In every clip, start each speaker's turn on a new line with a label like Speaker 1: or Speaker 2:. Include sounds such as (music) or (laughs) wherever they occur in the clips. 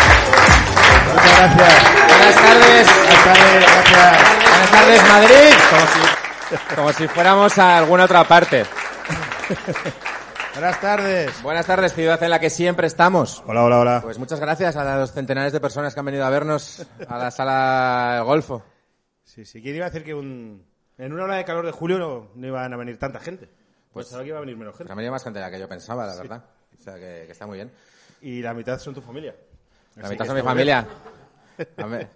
Speaker 1: Muchas gracias. Buenas tardes. Buenas tardes, gracias. Buenas tardes, Madrid. Como si, como si fuéramos a alguna otra parte.
Speaker 2: Buenas tardes.
Speaker 1: Buenas tardes, ciudad en la que siempre estamos.
Speaker 2: Hola, hola, hola.
Speaker 1: Pues muchas gracias a los centenares de personas que han venido a vernos a la sala del Golfo.
Speaker 2: Sí, sí, ¿quién iba a decir que un... en una hora de calor de julio no, no iban a venir tanta gente? Pues pensaba que iba a venir menos
Speaker 1: Pero
Speaker 2: gente.
Speaker 1: ha venido más gente de la que yo pensaba, la verdad. O sea, que, que está muy bien.
Speaker 2: Y la mitad son tu familia.
Speaker 1: La
Speaker 2: Así
Speaker 1: mitad
Speaker 2: que
Speaker 1: son mi
Speaker 2: está muy bien.
Speaker 1: familia. Ha ve-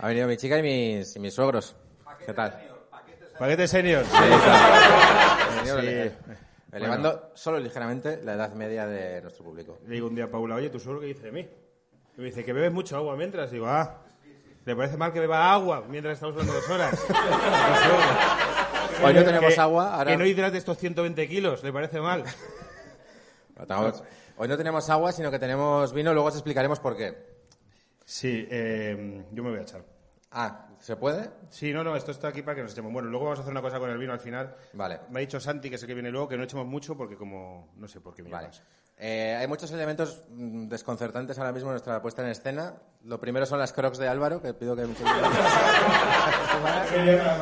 Speaker 1: Ha venido mi chica y mis, y mis suegros. ¿Qué tal?
Speaker 2: Paquete senior.
Speaker 1: Venido
Speaker 2: Sí.
Speaker 1: ele- Elevando solo ligeramente la edad media de nuestro público.
Speaker 2: Le digo un día a Paula, oye, ¿tu suegro qué dice de mí? Y me dice que bebes mucha agua mientras. Digo, ah, ¿le parece mal que beba agua mientras estamos hablando dos
Speaker 1: (laughs)
Speaker 2: horas? Tu suegro.
Speaker 1: Hoy no Pues tenemos
Speaker 2: Que-
Speaker 1: agua, ahora-
Speaker 2: Que no hidrate estos 120 kilos, ¿le parece
Speaker 1: (laughs)
Speaker 2: mal?
Speaker 1: Lo tenemos- Hoy no tenemos agua, sino que tenemos vino. Luego os explicaremos por qué.
Speaker 2: Sí, eh, yo me voy a echar.
Speaker 1: Ah, ¿se puede?
Speaker 2: Sí, no, no, esto está aquí para que nos echemos. Bueno, luego vamos a hacer una cosa con el vino al final.
Speaker 1: Vale.
Speaker 2: Me ha dicho Santi, que sé que viene luego, que no echemos mucho porque como... No sé por qué
Speaker 1: Vale.
Speaker 2: mierdas.
Speaker 1: Eh, hay muchos elementos mm, desconcertantes ahora mismo en nuestra puesta en escena. Lo primero son las crocs de Álvaro, que pido que...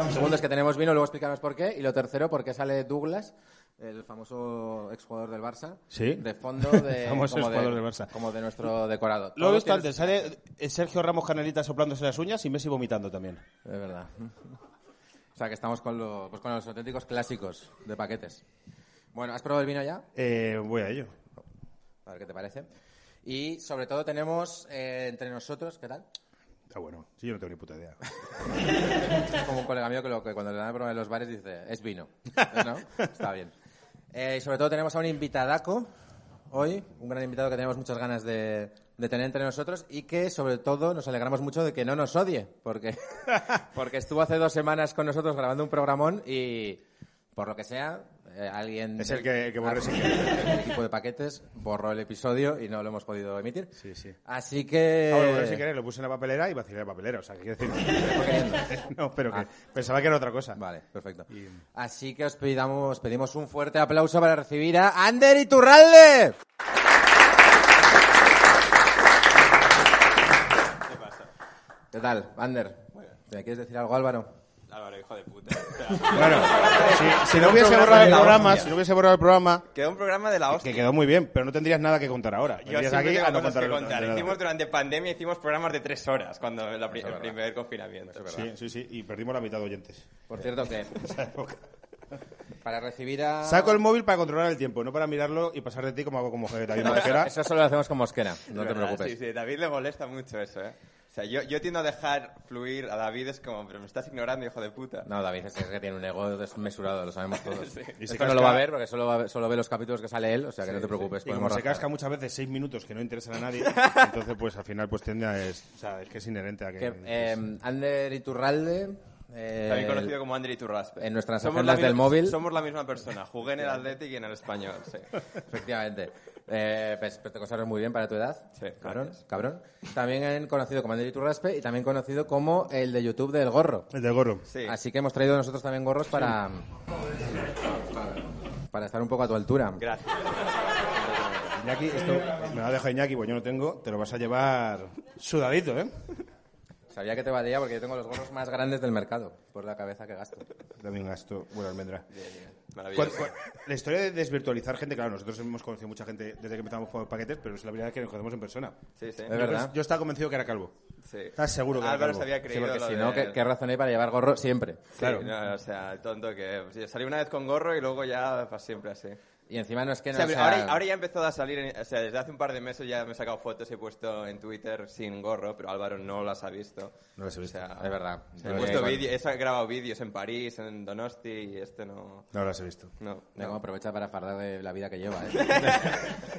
Speaker 1: Lo segundo es que tenemos vino, luego explicaremos por qué. Y lo tercero, por qué sale Douglas, el famoso exjugador del Barça,
Speaker 2: Sí.
Speaker 1: de
Speaker 2: (laughs)
Speaker 1: fondo de,
Speaker 2: Famoso
Speaker 1: como, de
Speaker 2: exjugador del Barça.
Speaker 1: como de nuestro decorado.
Speaker 2: Lo he
Speaker 1: Todo
Speaker 2: visto
Speaker 1: tiene-
Speaker 2: antes, sale eh, Sergio Ramos Canelita soplándose las uñas y Messi vomitando también.
Speaker 1: Es verdad. (laughs) O sea, que estamos con, lo- pues con los auténticos clásicos de paquetes. Bueno, ¿has probado el vino ya?
Speaker 2: Eh, voy a ello.
Speaker 1: A ver qué te parece. Y sobre todo tenemos eh, entre nosotros, ¿qué tal?
Speaker 2: Está Ah, bueno. Sí, yo no tengo ni puta idea.
Speaker 1: Es como un colega mío que, lo, que cuando le dan a probar en los bares dice, es vino.
Speaker 2: (laughs)
Speaker 1: ¿No? Está bien. Eh, y sobre todo tenemos a un invitadaco hoy, un gran invitado que tenemos muchas ganas de, de tener entre nosotros y que sobre todo nos alegramos mucho de que no nos odie,
Speaker 2: (laughs)
Speaker 1: porque, porque estuvo hace dos semanas con nosotros grabando un programón y por lo que sea, eh, alguien...
Speaker 2: Es el que- el que borró ese-
Speaker 1: El equipo de paquetes borró el episodio y no lo hemos podido emitir.
Speaker 2: Sí, sí.
Speaker 1: Así que...
Speaker 2: Ah, bueno, bueno, si queréis, lo puse en la papelera y vacilé la papelera. O sea, que quiero decir...
Speaker 1: Eh. Estoy queriendo.
Speaker 2: no, pero que
Speaker 1: Ah.
Speaker 2: pensaba que era otra cosa.
Speaker 1: Vale, perfecto.
Speaker 2: Y-
Speaker 1: Así que os pedamos, pedimos un fuerte aplauso para recibir a Ander Iturralde. ¿Qué tal, Ander? ¿Me quieres decir algo, Álvaro?
Speaker 3: Álvaro, hijo de puta. (laughs)
Speaker 2: Bueno, si, si no hubiese
Speaker 1: programa
Speaker 2: borrado
Speaker 1: de
Speaker 2: el
Speaker 1: la
Speaker 2: programa,
Speaker 1: hostia.
Speaker 2: si no hubiese borrado el programa,
Speaker 3: Quedó un programa de la hostia.
Speaker 2: que quedó muy bien, pero no tendrías nada que contar ahora.
Speaker 3: Yo
Speaker 2: Vendrías
Speaker 3: siempre tengo
Speaker 2: a no
Speaker 3: cosas que
Speaker 2: contar
Speaker 3: contar.
Speaker 2: nada.
Speaker 3: Hicimos durante pandemia hicimos programas de tres horas cuando la pri- el
Speaker 1: verdad.
Speaker 3: primer confinamiento.
Speaker 2: Sí, sí, sí, y perdimos la mitad de oyentes. (laughs)
Speaker 1: Por cierto que para recibir a...
Speaker 2: Saco el móvil para controlar el tiempo, no para mirarlo y pasar de ti como hago como jefe de David
Speaker 1: No, eso,
Speaker 2: Mosquera.
Speaker 1: eso solo lo hacemos con Mosquera, no
Speaker 3: Es
Speaker 1: te
Speaker 3: verdad,
Speaker 1: preocupes.
Speaker 3: Ah, Sí, sí, David le molesta mucho eso, ¿eh? O sea, yo, yo tiendo a dejar fluir a David, es como, pero me estás ignorando, hijo de puta.
Speaker 1: No, David es que tiene un ego desmesurado, lo sabemos todos.
Speaker 2: Y se
Speaker 1: Esto no lo va a
Speaker 2: casca-
Speaker 1: ver porque solo, va a ver- solo ve los capítulos que sale él, o sea que no te preocupes.
Speaker 2: Y como
Speaker 1: podemos
Speaker 2: se
Speaker 1: rascar.
Speaker 2: casca muchas veces seis minutos que no interesan a (laughs) nadie, entonces pues al final pues tiende a... Es, o sea, es que es inherente a que...
Speaker 1: Que, eh, Ander Iturralde. eh,
Speaker 3: También conocido como Andri Turraspe.
Speaker 1: en nuestras
Speaker 3: Somos
Speaker 1: agendas
Speaker 3: la mi-
Speaker 1: del móvil.
Speaker 3: Somos la misma persona.
Speaker 1: (laughs)
Speaker 3: Jugué en el Athletic y en el español, sí.
Speaker 1: Efectivamente. Eh, pues, pero te conservas muy bien para tu edad.
Speaker 3: Sí,
Speaker 1: cabrón.
Speaker 3: gracias.
Speaker 1: cabrón. También han conocido como Ander Iturraspe y también conocido como el de YouTube del gorro.
Speaker 2: El del gorro.
Speaker 3: Sí.
Speaker 1: Así que hemos traído nosotros también gorros para, para estar un poco a tu altura.
Speaker 3: Gracias.
Speaker 2: Iñaki, esto me lo ha dejado Iñaki, pues yo no tengo, te lo vas a llevar sudadito, ¿eh?
Speaker 1: Sabía que te valía porque yo tengo los gorros más grandes del mercado por la cabeza que gasto.
Speaker 2: También gasto, bueno, almendra.
Speaker 1: Pues,
Speaker 3: Maravilloso.
Speaker 2: Cuando- cuando- la historia de desvirtualizar gente, claro, nosotros hemos conocido mucha gente desde que empezamos por paquetes, pero es la primera vez que nos conocemos en persona.
Speaker 3: Sí, sí.
Speaker 1: Es verdad.
Speaker 2: Yo, yo estaba convencido que era calvo.
Speaker 3: Sí.
Speaker 2: Estás seguro que era
Speaker 3: Álvaro
Speaker 2: calvo.
Speaker 3: se había
Speaker 2: Sí,
Speaker 1: Sí,
Speaker 3: creído
Speaker 1: porque
Speaker 3: lo
Speaker 1: si no,
Speaker 3: de-
Speaker 1: ¿qué, qué razón hay para llevar gorro siempre?
Speaker 3: pues, Sí, no, o sea, el tonto que... sí, Salí una vez con gorro y luego ya para siempre así.
Speaker 1: Y encima no es que
Speaker 3: O
Speaker 1: no
Speaker 3: sea,
Speaker 1: sea-
Speaker 3: ahora, ahora ya empezó a salir, en- o sea, desde hace un par de meses ya me he sacado fotos y he puesto en Twitter sin gorro, pero Álvaro no las ha visto.
Speaker 1: No las he
Speaker 3: O
Speaker 1: visto,
Speaker 3: sea,
Speaker 1: es verdad.
Speaker 3: o
Speaker 1: No las
Speaker 3: sea, he,
Speaker 1: he
Speaker 3: puesto
Speaker 1: visto.
Speaker 3: vídeo- he grabado vídeos en París, en Donosti y este no...
Speaker 2: No las he visto.
Speaker 3: No,
Speaker 1: Mira
Speaker 3: no.
Speaker 1: cómo aprovecha para fardar de la vida que lleva.
Speaker 3: (laughs)
Speaker 1: ¿eh?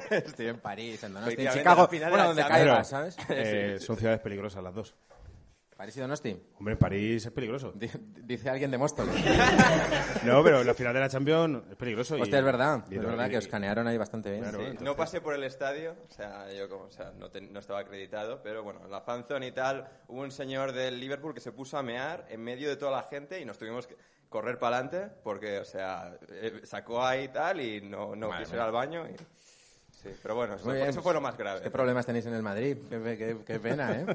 Speaker 1: Estoy en París, en Donosti, en
Speaker 3: Efectivamente,
Speaker 1: Chicago.
Speaker 3: al final de
Speaker 1: Bueno,
Speaker 3: la
Speaker 1: donde
Speaker 3: Champions.
Speaker 1: caiga,
Speaker 3: (laughs)
Speaker 1: ¿sabes? (laughs)
Speaker 2: Eh, Son ciudades peligrosas las dos.
Speaker 1: París y Donosti.
Speaker 2: Hombre, París es peligroso.
Speaker 1: Di- Dice alguien de Móstoles.
Speaker 2: No, pero la final de la Champions es peligroso. y-
Speaker 1: (laughs) Hostia, es verdad.
Speaker 2: y-
Speaker 1: Es verdad
Speaker 2: y-
Speaker 1: que os canearon ahí bastante bien.
Speaker 2: Claro,
Speaker 3: Sí,
Speaker 2: entonces-
Speaker 3: No pasé por el estadio, o sea, yo como, o sea, no, te- no estaba acreditado, pero bueno, en la fanzone y tal, hubo un señor del Liverpool que se puso a mear en medio de toda la gente y nos tuvimos que correr para adelante porque, o sea, eh, sacó ahí y tal y no, no quiso ir al baño. y- Sí, pero bueno, eso,
Speaker 1: Muy
Speaker 3: fue-
Speaker 1: bien.
Speaker 3: eso fue lo más grave.
Speaker 1: ¿Qué problemas tenéis en el Madrid? Qué, pe- qué- qué pena,
Speaker 3: (laughs)
Speaker 1: ¿eh?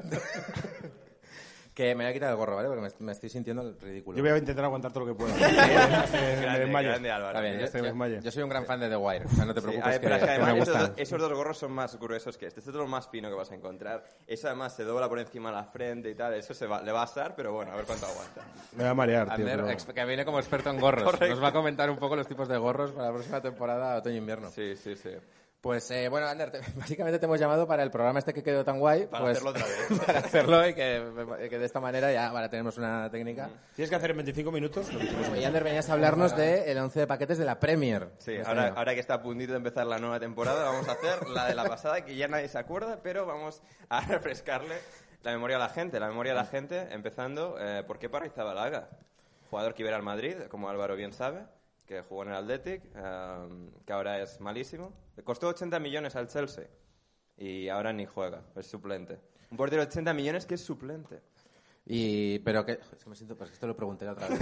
Speaker 1: que me voy a quitar el gorro, ¿vale? Porque me, me estoy sintiendo ridículo.
Speaker 2: Yo voy a intentar aguantar todo lo
Speaker 1: (laughs)
Speaker 2: que pueda.
Speaker 3: grande, grande,
Speaker 1: Está
Speaker 3: Álvaro.
Speaker 1: bien,
Speaker 2: Ya
Speaker 1: yo,
Speaker 2: se me
Speaker 1: yo-
Speaker 2: desmaya.
Speaker 1: yo soy un gran fan de The Wire. O sea, no te
Speaker 3: Sí,
Speaker 1: preocupes
Speaker 3: ah,
Speaker 1: que,
Speaker 3: pero es que
Speaker 1: que
Speaker 3: además
Speaker 1: me
Speaker 3: esos,
Speaker 1: gusta.
Speaker 3: dos- esos dos gorros son más gruesos que este. Este es lo más fino que vas a encontrar. Ese además se dobla por encima de la frente y tal. Eso se va, le va a asar, pero bueno, a ver cuánto aguanta.
Speaker 2: Me va a marear, tío.
Speaker 1: Ander,
Speaker 2: pero-
Speaker 1: ex- que viene como experto en gorros.
Speaker 3: Correcto.
Speaker 1: Nos va a comentar un poco los tipos de gorros para la próxima temporada otoño-invierno.
Speaker 3: Sí, sí, sí.
Speaker 1: Pues eh, bueno, Ander, te- (laughs) básicamente te hemos llamado para el programa este que quedó tan guay.
Speaker 3: Para
Speaker 1: pues-
Speaker 3: hacerlo otra vez.
Speaker 1: (laughs) para hacerlo y que, que de esta manera ya ahora tenemos una técnica.
Speaker 2: Tienes que hacer en 25 minutos lo que
Speaker 1: (laughs)
Speaker 2: hicimos.
Speaker 1: Y Ander, venías a hablarnos del el 11 de paquetes de la Premier.
Speaker 3: Sí,
Speaker 1: Este
Speaker 3: ahora,
Speaker 1: año.
Speaker 3: ahora que está a puntito de empezar la nueva temporada, vamos a hacer la de la pasada, que ya nadie se acuerda, pero vamos a (laughs) refrescarle la memoria a la gente. La memoria a la gente, empezando, eh, ¿por qué para Zabalaga? Jugador que iba a ir al Madrid, como Álvaro bien sabe, que jugó en el Athletic, eh, que ahora es malísimo. Le costó 80 millones al Chelsea y ahora ni juega, es suplente. Un portero de 80 millones que es suplente.
Speaker 1: Y, pero que... Es que me siento... Pues esto lo pregunté la
Speaker 3: (laughs)
Speaker 1: otra vez.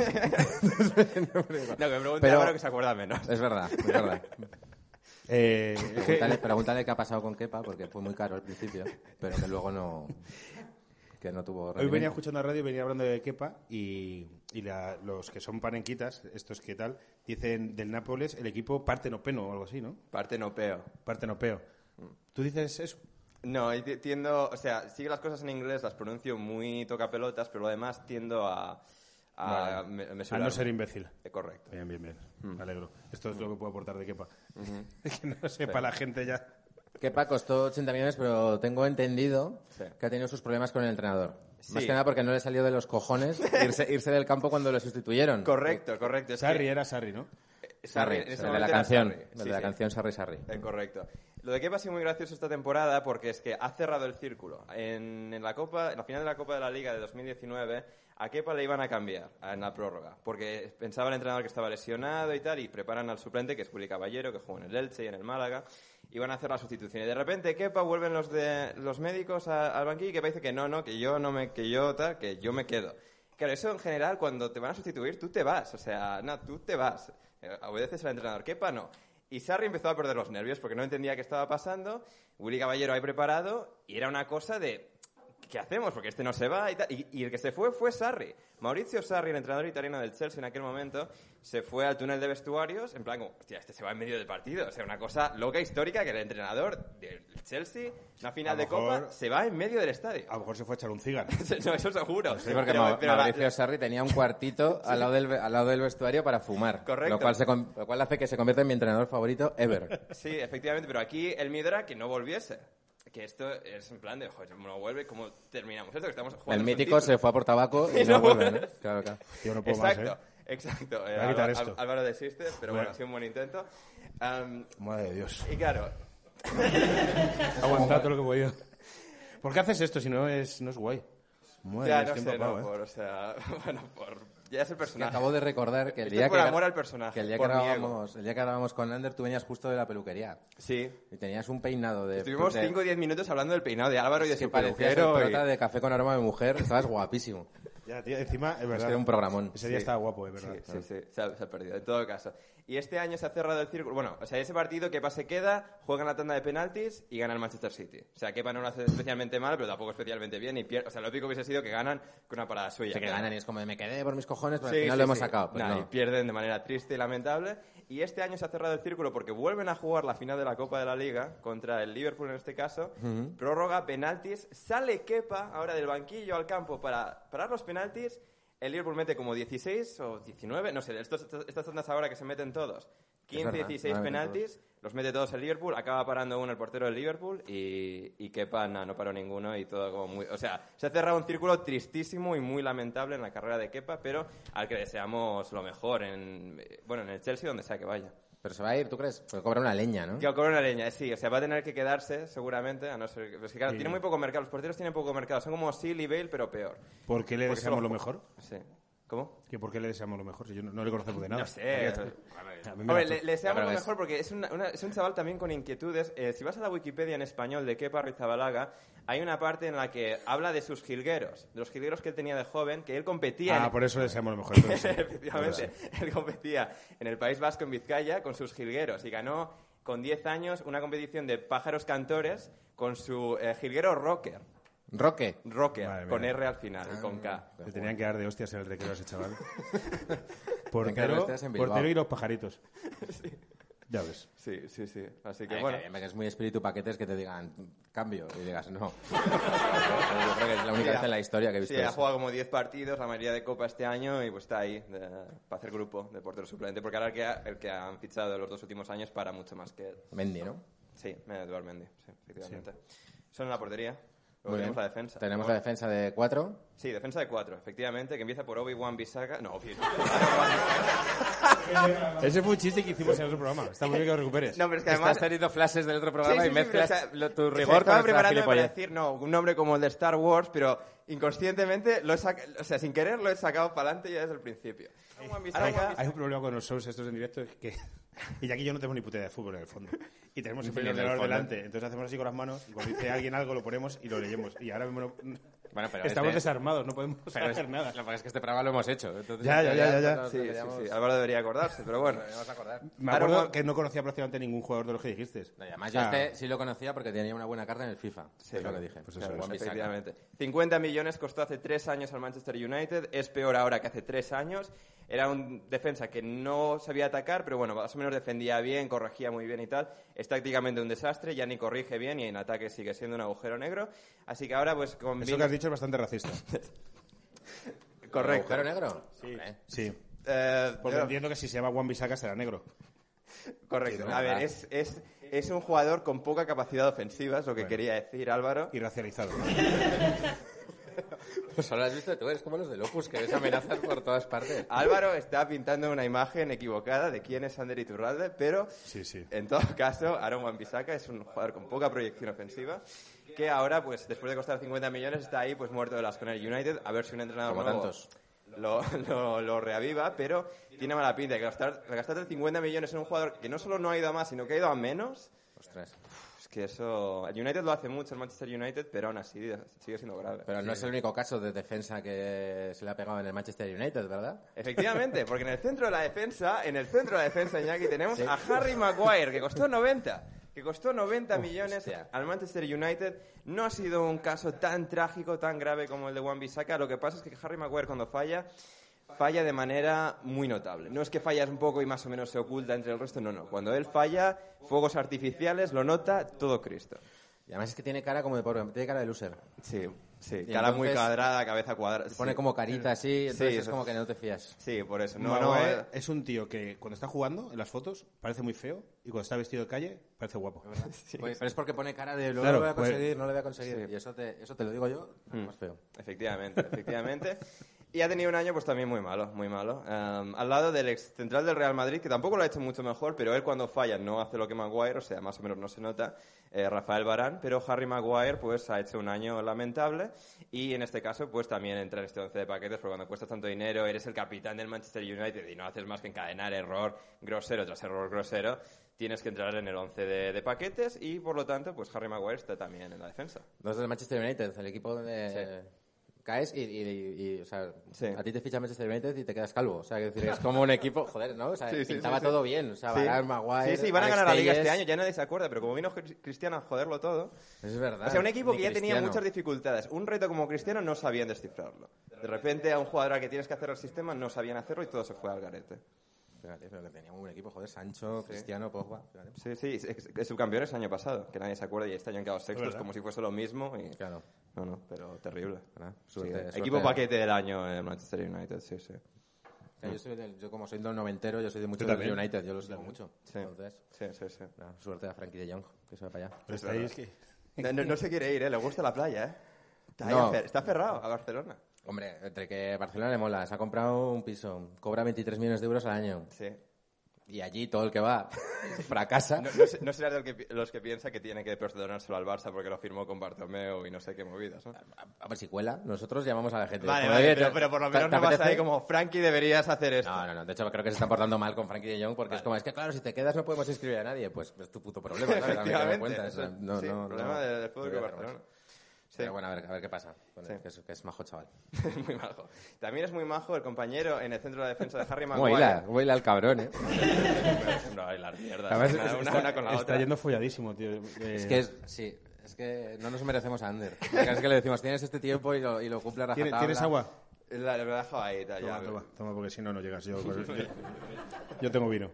Speaker 3: No, que me pregunte
Speaker 1: Pero-
Speaker 3: Álvaro que se acuerda menos.
Speaker 1: es verdad, es
Speaker 3: (laughs)
Speaker 1: verdad.
Speaker 2: Eh, es que-
Speaker 1: Pregúntale, pregúntale qué ha pasado con Kepa, porque fue muy caro al principio, pero que luego no... Que no tuvo...
Speaker 2: Hoy
Speaker 1: rendimiento.
Speaker 2: venía escuchando la radio y venía hablando de Kepa y, y la- los que son panenquitas, estos que tal, dicen del Nápoles el equipo partenopeno o algo así, ¿no?
Speaker 3: Partenopeo.
Speaker 2: Partenopeo.
Speaker 1: Mm.
Speaker 2: ¿Tú dices eso?
Speaker 3: No, y ti- tiendo, o sea, sí que las cosas en inglés las pronuncio muy tocapelotas, pero además tiendo a, a me-
Speaker 2: A
Speaker 3: mesurar.
Speaker 2: no ser imbécil.
Speaker 3: Eh, Correcto.
Speaker 2: Bien, bien, bien.
Speaker 3: Mm.
Speaker 2: Me alegro. Esto es lo que puedo aportar de Kepa. (laughs) que no lo sepa la gente ya.
Speaker 1: Kepa costó 80 millones, pero tengo entendido
Speaker 3: Sí.
Speaker 1: que ha tenido sus problemas con el entrenador. Más
Speaker 3: Sí.
Speaker 1: que nada porque no le salió de los
Speaker 3: (laughs)
Speaker 1: cojones irse, irse del campo cuando lo sustituyeron.
Speaker 3: Correcto, correcto. Es
Speaker 2: Sarri
Speaker 3: que-
Speaker 2: era Sarri, ¿no?
Speaker 3: eh, Sarri,
Speaker 1: Sarri,
Speaker 3: en ese
Speaker 1: el de
Speaker 3: momento
Speaker 1: la
Speaker 3: era
Speaker 1: canción,
Speaker 3: Sarri.
Speaker 1: el de
Speaker 3: Sí,
Speaker 1: la
Speaker 3: sí.
Speaker 1: canción Sarri Sarri.
Speaker 3: Eh, correcto. Lo de Kepa ha sido muy gracioso esta temporada porque es que ha cerrado el círculo. En, en la Copa, en la final de la Copa de la Liga de 2019, a Kepa le iban a cambiar a- en la prórroga porque pensaba el entrenador que estaba lesionado y tal y preparan al suplente que es Juli Caballero que jugó en el Elche y en el Málaga y van a hacer la sustitución y de repente Kepa vuelven los de los médicos a- al banquillo y Kepa dice que no, no, que yo no me que yo tal, que yo me quedo. Claro, eso en general cuando te van a sustituir tú te vas, o sea, no, tú te vas. Eh, Obedeces al entrenador, Kepa no. Y Sarri empezó a perder los nervios porque no entendía qué estaba pasando. Willy Caballero ahí preparado y era una cosa de ¿qué hacemos? Porque este no se va y tal. Y, y el que se fue fue Sarri. Maurizio Sarri, el entrenador italiano del Chelsea en aquel momento, se fue al túnel de vestuarios en plan como, hostia, este se va en medio del partido. O sea, una cosa loca histórica que el entrenador del Chelsea, una final
Speaker 2: A lo
Speaker 3: de copa,
Speaker 2: mejor-
Speaker 3: se va en medio del estadio.
Speaker 2: A lo mejor se fue a echar un cigarro.
Speaker 3: no, (laughs) eso seguro.
Speaker 1: Sí, porque
Speaker 3: Pero-
Speaker 1: Ma-
Speaker 3: pero la-
Speaker 1: Mauricio Sarri tenía un
Speaker 3: (laughs)
Speaker 1: cuartito al, lado del, ve- al lado del vestuario para fumar.
Speaker 3: Correcto.
Speaker 1: Lo cual, se con- lo cual hace que se convierta en mi entrenador favorito ever.
Speaker 3: Sí, efectivamente, pero aquí el miedo era que no volviese. Que esto es en plan de, joder, no vuelve, ¿cómo terminamos esto? Que estamos jugando
Speaker 1: El
Speaker 3: un
Speaker 1: mítico
Speaker 3: título.
Speaker 1: se fue a por tabaco y
Speaker 3: (laughs) Y
Speaker 1: no
Speaker 3: no
Speaker 1: vuelve,
Speaker 3: vuelve.
Speaker 1: ¿no? Claro, claro.
Speaker 2: Yo no puedo
Speaker 3: Exacto,
Speaker 2: más,
Speaker 3: exacto. Eh,
Speaker 2: Voy a quitar
Speaker 3: Álvaro,
Speaker 2: esto.
Speaker 3: Al- Álvaro desiste, pero bueno,
Speaker 2: Bueno.
Speaker 3: ha sido un buen intento. Am,
Speaker 2: ¿eh? Madre de Dios.
Speaker 3: y claro,
Speaker 2: Aguantar todo lo que he podido. ¿Por qué haces esto si no es, no es guay? Madre
Speaker 3: ya
Speaker 2: mía,
Speaker 3: no
Speaker 2: estoy
Speaker 3: sé,
Speaker 2: empapado,
Speaker 3: no,
Speaker 2: ¿eh?
Speaker 3: por, o sea, (laughs) bueno, por, ya es el
Speaker 1: Que
Speaker 3: personaje.
Speaker 1: acabo de recordar que el
Speaker 3: Esto
Speaker 1: día
Speaker 3: es por
Speaker 1: que,
Speaker 3: amor al personaje,
Speaker 1: que el día que
Speaker 3: por mi ego.
Speaker 1: grabábamos, el día que grabábamos con Ander, tú venías justo de la peluquería.
Speaker 3: Sí,
Speaker 1: Y tenías un peinado de...
Speaker 3: estuvimos
Speaker 1: de-
Speaker 3: 5 o 10 minutos hablando del peinado de Álvaro y de
Speaker 1: que
Speaker 3: su
Speaker 1: parecías el
Speaker 3: peluquero. y-
Speaker 1: prota de café con aroma de mujer. Estabas guapísimo.
Speaker 2: Ya, tío, encima, es
Speaker 1: Es
Speaker 2: verdad.
Speaker 1: que era un programón.
Speaker 2: Ese día
Speaker 3: Sí.
Speaker 2: estaba guapo, es verdad.
Speaker 3: Sí, sí, sí, se ha, se ha perdido, en todo caso. Y este año se ha cerrado el círculo. Bueno, o sea, ese partido Kepa se queda, juega en la tanda de penaltis y gana el Manchester City. O sea, Kepa no lo hace especialmente mal, pero tampoco especialmente bien. Y pier- O sea, lo típico hubiese sido que ganan con una parada suya.
Speaker 1: O sea, que
Speaker 3: Pero-
Speaker 1: ganan y es como de me quedé por mis cojones, pero
Speaker 3: Sí,
Speaker 1: al final
Speaker 3: sí,
Speaker 1: lo hemos
Speaker 3: sí.
Speaker 1: sacado. Pues
Speaker 3: Nah,
Speaker 1: no.
Speaker 3: Y pierden de manera triste y lamentable. Y este año se ha cerrado el círculo porque vuelven a jugar la final de la Copa de la Liga contra el Liverpool en este caso. Prórroga, penaltis. Sale Kepa ahora del banquillo al campo para parar los penaltis. El Liverpool mete como 16 o 19, no sé, estos- estos- estas tandas ahora que se meten todos. 15,
Speaker 1: verdad,
Speaker 3: 16
Speaker 1: ahora meten
Speaker 3: penaltis, los mete todos el Liverpool, acaba parando uno el portero del Liverpool y, y Kepa na, no paró ninguno y todo como muy... O sea, se ha cerrado un círculo tristísimo y muy lamentable en la carrera de Kepa, pero al que deseamos lo mejor en, bueno, en el Chelsea, donde sea que vaya.
Speaker 1: Pero se va a ir, ¿tú crees? Porque cobra una leña, ¿no?
Speaker 3: Que cobra una leña, sí. O sea, va a tener que quedarse, seguramente, a no ser... que- pero es que, claro, tiene muy poco mercado. Los porteros tienen poco mercado. Son como Seal y Bale, pero peor.
Speaker 2: ¿Por qué le
Speaker 3: Porque
Speaker 2: deseamos
Speaker 3: solo-
Speaker 2: lo mejor?
Speaker 3: Sí. ¿cómo?
Speaker 2: ¿Que ¿Por qué le deseamos lo mejor? Si yo no, no le conocemos de nada.
Speaker 3: No sé.
Speaker 2: A mí me
Speaker 3: Hombre,
Speaker 2: da
Speaker 3: le,
Speaker 2: todo.
Speaker 3: le deseamos
Speaker 1: Ahora
Speaker 3: lo
Speaker 1: ves.
Speaker 3: mejor porque es, una- una- es un chaval también con inquietudes. Eh, si vas a la Wikipedia en español de Kepa Rizabalaga, hay una parte en la que habla de sus jilgueros, de los jilgueros que él tenía de joven, que él competía.
Speaker 2: Ah,
Speaker 3: en-
Speaker 2: por eso le deseamos lo mejor.
Speaker 3: (laughs)
Speaker 2: entonces sí.
Speaker 3: Efectivamente, (laughs) él competía en el País Vasco, en Vizcaya, con sus jilgueros y ganó con 10 años una competición de pájaros cantores con su eh, jilguero rocker.
Speaker 1: Roque.
Speaker 3: Rocker,
Speaker 2: Madre mía. Ah,
Speaker 3: con R al final, y con K.
Speaker 2: Le tenían que dar de hostias en el recreo a ese
Speaker 1: (laughs)
Speaker 2: chaval.
Speaker 1: Tenían que dar
Speaker 2: portero,
Speaker 1: hostias en Bilbao.
Speaker 2: portero y los
Speaker 1: (laughs)
Speaker 2: pajaritos. Ya ves.
Speaker 3: Sí, sí, sí. Así que
Speaker 1: Ay,
Speaker 3: bueno.
Speaker 1: que bien, que es muy espíritu paquetes que te digan cambio y digas no. Yo creo que es la única vez en la historia que he visto
Speaker 3: Sí, ha
Speaker 1: eso.
Speaker 3: jugado como 10 partidos, la mayoría de Copa este año, y pues está ahí de- para hacer grupo de portero suplente, porque ahora el que, ha- el que han fichado los dos últimos años para mucho más que él.
Speaker 1: Mendy, ¿no?
Speaker 3: Sí, Eduardo Mendy, sí, efectivamente. Son la portería. Luego
Speaker 1: Muy bien.
Speaker 3: tenemos la defensa.
Speaker 1: Tenemos la defensa de cuatro.
Speaker 3: Sí, defensa de cuatro, efectivamente, que empieza por Obi-Wan Bisaga. (laughs) No, Obi
Speaker 2: Ese fue un chiste que hicimos en otro programa. Está muy bien que lo recuperes.
Speaker 3: No, pero es que además...
Speaker 1: Estás teniendo flashes del otro
Speaker 3: Sí, sí,
Speaker 1: programa
Speaker 3: sí,
Speaker 1: y
Speaker 3: pero,
Speaker 1: mezclas
Speaker 3: o sea,
Speaker 1: lo-
Speaker 3: o
Speaker 1: tu
Speaker 3: sea,
Speaker 1: rigor con
Speaker 3: estaba
Speaker 1: esta
Speaker 3: preparándome para
Speaker 1: gilipollez.
Speaker 3: decir, no, un nombre como el de Star Wars, pero inconscientemente, lo he saca- o sea, sin querer lo he sacado para adelante ya desde el principio. Obi-Wan
Speaker 2: Hay,
Speaker 3: Bisaga-
Speaker 2: hay un problema con los shows estos en directo es que (laughs) y aquí yo no tenemos ni puta idea de fútbol en el fondo y tenemos siempre el
Speaker 1: Ni en el
Speaker 2: ordenador
Speaker 1: fondo.
Speaker 2: delante entonces hacemos así con las manos y cuando
Speaker 1: (laughs)
Speaker 2: dice alguien algo lo ponemos y lo leemos y ahora mismo no-
Speaker 1: Bueno, pero
Speaker 2: estamos
Speaker 1: este-
Speaker 2: desarmados no podemos
Speaker 1: Pero es,
Speaker 2: hacer nada
Speaker 1: Lo que pasa es que este programa lo hemos hecho. entonces-
Speaker 2: Ya, ya, ya, ya, ya.
Speaker 3: Sí, sí, sí, Álvaro debería acordarse, pero bueno.
Speaker 2: me
Speaker 3: Ahora
Speaker 2: acuerdo
Speaker 3: Juan-
Speaker 2: que no conocía prácticamente ningún jugador de los que dijiste
Speaker 1: No, y Además, yo
Speaker 2: Ah,
Speaker 1: este sí lo conocía porque tenía una buena carta en el FIFA. es lo que dije.
Speaker 2: pues eso
Speaker 1: Claro,
Speaker 2: es.
Speaker 1: Juan Bisaca.
Speaker 3: Efectivamente. 50 millones costó hace tres años al Manchester United, es peor ahora que hace tres años. Era un defensa que no sabía atacar, pero bueno, más o menos defendía bien, corregía muy bien y tal. Es tácticamente un desastre, ya ni corrige bien y en ataque sigue siendo un agujero negro. Así que ahora pues con
Speaker 2: eso que has dicho es bastante racista
Speaker 3: Correcto.
Speaker 1: ¿Agujero negro? Sí.
Speaker 2: sí
Speaker 3: Eh,
Speaker 2: porque
Speaker 3: yo-
Speaker 2: entiendo que si se llama Juan Bisaca será negro
Speaker 3: correcto.
Speaker 1: Sí, no,
Speaker 3: A ver,
Speaker 1: nada.
Speaker 3: es, es, es un jugador con poca capacidad ofensiva, es lo que quería decir Álvaro.
Speaker 2: y racializado
Speaker 1: Solo Pues has visto tú, eres como los de Lopus, que ves amenazas por todas
Speaker 3: (laughs)
Speaker 1: partes.
Speaker 3: Álvaro está pintando una imagen equivocada de quién es Ander Iturralde, pero
Speaker 2: Sí, sí.
Speaker 3: en todo caso, Aaron Wan-Bissaka es un jugador con poca proyección ofensiva que ahora, pues después de costar 50 millones, está ahí pues muerto de las con el United. A ver si un entrenador
Speaker 1: Como
Speaker 3: nuevo
Speaker 1: tantos.
Speaker 3: Lo, lo- lo reaviva, pero tiene mala pinta. Que gastar, gastarte 50 millones en un jugador que no solo no ha ido a más, sino que ha ido a menos,
Speaker 1: Ostras.
Speaker 3: es que eso... El United lo hace mucho, el Manchester United, pero aún así sigue siendo grave.
Speaker 1: Pero no es el único caso de defensa que se le ha pegado en el Manchester United, ¿verdad?
Speaker 3: Efectivamente, porque en el centro de la defensa, en el centro de la defensa, Iñaki, tenemos a Harry Maguire, que costó 90, que costó 90 millones
Speaker 1: hostia.
Speaker 3: al Manchester United. No ha sido un caso tan trágico, tan grave como el de Wan Bissaka. Lo que pasa es que Harry Maguire cuando falla, falla de manera muy notable. No es que fallas un poco y más o menos se oculta entre el resto, no, no. Cuando él falla, fuegos artificiales, lo nota todo Cristo.
Speaker 1: Y además es que tiene cara como de pobre, tiene cara de loser.
Speaker 3: Sí, sí.
Speaker 1: Y
Speaker 3: Cara muy
Speaker 1: entonces-
Speaker 3: cuadrada, cabeza cuadrada.
Speaker 1: Pone
Speaker 3: sí.
Speaker 1: como carita así, entonces
Speaker 3: Sí,
Speaker 1: es
Speaker 3: eso-
Speaker 1: como que no te fías.
Speaker 3: Sí, por eso. No,
Speaker 2: no,
Speaker 3: no, eh.
Speaker 2: es un tío que cuando está jugando en las fotos parece muy feo y cuando está vestido de calle parece guapo
Speaker 1: Pues- Pero es porque pone cara de no
Speaker 2: Claro,
Speaker 1: lo voy a
Speaker 2: pues-
Speaker 1: conseguir, no lo voy a conseguir. Y eso te, eso te lo digo yo,
Speaker 3: Mm.
Speaker 1: más feo.
Speaker 3: Efectivamente, efectivamente. Y ha tenido un año pues también muy malo, muy malo. Em, al lado del ex central del Real Madrid, que tampoco lo ha hecho mucho mejor, pero él cuando falla no hace lo que Maguire, o sea, más o menos no se nota, eh, Rafael Barán, pero Harry Maguire pues ha hecho un año lamentable y en este caso pues también entra en este once de paquetes, porque cuando cuesta tanto dinero, eres el capitán del Manchester United y no haces más que encadenar error grosero tras error grosero, tienes que entrar en el once de, de paquetes y por lo tanto pues Harry Maguire está también en la defensa.
Speaker 1: Dos del Manchester United, el equipo donde caes y, y- y- y, o sea,
Speaker 3: Sí.
Speaker 1: a ti te ficha Manchester United y te quedas calvo. O sea, quiero decir, es como un equipo, joder, ¿no? O sea,
Speaker 3: Sí, sí,
Speaker 1: pintaba
Speaker 3: sí, sí.
Speaker 1: todo bien. O sea, Varane, Maguire,
Speaker 3: Sí, sí, van a
Speaker 1: Alex
Speaker 3: ganar la liga
Speaker 1: Telles.
Speaker 3: este año, ya nadie se acuerda, pero como vino Cri- Cristiano a joderlo todo.
Speaker 1: Es verdad.
Speaker 3: O sea, un equipo
Speaker 1: Ni
Speaker 3: que ya tenía
Speaker 1: Cristiano.
Speaker 3: muchas dificultades. Un reto como Cristiano no sabían descifrarlo. De repente a un jugador al que tienes que hacer el sistema no sabían hacerlo y todo se fue al garete.
Speaker 1: Fíjate, pero que tenía un buen equipo, joder, Sancho, Cristiano, Pogba. fíjate.
Speaker 3: Sí, sí, es- es subcampeones el año pasado, que nadie se acuerda y este año han quedado sextos como si fuese lo mismo. Y...
Speaker 1: Claro.
Speaker 3: No, no, pero terrible.
Speaker 1: Ah, suerte,
Speaker 3: Sí,
Speaker 1: suerte.
Speaker 3: Equipo paquete del año en Manchester United, sí, sí.
Speaker 1: Que Yo, soy del- yo como soy del noventero, yo soy de mucho
Speaker 4: Yo
Speaker 1: del
Speaker 4: también.
Speaker 1: United, yo los leo mucho.
Speaker 3: Sí,
Speaker 1: Entonces,
Speaker 3: sí, sí. sí.
Speaker 1: nada, suerte a Frankie de Jong, que se va para allá.
Speaker 2: Estáis-
Speaker 3: No, no- no se quiere ir, ¿eh? Le gusta la playa, ¿eh? Está, ahí
Speaker 1: No.
Speaker 3: afer- está aferrado a Barcelona.
Speaker 1: Hombre, entre que Barcelona le mola, se ha comprado un piso, cobra 23 millones de euros al año.
Speaker 3: Sí.
Speaker 1: Y allí todo el que va (laughs) fracasa.
Speaker 3: No, no, se- no será del que pi- los que piensa que tiene que perdonárselo al Barça porque lo firmó con Bartomeu y no sé qué movidas, ¿no?
Speaker 1: A ver si cuela, nosotros llamamos a la gente.
Speaker 3: Vale,
Speaker 1: Como,
Speaker 3: vale,
Speaker 1: "Oye,
Speaker 3: pero,
Speaker 1: ¿te-
Speaker 3: pero por lo
Speaker 1: te-
Speaker 3: menos
Speaker 1: te
Speaker 3: no vas
Speaker 1: apetece?".
Speaker 3: ahí como Frankie deberías hacer esto. (laughs)
Speaker 1: No, no, no. De hecho, creo que se están portando mal con Frankie de Jong porque es como, es que claro, si te quedas no podemos inscribir a nadie. Pues es tu puto problema, ¿no? También que me
Speaker 3: Efectivamente.
Speaker 1: cuentas. O sea, No,
Speaker 3: Sí,
Speaker 1: no, no.
Speaker 3: problema del- del fútbol
Speaker 1: Debería
Speaker 3: de
Speaker 1: hacer más.
Speaker 3: Barcelona.
Speaker 1: Pero bueno, a ver, a ver qué pasa. con él,
Speaker 3: Sí.
Speaker 1: que, es, que es majo chaval.
Speaker 3: (laughs) muy majo. También es muy majo el compañero en el centro de la defensa de Harry
Speaker 1: Como
Speaker 3: Maguire.
Speaker 1: hila, como hila el cabrón, ¿eh?
Speaker 3: No, hilar, mierda.
Speaker 2: Además,
Speaker 3: Una-
Speaker 2: está-
Speaker 3: una, una con la
Speaker 2: está
Speaker 3: otra.
Speaker 2: yendo folladísimo, tío. Eh,
Speaker 1: Es que es, sí, es que no nos merecemos a Ander. Es que le decimos, tienes este tiempo y lo, y lo cumple a
Speaker 2: ¿Tienes,
Speaker 1: rajatabla.
Speaker 2: tienes agua?
Speaker 3: La, lo he dejado ahí, tal,
Speaker 2: Toma,
Speaker 3: ya.
Speaker 2: toma, toma, porque si no, no llegas. Yo, pues,
Speaker 3: (laughs)
Speaker 2: yo, yo tengo vino.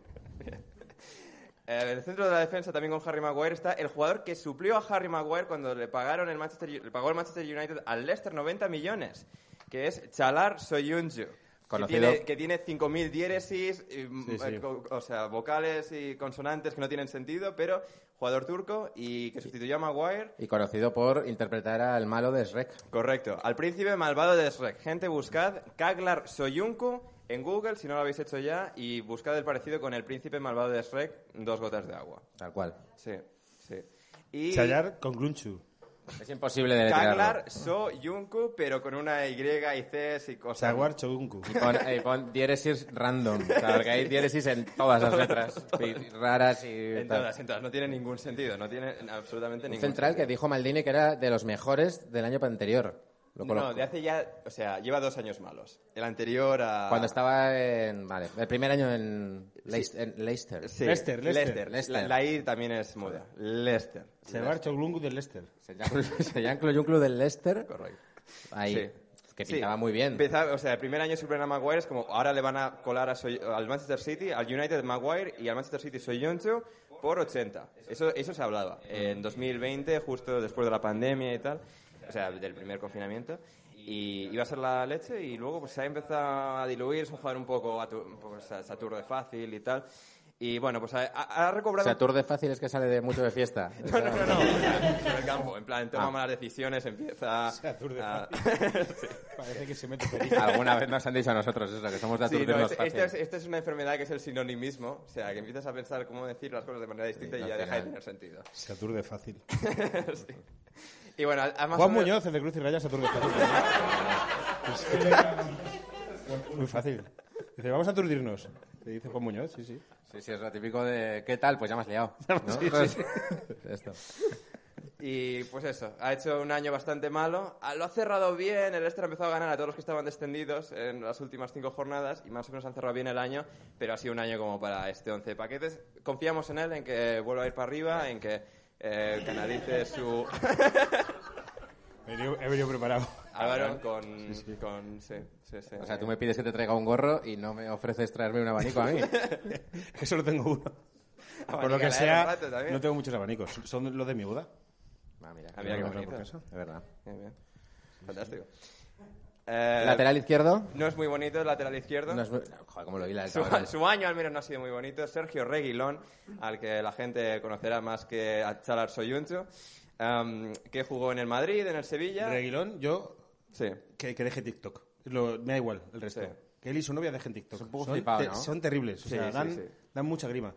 Speaker 3: Eh, en el centro de la defensa también con Harry Maguire está el jugador que suplió a Harry Maguire cuando le pagaron el Manchester, le pagó el Manchester United al Leicester 90 millones, que es Chalar Soyuncu. Que
Speaker 1: Conocido.
Speaker 3: tiene, que tiene 5.000 diéresis, y,
Speaker 2: Sí, sí.
Speaker 3: eh, co- o sea, vocales y consonantes que no tienen sentido, pero jugador turco y que sustituyó a Maguire
Speaker 1: Y conocido por interpretar al malo de Shrek.
Speaker 3: Correcto. Al príncipe malvado de Shrek. Gente, buscad Kaglar Soyuncu en Google, si no lo habéis hecho ya, y buscad el parecido con el príncipe malvado de Shrek, dos gotas de agua.
Speaker 1: Tal cual.
Speaker 3: Sí, sí. Y
Speaker 2: Chayar con Grunchu.
Speaker 1: Es imposible de
Speaker 3: Kaglar Soyuncu, pero con una Y y C y cosas.
Speaker 2: Chaguar Chogunku.
Speaker 1: Y pon, eh, pon diéresis random. O sea, porque hay diéresis en todas
Speaker 3: (laughs)
Speaker 1: las letras. Y raras y
Speaker 3: En
Speaker 1: tal.
Speaker 3: todas, en todas. No tiene ningún sentido, no tiene absolutamente
Speaker 1: Un
Speaker 3: ningún
Speaker 1: central que
Speaker 3: sentido.
Speaker 1: dijo Maldini que era de los mejores del año anterior. Lo
Speaker 3: No,
Speaker 1: colo-
Speaker 3: de hace ya... O sea, lleva dos años malos. El anterior a...
Speaker 1: Cuando estaba en... Vale, el primer año en, Leis- en Leicester.
Speaker 3: Sí,
Speaker 2: Leicester, Leicester,
Speaker 1: Leicester.
Speaker 3: La, la I también es muda. Leicester.
Speaker 2: Chaguar Chogunku del Leicester.
Speaker 1: Se llama, (laughs) se llama Club- un club del Leicester.
Speaker 3: Correcto.
Speaker 1: Ahí.
Speaker 3: Sí.
Speaker 1: Que
Speaker 3: Sí.
Speaker 1: pintaba muy bien.
Speaker 3: Empezaba- o sea, el primer año super a Maguire es como ahora le van a colar a Soy- al Manchester City, al United Maguire y al Manchester City Soyuncu por 80. Eso, eso se hablaba en 2020, justo después de la pandemia y tal, o sea, del primer confinamiento. Y iba a ser la leche y luego pues, se ha empezado a diluir, es un jugador un poco, atu- un poco sa- saturno de fácil y tal. Y bueno, pues ha, ha- ha
Speaker 1: O
Speaker 3: recobrado...
Speaker 1: sea, tour de fácil es que sale de mucho de fiesta.
Speaker 3: (laughs) No, no, (laughs) no, no. o sea, sobre el campo, en plan,
Speaker 1: Ah.
Speaker 3: toma malas decisiones, empieza...
Speaker 2: Saturno de
Speaker 3: a- (laughs) Sí.
Speaker 2: Parece que se mete
Speaker 3: (laughs)
Speaker 2: perico.
Speaker 1: Alguna vez nos han dicho a nosotros eso, que somos de
Speaker 3: Sí,
Speaker 1: tour
Speaker 3: no,
Speaker 1: de
Speaker 3: este-
Speaker 1: fácil.
Speaker 3: esta, es, esta es una enfermedad que es el sinonimismo, o sea, que empiezas a pensar cómo decir las cosas de manera distinta
Speaker 1: Sí,
Speaker 3: y
Speaker 1: al
Speaker 3: ya deja de
Speaker 1: final.
Speaker 3: tener sentido. (laughs)
Speaker 2: Satur de fácil.
Speaker 3: Sí. Y bueno, además...
Speaker 2: Juan Muñoz, el de Cruz y Raya, Satur de fácil. Muy fácil. Dice, vamos a aturdirnos. Te dice Juan Muñoz, sí, sí.
Speaker 1: Sí, sí, es lo típico de ¿qué tal? Pues ya me has liado. ¿no? (laughs) Esto.
Speaker 3: Y pues eso, ha hecho un año bastante malo, Ah, lo ha cerrado bien, el Leicester ha empezado a ganar a todos los que estaban descendidos en las últimas cinco jornadas y más o menos han cerrado bien el año, pero ha sido un año como para este 11 paquetes. Confiamos en él, en que vuelva a ir para arriba, en que eh,
Speaker 1: (laughs)
Speaker 3: canalice su... (laughs)
Speaker 2: He venido, he venido (laughs) preparado.
Speaker 3: Álvaro con... con- sí, sí, sí.
Speaker 1: O sea, tú me pides que te traiga un gorro y no me ofreces traerme un abanico a mí.
Speaker 3: (laughs)
Speaker 2: Es que solo tengo uno. Por lo
Speaker 3: Abanicala,
Speaker 2: que
Speaker 3: eh, un
Speaker 2: sea,
Speaker 3: rato también.
Speaker 2: no tengo muchos abanicos. Son los de mi boda.
Speaker 1: Ah, mira.
Speaker 3: Había que
Speaker 2: Tengo
Speaker 3: venir.
Speaker 2: por casa.
Speaker 1: Es verdad.
Speaker 3: Bien, bien. Fantástico. Eh,
Speaker 1: Lateral izquierdo.
Speaker 3: No es muy bonito el lateral izquierdo.
Speaker 1: No es muy- Joder, cómo lo hila el
Speaker 3: su,
Speaker 1: cabrón.
Speaker 3: (laughs) su año al menos no ha sido muy bonito. Sergio Reguilón, al que la gente conocerá más que a Chalar Soyuncu, em, que jugó en el Madrid, en el Sevilla.
Speaker 2: Reguilón, yo
Speaker 3: sí.
Speaker 2: que, que deje TikTok. Lo- me da igual el resto.
Speaker 3: Sí.
Speaker 2: Que él y su novia dejen TikTok.
Speaker 1: un poco
Speaker 2: son,
Speaker 1: flipado,
Speaker 2: te-
Speaker 1: ¿no?
Speaker 2: son terribles. O sea,
Speaker 3: sí,
Speaker 2: dan,
Speaker 3: sí.
Speaker 2: dan mucha grima.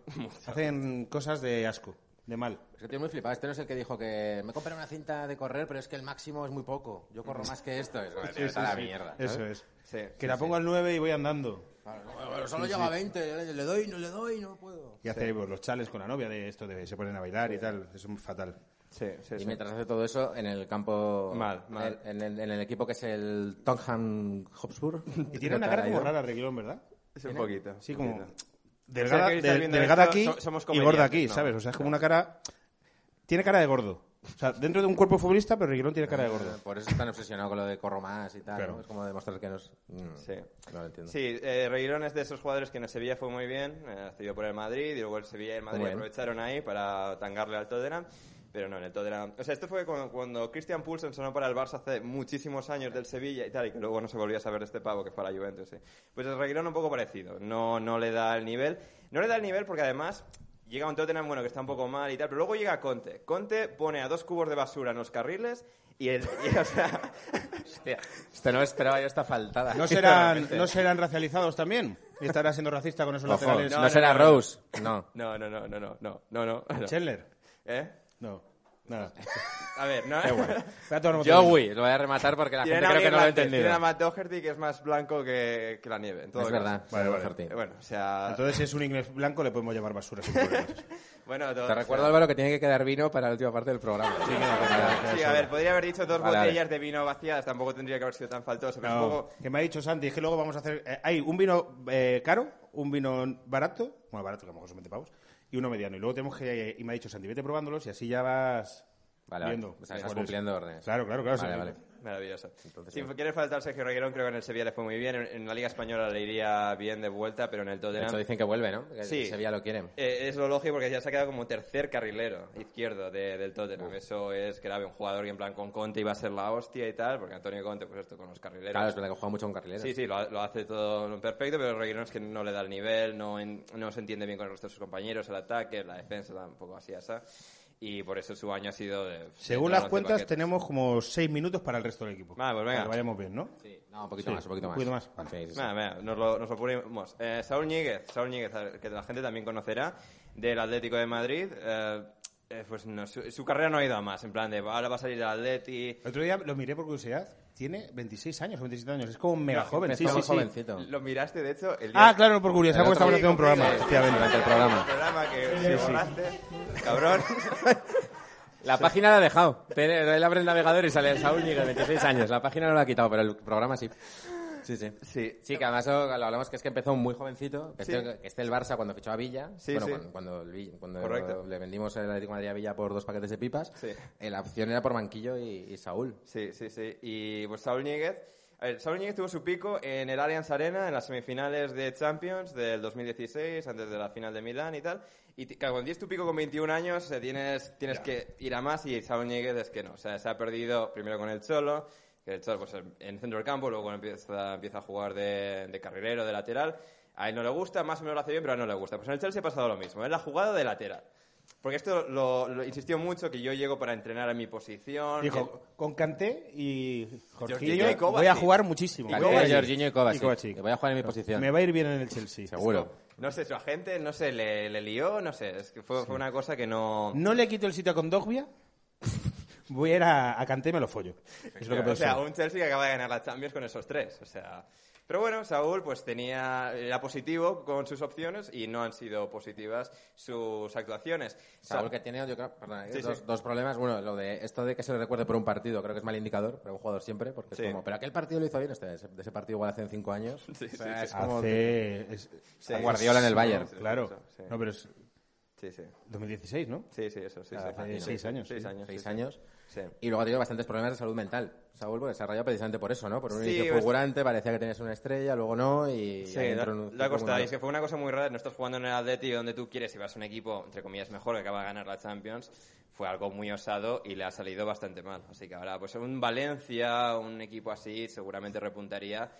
Speaker 2: Hacen cosas de asco, de mal.
Speaker 1: Es que estoy muy flipado. Este no es el que dijo que me compré una cinta de correr, pero es que el máximo es muy poco. Yo corro más que esto. Es joder, tío, vete a la mierda. ¿sabes?
Speaker 2: Eso es.
Speaker 3: Sí,
Speaker 2: que
Speaker 3: sí,
Speaker 2: la pongo al 9 y voy andando.
Speaker 1: Claro, bueno, pero solo llega a 20. Le doy, no le doy, no puedo.
Speaker 2: Y hace pues, los chales con la novia de esto de se ponen a bailar y tal. Eso es fatal.
Speaker 3: Sí, sí,
Speaker 1: Y
Speaker 3: sí.
Speaker 1: mientras hace todo eso, en el campo...
Speaker 3: Mal, mal.
Speaker 1: En, en el, en el equipo que es el Tottenham Hotspur.
Speaker 2: (laughs) Y tiene una cara como rara Reguilón, ¿verdad?
Speaker 3: Es un poquito.
Speaker 2: Sí,
Speaker 3: un
Speaker 2: como...
Speaker 3: poquito.
Speaker 2: Delgada,
Speaker 3: O sea, que estáis
Speaker 2: del-
Speaker 3: viendo
Speaker 2: delgada
Speaker 3: esto,
Speaker 2: aquí
Speaker 3: so- somos
Speaker 2: y gorda aquí,
Speaker 3: comediantes, ¿no?
Speaker 2: ¿sabes? O sea, es como una cara... Tiene cara de gordo. O sea, dentro de un cuerpo futbolista, pero Reguilón tiene cara de gordo.
Speaker 1: Por eso están obsesionados con lo de corro más y tal,
Speaker 2: Claro.
Speaker 1: ¿no? Es como demostrar que nos... Mm,
Speaker 3: Sí.
Speaker 1: No lo entiendo.
Speaker 3: Sí, eh, Reguilón es de esos jugadores que en el Sevilla fue muy bien, eh, cedido por el Madrid y luego el Sevilla y el Madrid
Speaker 1: Muy bien.
Speaker 3: aprovecharon ahí para tangarle al Tottenham. Pero no, en el Tottenham. O sea, esto fue cuando, cuando Christian Poulsen sonó para el Barça hace muchísimos años del Sevilla y tal, y que luego no se volvió a saber de este pavo que fue a la Juventus. sí. Pues el Reguilón un poco parecido. No, no le da el nivel. No le da el nivel porque además llega un Tottenham, bueno, que está un poco mal y tal, pero luego llega Conte. Conte pone a dos cubos de basura en los carriles y, el, y, o sea, (laughs)
Speaker 1: Hostia, este no esperaba yo esta faltada.
Speaker 2: ¿No
Speaker 1: (laughs)
Speaker 2: serán, ¿No serán racializados también? ¿Y estará siendo racista con esos
Speaker 1: Ojo,
Speaker 2: laterales?
Speaker 1: no,
Speaker 3: no,
Speaker 1: será
Speaker 3: no, no.
Speaker 1: Rose. No.
Speaker 3: No, no, no, no, no, no, no, no. no.
Speaker 2: ¿Chandler?
Speaker 3: ¿Eh?
Speaker 2: No. Nada.
Speaker 3: A ver, no. (laughs)
Speaker 2: Espera, todo el mundo-
Speaker 1: Joey, lo voy a rematar porque la gente
Speaker 3: Tienen a
Speaker 1: creo
Speaker 3: un
Speaker 1: que no lo ha
Speaker 3: irlandés, tienen a
Speaker 1: entendido.
Speaker 3: Matt Doherty que es más blanco que, que la nieve. en todo
Speaker 1: Es
Speaker 3: caso.
Speaker 1: verdad.
Speaker 2: Vale, vale.
Speaker 1: Jordi.
Speaker 3: Eh, Bueno, o sea.
Speaker 2: Entonces, si es un inglés blanco, le podemos llamar basura sin problemas.
Speaker 3: bueno, todo-
Speaker 1: Te recuerdo, Álvaro, que tiene que quedar vino para la última parte del programa.
Speaker 3: Sí, a ver, podría haber dicho dos
Speaker 1: Vale, vale.
Speaker 3: botellas de vino vaciadas, tampoco tendría que haber sido tan faltoso. Pero
Speaker 2: No,
Speaker 3: es un poco.
Speaker 2: que me ha dicho Santi, es que luego vamos a hacer... eh, hay un vino eh, caro, un vino barato, bueno, barato, que a lo mejor son 20 pavos, y uno mediano. Y luego tenemos que... eh, y me ha dicho Santi, vete probándolos y así ya vas...
Speaker 1: Vale, vale.
Speaker 2: viendo.
Speaker 1: O sea, estás
Speaker 2: Mejores.
Speaker 1: cumpliendo órdenes.
Speaker 2: Claro, claro, claro.
Speaker 1: Vale,
Speaker 2: pues, sí.
Speaker 1: vale.
Speaker 3: Maravilloso. si quieres faltar Sergio Reguerón, creo que en el Sevilla le fue muy bien. En, en la Liga Española le iría bien de vuelta, pero en el
Speaker 1: De
Speaker 3: Tottenham.
Speaker 1: hecho, dicen que vuelve, ¿no? Que
Speaker 3: Sí.
Speaker 1: Sevilla lo quieren.
Speaker 3: Eh, es lo lógico porque ya se ha quedado como tercer carrilero izquierdo de- del Tottenham. Eso es grave. Un jugador que en plan con Conte iba a ser la hostia y tal, porque Antonio Conte, pues esto con los carrileros.
Speaker 1: Claro, es verdad que juega mucho con carrileros.
Speaker 3: Sí, sí, lo, ha- lo hace todo perfecto, pero Reguilón es que no le da el nivel, no, en- no se entiende bien con el resto de sus compañeros, el ataque, la defensa tampoco así, asa. Y por eso su año ha sido de...
Speaker 2: Según
Speaker 3: de
Speaker 2: las
Speaker 3: balance
Speaker 2: cuentas,
Speaker 3: paquete.
Speaker 2: tenemos como 6 minutos para el resto del equipo.
Speaker 3: Vale, pues venga.
Speaker 2: Para que vayamos bien, ¿no?
Speaker 1: No, un poquito
Speaker 2: Sí,
Speaker 1: más, un poquito
Speaker 2: un
Speaker 1: más.
Speaker 2: poquito más. Vale.
Speaker 1: Sí, sí, sí.
Speaker 3: Venga, venga, nos lo, nos lo ponemos. Eh, Saúl Ñíguez, Saúl Ñíguez, al- que la gente también conocerá, del Atlético de Madrid. eh, eh, pues no, su, su carrera no ha ido a más, en plan de ahora va a salir del Atleti...
Speaker 2: El otro día lo miré por curiosidad. Tiene 26 años o 27 años. Es como mega
Speaker 3: No,
Speaker 2: joven.
Speaker 1: Está
Speaker 2: Sí,
Speaker 1: muy
Speaker 2: sí, sí.
Speaker 1: jovencito.
Speaker 3: Lo miraste, de hecho, el día
Speaker 2: Ah, claro, por curiosidad,
Speaker 1: El
Speaker 2: porque
Speaker 1: otro
Speaker 2: estamos haciendo un
Speaker 3: día
Speaker 2: programa.
Speaker 3: que-
Speaker 1: durante el
Speaker 2: Efectivamente.
Speaker 1: programa.
Speaker 3: programa que borraste, cabrón.
Speaker 2: (laughs)
Speaker 1: La página la ha dejado. Tiene- Él abre el navegador y sale Saúl Ñiga, 26 años. La página no la ha quitado, pero el programa sí. Sí, sí.
Speaker 3: Sí.
Speaker 1: Sí, que además oh, lo hablamos que es que empezó muy jovencito. Que,
Speaker 3: Sí.
Speaker 1: esté, que esté el Barça cuando fichó a Villa.
Speaker 3: Sí,
Speaker 1: bueno,
Speaker 3: sí.
Speaker 1: cuando, cuando el Villa- cuando
Speaker 3: Correcto.
Speaker 1: le vendimos el Atlético de Madrid a Villa por dos paquetes de pipas.
Speaker 3: Sí.
Speaker 1: eh, la opción era por Banquillo y, y Saúl.
Speaker 3: Sí, sí, sí. Y pues Saúl Ñíguez. a ver, Saúl Ñíguez tuvo su pico en el Allianz Arena, en las semifinales de Champions del 2016, antes de la final de Milán y tal. Y ti- claro, cuando tienes tu pico con 21 años, eh, tienes, tienes que ir a más y Saúl Ñíguez es que no. O sea, se ha perdido primero con el Cholo, que el Cholo pues, en- en centro del campo, luego empieza, empieza a jugar de, de carrilero, de lateral. A él no le gusta, más o menos lo hace bien, pero a él no le gusta. Pues en el Chelsea ha pasado lo mismo, él ha jugado de lateral. Porque esto lo, lo insistió mucho, que yo llego para entrenar a mi posición. que-
Speaker 2: Dijo, con Kanté y
Speaker 3: Jorginho y
Speaker 2: Jorginho
Speaker 3: Kovacic.
Speaker 2: voy a jugar muchísimo.
Speaker 1: Kanté,
Speaker 2: Kovacic.
Speaker 1: eh, Jorginho y
Speaker 2: Y
Speaker 1: Kovacic.
Speaker 2: Kovacic.
Speaker 1: Que voy a jugar en mi posición.
Speaker 2: Me va a ir bien en el Chelsea.
Speaker 1: Seguro.
Speaker 3: No sé, su agente, no sé, le, le lió, no sé, es que fue, fue una cosa que no...
Speaker 2: No le quito el sitio a Condogbia, (laughs) voy a ir a, a Kanté y me lo follo. Es lo que
Speaker 3: o
Speaker 2: pensé.
Speaker 3: sea, un Chelsea que acaba de ganar la Champions con esos tres, o sea... Pero bueno, Saúl pues tenía, era positivo con sus opciones y no han sido positivas sus actuaciones.
Speaker 1: Saúl
Speaker 3: Sa-
Speaker 1: que tiene, yo creo, perdona, eh,
Speaker 3: Sí,
Speaker 1: dos,
Speaker 3: sí.
Speaker 1: dos problemas. Bueno, lo de esto de que se le recuerde por un partido, creo que es mal indicador para un jugador siempre, porque
Speaker 3: Sí.
Speaker 1: es como, pero aquel partido lo hizo bien, este, ese- de ese partido igual hace cinco años.
Speaker 3: (laughs) Sí, sí,
Speaker 1: es
Speaker 3: sí.
Speaker 1: como-
Speaker 2: Hace... es-
Speaker 3: Sí.
Speaker 2: hace-
Speaker 1: Guardiola en el Bayern.
Speaker 2: Claro.
Speaker 3: Sí.
Speaker 2: No, pero es
Speaker 3: Sí, sí,
Speaker 2: 2016, ¿no?
Speaker 3: sí, sí, eso, sí.
Speaker 2: Ah,
Speaker 3: sí.
Speaker 2: hace seis años,
Speaker 3: Seis
Speaker 2: sí.
Speaker 3: años.
Speaker 1: seis
Speaker 3: sí, sí.
Speaker 1: años.
Speaker 3: Sí.
Speaker 1: Y luego ha tenido bastantes problemas de salud mental. Saúl, porque se ha rayado precisamente por eso, ¿no? Por un
Speaker 3: Sí,
Speaker 1: inicio
Speaker 3: pues-
Speaker 1: fulgurante, parecía que tenías una estrella, luego no, y
Speaker 3: Sí,
Speaker 1: ahí
Speaker 3: le
Speaker 1: entró en un
Speaker 3: le
Speaker 1: círculo
Speaker 3: ha costado.
Speaker 1: muy
Speaker 3: Y es que fue una cosa muy rara. No estás jugando en el Atleti donde tú quieres y vas a un equipo, entre comillas, mejor que acaba de ganar la Champions. Fue algo muy osado y le ha salido bastante mal. Así que ahora, pues un Valencia, un equipo así, seguramente repuntaría.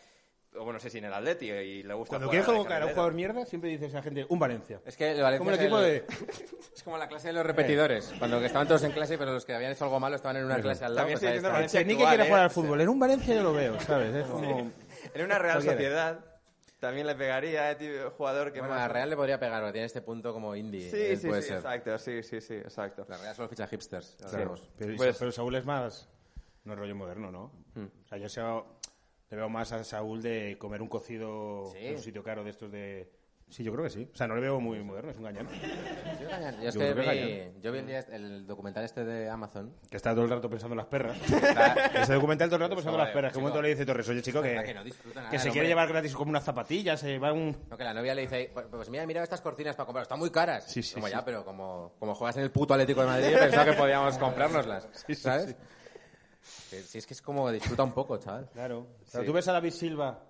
Speaker 3: O bueno, no sé si en el Atleti y le gusta
Speaker 2: Cuando
Speaker 3: jugar
Speaker 2: quieres convocar
Speaker 3: de
Speaker 2: a un
Speaker 3: carrilero.
Speaker 2: jugador mierda, siempre dices a la gente, un Valencia.
Speaker 1: Es que el Valencia
Speaker 2: Como el
Speaker 1: es
Speaker 2: equipo
Speaker 1: el-
Speaker 2: de...
Speaker 1: (laughs) Es como la clase de los repetidores, cuando que estaban todos en clase, pero los que habían hecho algo malo estaban en una clase al lado.
Speaker 3: También
Speaker 1: pues ahí
Speaker 3: estoy diciendo
Speaker 1: está.
Speaker 3: Valencia.
Speaker 2: El Chenique
Speaker 3: actual,
Speaker 2: quiere
Speaker 3: ¿eh?
Speaker 2: jugar al
Speaker 3: O sea.
Speaker 2: fútbol. En un Valencia yo lo veo, ¿sabes? Es como...
Speaker 3: En una Real
Speaker 2: Cualquiera.
Speaker 3: Sociedad también le pegaría a este jugador que
Speaker 1: Bueno,
Speaker 3: más.
Speaker 1: a Real le podría pegar, porque tiene este punto como indie.
Speaker 3: Sí,
Speaker 1: él
Speaker 3: sí,
Speaker 1: puede
Speaker 3: sí,
Speaker 1: ser.
Speaker 3: exacto. Sí, sí, sí, exacto.
Speaker 1: La Real solo ficha hipsters. ya
Speaker 2: Claro,
Speaker 1: sabemos.
Speaker 2: pero,
Speaker 3: Pues-
Speaker 2: pero Saúl es más. No es rollo moderno, ¿no?
Speaker 1: Hmm.
Speaker 2: O sea, yo seo- le veo más a Saúl de comer un cocido
Speaker 1: Sí.
Speaker 2: en un sitio caro de estos de. Sí, yo creo que sí. O sea, no le veo muy moderno, es un gañán.
Speaker 1: Yo, es
Speaker 2: Yo
Speaker 1: que
Speaker 2: creo que
Speaker 1: vi, yo vi el, día- el documental este de Amazon.
Speaker 2: Que está todo el rato pensando en las perras.
Speaker 1: (laughs) Está-
Speaker 2: Ese documental todo el rato pensando en las
Speaker 1: Joder,
Speaker 2: perras. Que un
Speaker 1: chico.
Speaker 2: momento le dice Torres, oye, chico, que,
Speaker 1: verdad que no disfruta nada
Speaker 2: que
Speaker 1: el
Speaker 2: se
Speaker 1: hombre.
Speaker 2: quiere llevar gratis como unas zapatillas, se va un.
Speaker 1: No, que la novia le dice, pues pues mira, mira estas cortinas para comprar, están muy caras.
Speaker 2: Sí, sí,
Speaker 1: como
Speaker 2: sí.
Speaker 1: ya, pero como, como juegas en el puto Atlético de Madrid, pensaba que
Speaker 2: (laughs)
Speaker 1: podíamos comprárnoslas, ¿sabes? Que- si es que es como disfruta un poco, chaval.
Speaker 2: Claro. Pero tú ves a David Silva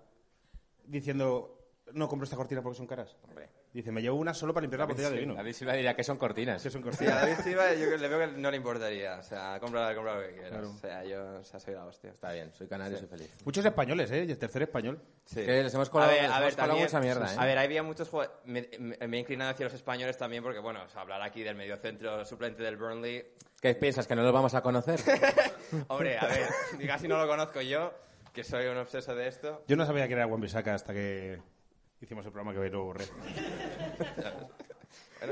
Speaker 2: diciendo. no compro esta cortina porque son caras.
Speaker 1: Hombre.
Speaker 2: Dice, me llevo una solo para limpiar la botella de vino.
Speaker 1: David Silva diría que son cortinas.
Speaker 2: Que son
Speaker 3: Sí, a
Speaker 2: cortinas.
Speaker 3: David Silva yo que le veo que no le importaría. O sea, compra, compra lo que quieras. O sea, yo o sea, soy la hostia.
Speaker 1: Está bien, soy canario, soy feliz.
Speaker 2: Muchos españoles, ¿eh? Y el tercer español.
Speaker 3: Sí.
Speaker 1: Que les hemos colado-
Speaker 3: a ver,
Speaker 1: les
Speaker 3: a
Speaker 1: hemos
Speaker 3: ver,
Speaker 1: colado
Speaker 3: también-
Speaker 1: mucha mierda, ¿eh?
Speaker 3: A ver, había muchos jugadores... Me, me- me he inclinado hacia los españoles también porque, bueno, o sea, hablar aquí del mediocentro suplente del Burnley...
Speaker 1: ¿Qué piensas? ¿Que no los vamos
Speaker 2: (laughs)
Speaker 1: a conocer?
Speaker 3: Hombre, a ver, casi no lo conozco yo, que soy un obseso de esto.
Speaker 2: Yo no sabía que era Wan-Bissaka hasta que hicimos el programa que luego
Speaker 3: (laughs)
Speaker 2: borré.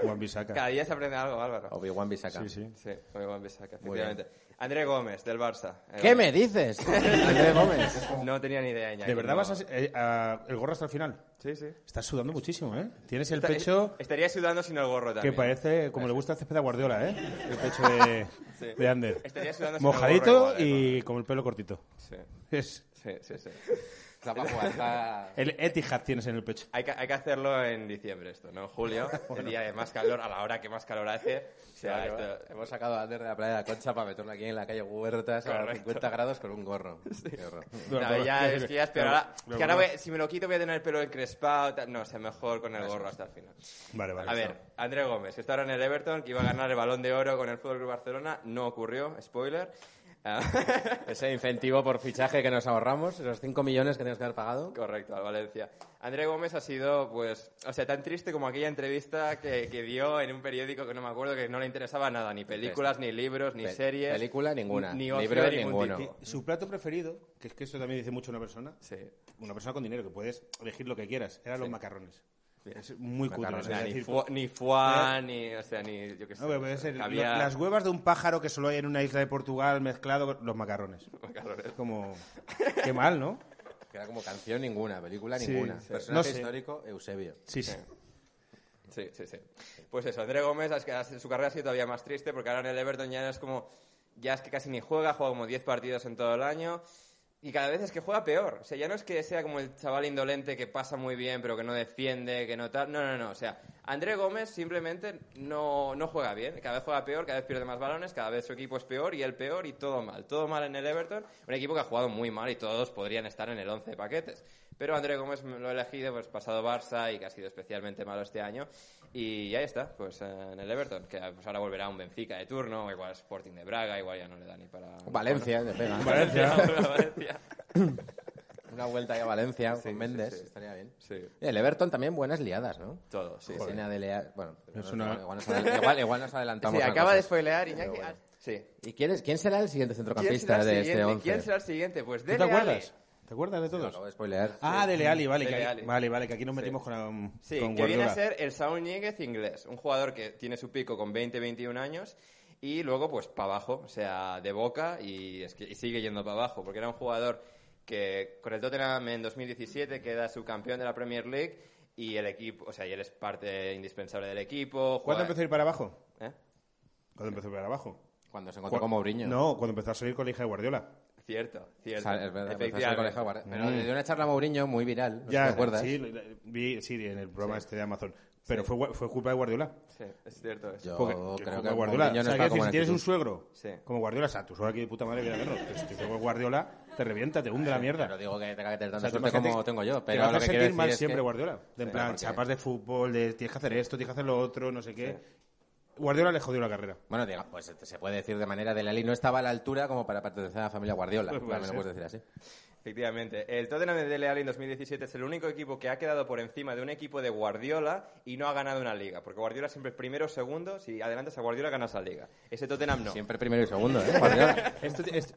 Speaker 2: Wan-Bissaka.
Speaker 3: Cada día se aprende algo, Álvaro.
Speaker 1: Obi-Wan Bisaca.
Speaker 2: Sí, sí.
Speaker 3: Sí, muy buen bisaca, efectivamente. André Gómez, del Barça. Eh,
Speaker 1: ¿Qué
Speaker 2: (laughs)
Speaker 1: me dices? André Gómez.
Speaker 3: No tenía ni idea, Iñaki,
Speaker 2: ¿De verdad
Speaker 3: no.
Speaker 2: vas a, eh, a- el gorro hasta el final?
Speaker 3: Sí, sí.
Speaker 2: Estás sudando muchísimo, ¿eh? Tienes el
Speaker 3: Esta-
Speaker 2: pecho
Speaker 3: Estaría sudando sin el gorro
Speaker 2: que
Speaker 3: también.
Speaker 2: parece, como le gusta a Cepeda Guardiola, ¿eh? El pecho de,
Speaker 3: (laughs) Sí.
Speaker 2: de Ander.
Speaker 3: Estaría sudando sin el
Speaker 2: Mojadito
Speaker 3: gorro igual, ¿eh?
Speaker 2: y con el pelo cortito.
Speaker 3: Sí,
Speaker 2: Es,
Speaker 3: sí, sí. sí.
Speaker 1: Está para jugar, está-
Speaker 2: el Etihad tienes en el pecho.
Speaker 3: Hay, que, hay que hacerlo en diciembre esto, ¿no? En
Speaker 1: (laughs)
Speaker 3: julio, el día de más calor, a la hora que más calor hace. O sea, esto-
Speaker 1: Hemos sacado a Ander de la playa de la Concha para meterlo aquí en la calle Huertas a 50 grados con un
Speaker 3: (laughs)
Speaker 1: gorro. Qué horror.
Speaker 3: No, ya,
Speaker 1: (laughs)
Speaker 3: es que ya es peor.
Speaker 2: Claro,
Speaker 3: Ahora- es que ahora voy- si me lo quito voy a tener el pelo encrespado. tal. No, o sea, mejor con el gorro hasta el final.
Speaker 2: Vale, vale.
Speaker 3: A ver, André Gómez, que está ahora en el Everton, que iba a ganar el balón de oro con el Fútbol Club Barcelona, no ocurrió, spoiler. (laughs) Ah,
Speaker 1: Ese incentivo por fichaje que nos ahorramos, esos 5 millones que tenemos que haber pagado.
Speaker 3: Correcto, al Valencia. André Gómez ha sido, pues, o sea, tan triste como aquella entrevista que, que dio en un periódico que no me acuerdo que no le interesaba nada, ni películas, ni libros, ni
Speaker 1: Pe-
Speaker 3: series.
Speaker 1: película ninguna,
Speaker 3: Ni ocio
Speaker 1: libro
Speaker 3: de ningún
Speaker 1: ninguno.
Speaker 3: tipo.
Speaker 2: Su plato preferido, que es que eso también dice mucho una persona,
Speaker 3: Sí.
Speaker 2: una persona con dinero, que puedes elegir lo que quieras, eran los macarrones. Es muy cutre.
Speaker 1: Macarrones,
Speaker 2: o sea,
Speaker 3: Nah, ni,
Speaker 2: decir, pues, eh,
Speaker 3: fua- ni foie, ni, o sea, ni, yo qué sé.
Speaker 2: no, pero puede ser lo-
Speaker 3: caviar.
Speaker 2: las huevas de un pájaro que solo hay en una isla de Portugal mezclado con los macarrones. Es como... Qué mal, ¿no?
Speaker 1: Que era como canción ninguna, película
Speaker 2: Sí,
Speaker 1: ninguna.
Speaker 2: sí.
Speaker 1: Personaje
Speaker 2: No sé.
Speaker 1: histórico, Eusebio.
Speaker 2: Sí, sí.
Speaker 3: Sí, sí, sí. Pues eso, André Gómez, es que su carrera ha sido todavía más triste porque ahora en el Everton ya es como, ya es que casi ni juega, juega como 10 partidos en todo el año y cada vez es que juega peor. O sea, ya no es que sea como el chaval indolente que pasa muy bien pero que no defiende, que no tal. No, no, no. O sea, André Gómez simplemente no, no juega bien. Cada vez juega peor, cada vez pierde más balones, cada vez su equipo es peor y él peor y todo mal. Todo mal en el Everton, un equipo que ha jugado muy mal y todos podrían estar en el 11 de paquetes. Pero André Gómez lo ha elegido, pues pasado Barça y que ha sido especialmente malo este año. Y ahí está, pues eh, en el Everton, que pues, ahora volverá a un Benfica de turno, igual Sporting de Braga, igual ya no le da ni para...
Speaker 1: Valencia, de pega.
Speaker 2: Valencia.
Speaker 3: (laughs) Valencia.
Speaker 1: Una vuelta ahí a Valencia con Méndez,
Speaker 3: sí, sí.
Speaker 1: estaría bien.
Speaker 3: Sí.
Speaker 1: Y el Everton también buenas liadas, ¿no?
Speaker 3: Todo, sí, sí.
Speaker 1: Escena de lea- Bueno,
Speaker 2: Es
Speaker 1: no,
Speaker 2: una-
Speaker 1: igual, nos adel- igual- igual nos adelantamos.
Speaker 3: Sí,
Speaker 1: a
Speaker 3: acaba de
Speaker 1: cosas.
Speaker 3: spoilear Iñaki. Ah, Sí.
Speaker 1: ¿Y quién, es- quién será el siguiente
Speaker 3: ¿Quién será
Speaker 1: centrocampista
Speaker 3: el
Speaker 1: de este
Speaker 3: siguiente?
Speaker 1: 11?
Speaker 3: ¿Quién será el siguiente? Pues
Speaker 2: ¿Tú
Speaker 3: Dele
Speaker 2: te
Speaker 3: Alli.
Speaker 2: acuerdas? ¿Te acuerdas de todos?
Speaker 1: Acabo de spoilear.
Speaker 2: Ah, Dele Alli, vale, que,
Speaker 3: Dele
Speaker 2: ahí-
Speaker 3: Alli.
Speaker 2: vale, vale, que aquí nos metimos con, um,
Speaker 3: Sí,
Speaker 2: con
Speaker 3: que viene a
Speaker 2: Guardiola.
Speaker 3: ser el Saúl Ñíguez inglés, un jugador que tiene su pico con 20-21 años y luego pues para abajo, o sea, de boca y, es que- y sigue yendo para abajo, porque era un jugador que con el Tottenham en 2017 queda subcampeón de la Premier League y el equipo, o sea, y él es parte indispensable del equipo. juega-
Speaker 2: ¿Cuándo empezó a ir para abajo?
Speaker 3: ¿Eh?
Speaker 2: ¿Cuándo empezó a ir para abajo?
Speaker 1: Cuando se encontró
Speaker 2: Cua-
Speaker 1: con Mourinho.
Speaker 2: No, cuando empezó a salir con la hija de Guardiola.
Speaker 3: Cierto,
Speaker 1: O
Speaker 3: cierto.
Speaker 1: sea, es verdad, pues empezó a ser
Speaker 3: Efectivamente. Mm.
Speaker 1: colegio guarda- Pero le dio una charla a Mourinho muy viral, no sé si te acuerdas.
Speaker 2: Sí, la- la- vi, sí, en el programa este de Amazon. Pero fue, gua- fue culpa de Guardiola.
Speaker 3: Sí, es cierto. es-
Speaker 1: Yo
Speaker 2: Porque-
Speaker 1: creo que
Speaker 2: culpa de
Speaker 1: Mourinho
Speaker 2: Guardiola.
Speaker 1: no
Speaker 2: O sea,
Speaker 1: estaba
Speaker 2: quiero decir,
Speaker 1: como
Speaker 2: si
Speaker 1: en
Speaker 2: tienes un
Speaker 1: actitud.
Speaker 2: suegro
Speaker 3: Sí.
Speaker 2: como Guardiola, o sea, tu suegro aquí de puta madre viene a verlo. Pero Si te fue Guardiola, te revienta, te hunde la mierda.
Speaker 1: No digo que tenga que tener
Speaker 2: O
Speaker 1: tanta
Speaker 2: sea, tú
Speaker 1: suerte
Speaker 2: imagínate
Speaker 1: como
Speaker 2: que
Speaker 1: tengo yo,
Speaker 2: te
Speaker 1: pero
Speaker 2: vas
Speaker 1: lo
Speaker 2: a
Speaker 1: que
Speaker 2: sentir
Speaker 1: quiero decir
Speaker 2: mal
Speaker 1: es
Speaker 2: siempre
Speaker 1: que...
Speaker 2: Guardiola. De en
Speaker 1: Sí,
Speaker 2: plan,
Speaker 1: porque-
Speaker 2: chapas de fútbol, de tienes que hacer esto, tienes que hacer lo otro, no sé qué. Guardiola le jodió la carrera.
Speaker 1: Bueno, diga, pues se puede decir de manera de Lali no estaba a la altura como para pertenecer a la familia Guardiola.
Speaker 2: Pues puede
Speaker 1: también lo
Speaker 2: ser.
Speaker 1: puedes decir así.
Speaker 3: Efectivamente. El Tottenham de Dele Alli en 2017 es el único equipo que ha quedado por encima de un equipo de Guardiola y no ha ganado una liga. Porque Guardiola siempre es primero o segundo. Si adelantas a Guardiola, ganas la liga. Ese Tottenham no.
Speaker 1: Siempre primero y
Speaker 2: (laughs)
Speaker 1: segundo, ¿eh? Guardiola.
Speaker 2: Esto, es-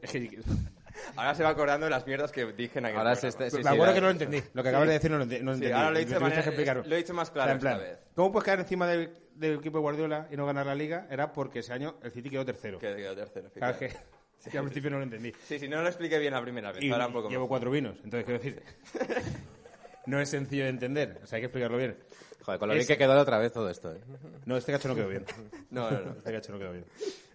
Speaker 3: Ahora se va acordando de las mierdas que dije en aquel
Speaker 1: Ahora se
Speaker 3: programa.
Speaker 1: está- sí,
Speaker 2: me
Speaker 1: sí,
Speaker 2: acuerdo
Speaker 1: la-
Speaker 2: que no lo entendí. Lo que acabas de decir no lo ente- no lo
Speaker 3: Sí,
Speaker 2: entendí.
Speaker 3: ahora lo he dicho de
Speaker 2: Tuviste que
Speaker 3: manera-
Speaker 2: explicarlo.
Speaker 3: lo he dicho más claro
Speaker 2: O sea, en
Speaker 3: esta
Speaker 2: plan,
Speaker 3: vez.
Speaker 2: ¿Cómo puedes caer encima del, del equipo de Guardiola y no ganar la liga? Era porque ese año el City quedó tercero.
Speaker 3: Que quedó tercero.
Speaker 2: Claro Ah, que,
Speaker 3: efectivamente.
Speaker 2: (laughs) que al principio no lo entendí.
Speaker 3: Sí, si no lo expliqué bien la primera vez.
Speaker 2: Y
Speaker 3: ahora un poco
Speaker 2: llevo
Speaker 3: más.
Speaker 2: cuatro vinos, entonces quiero decir. (laughs) No es sencillo de entender, o sea, hay que explicarlo bien.
Speaker 1: Joder, con lo
Speaker 2: Es-
Speaker 1: bien que quedó la otra vez todo esto, ¿eh?
Speaker 2: No, este cacho no quedó bien.
Speaker 3: No, no, no.
Speaker 2: Este cacho no quedó bien.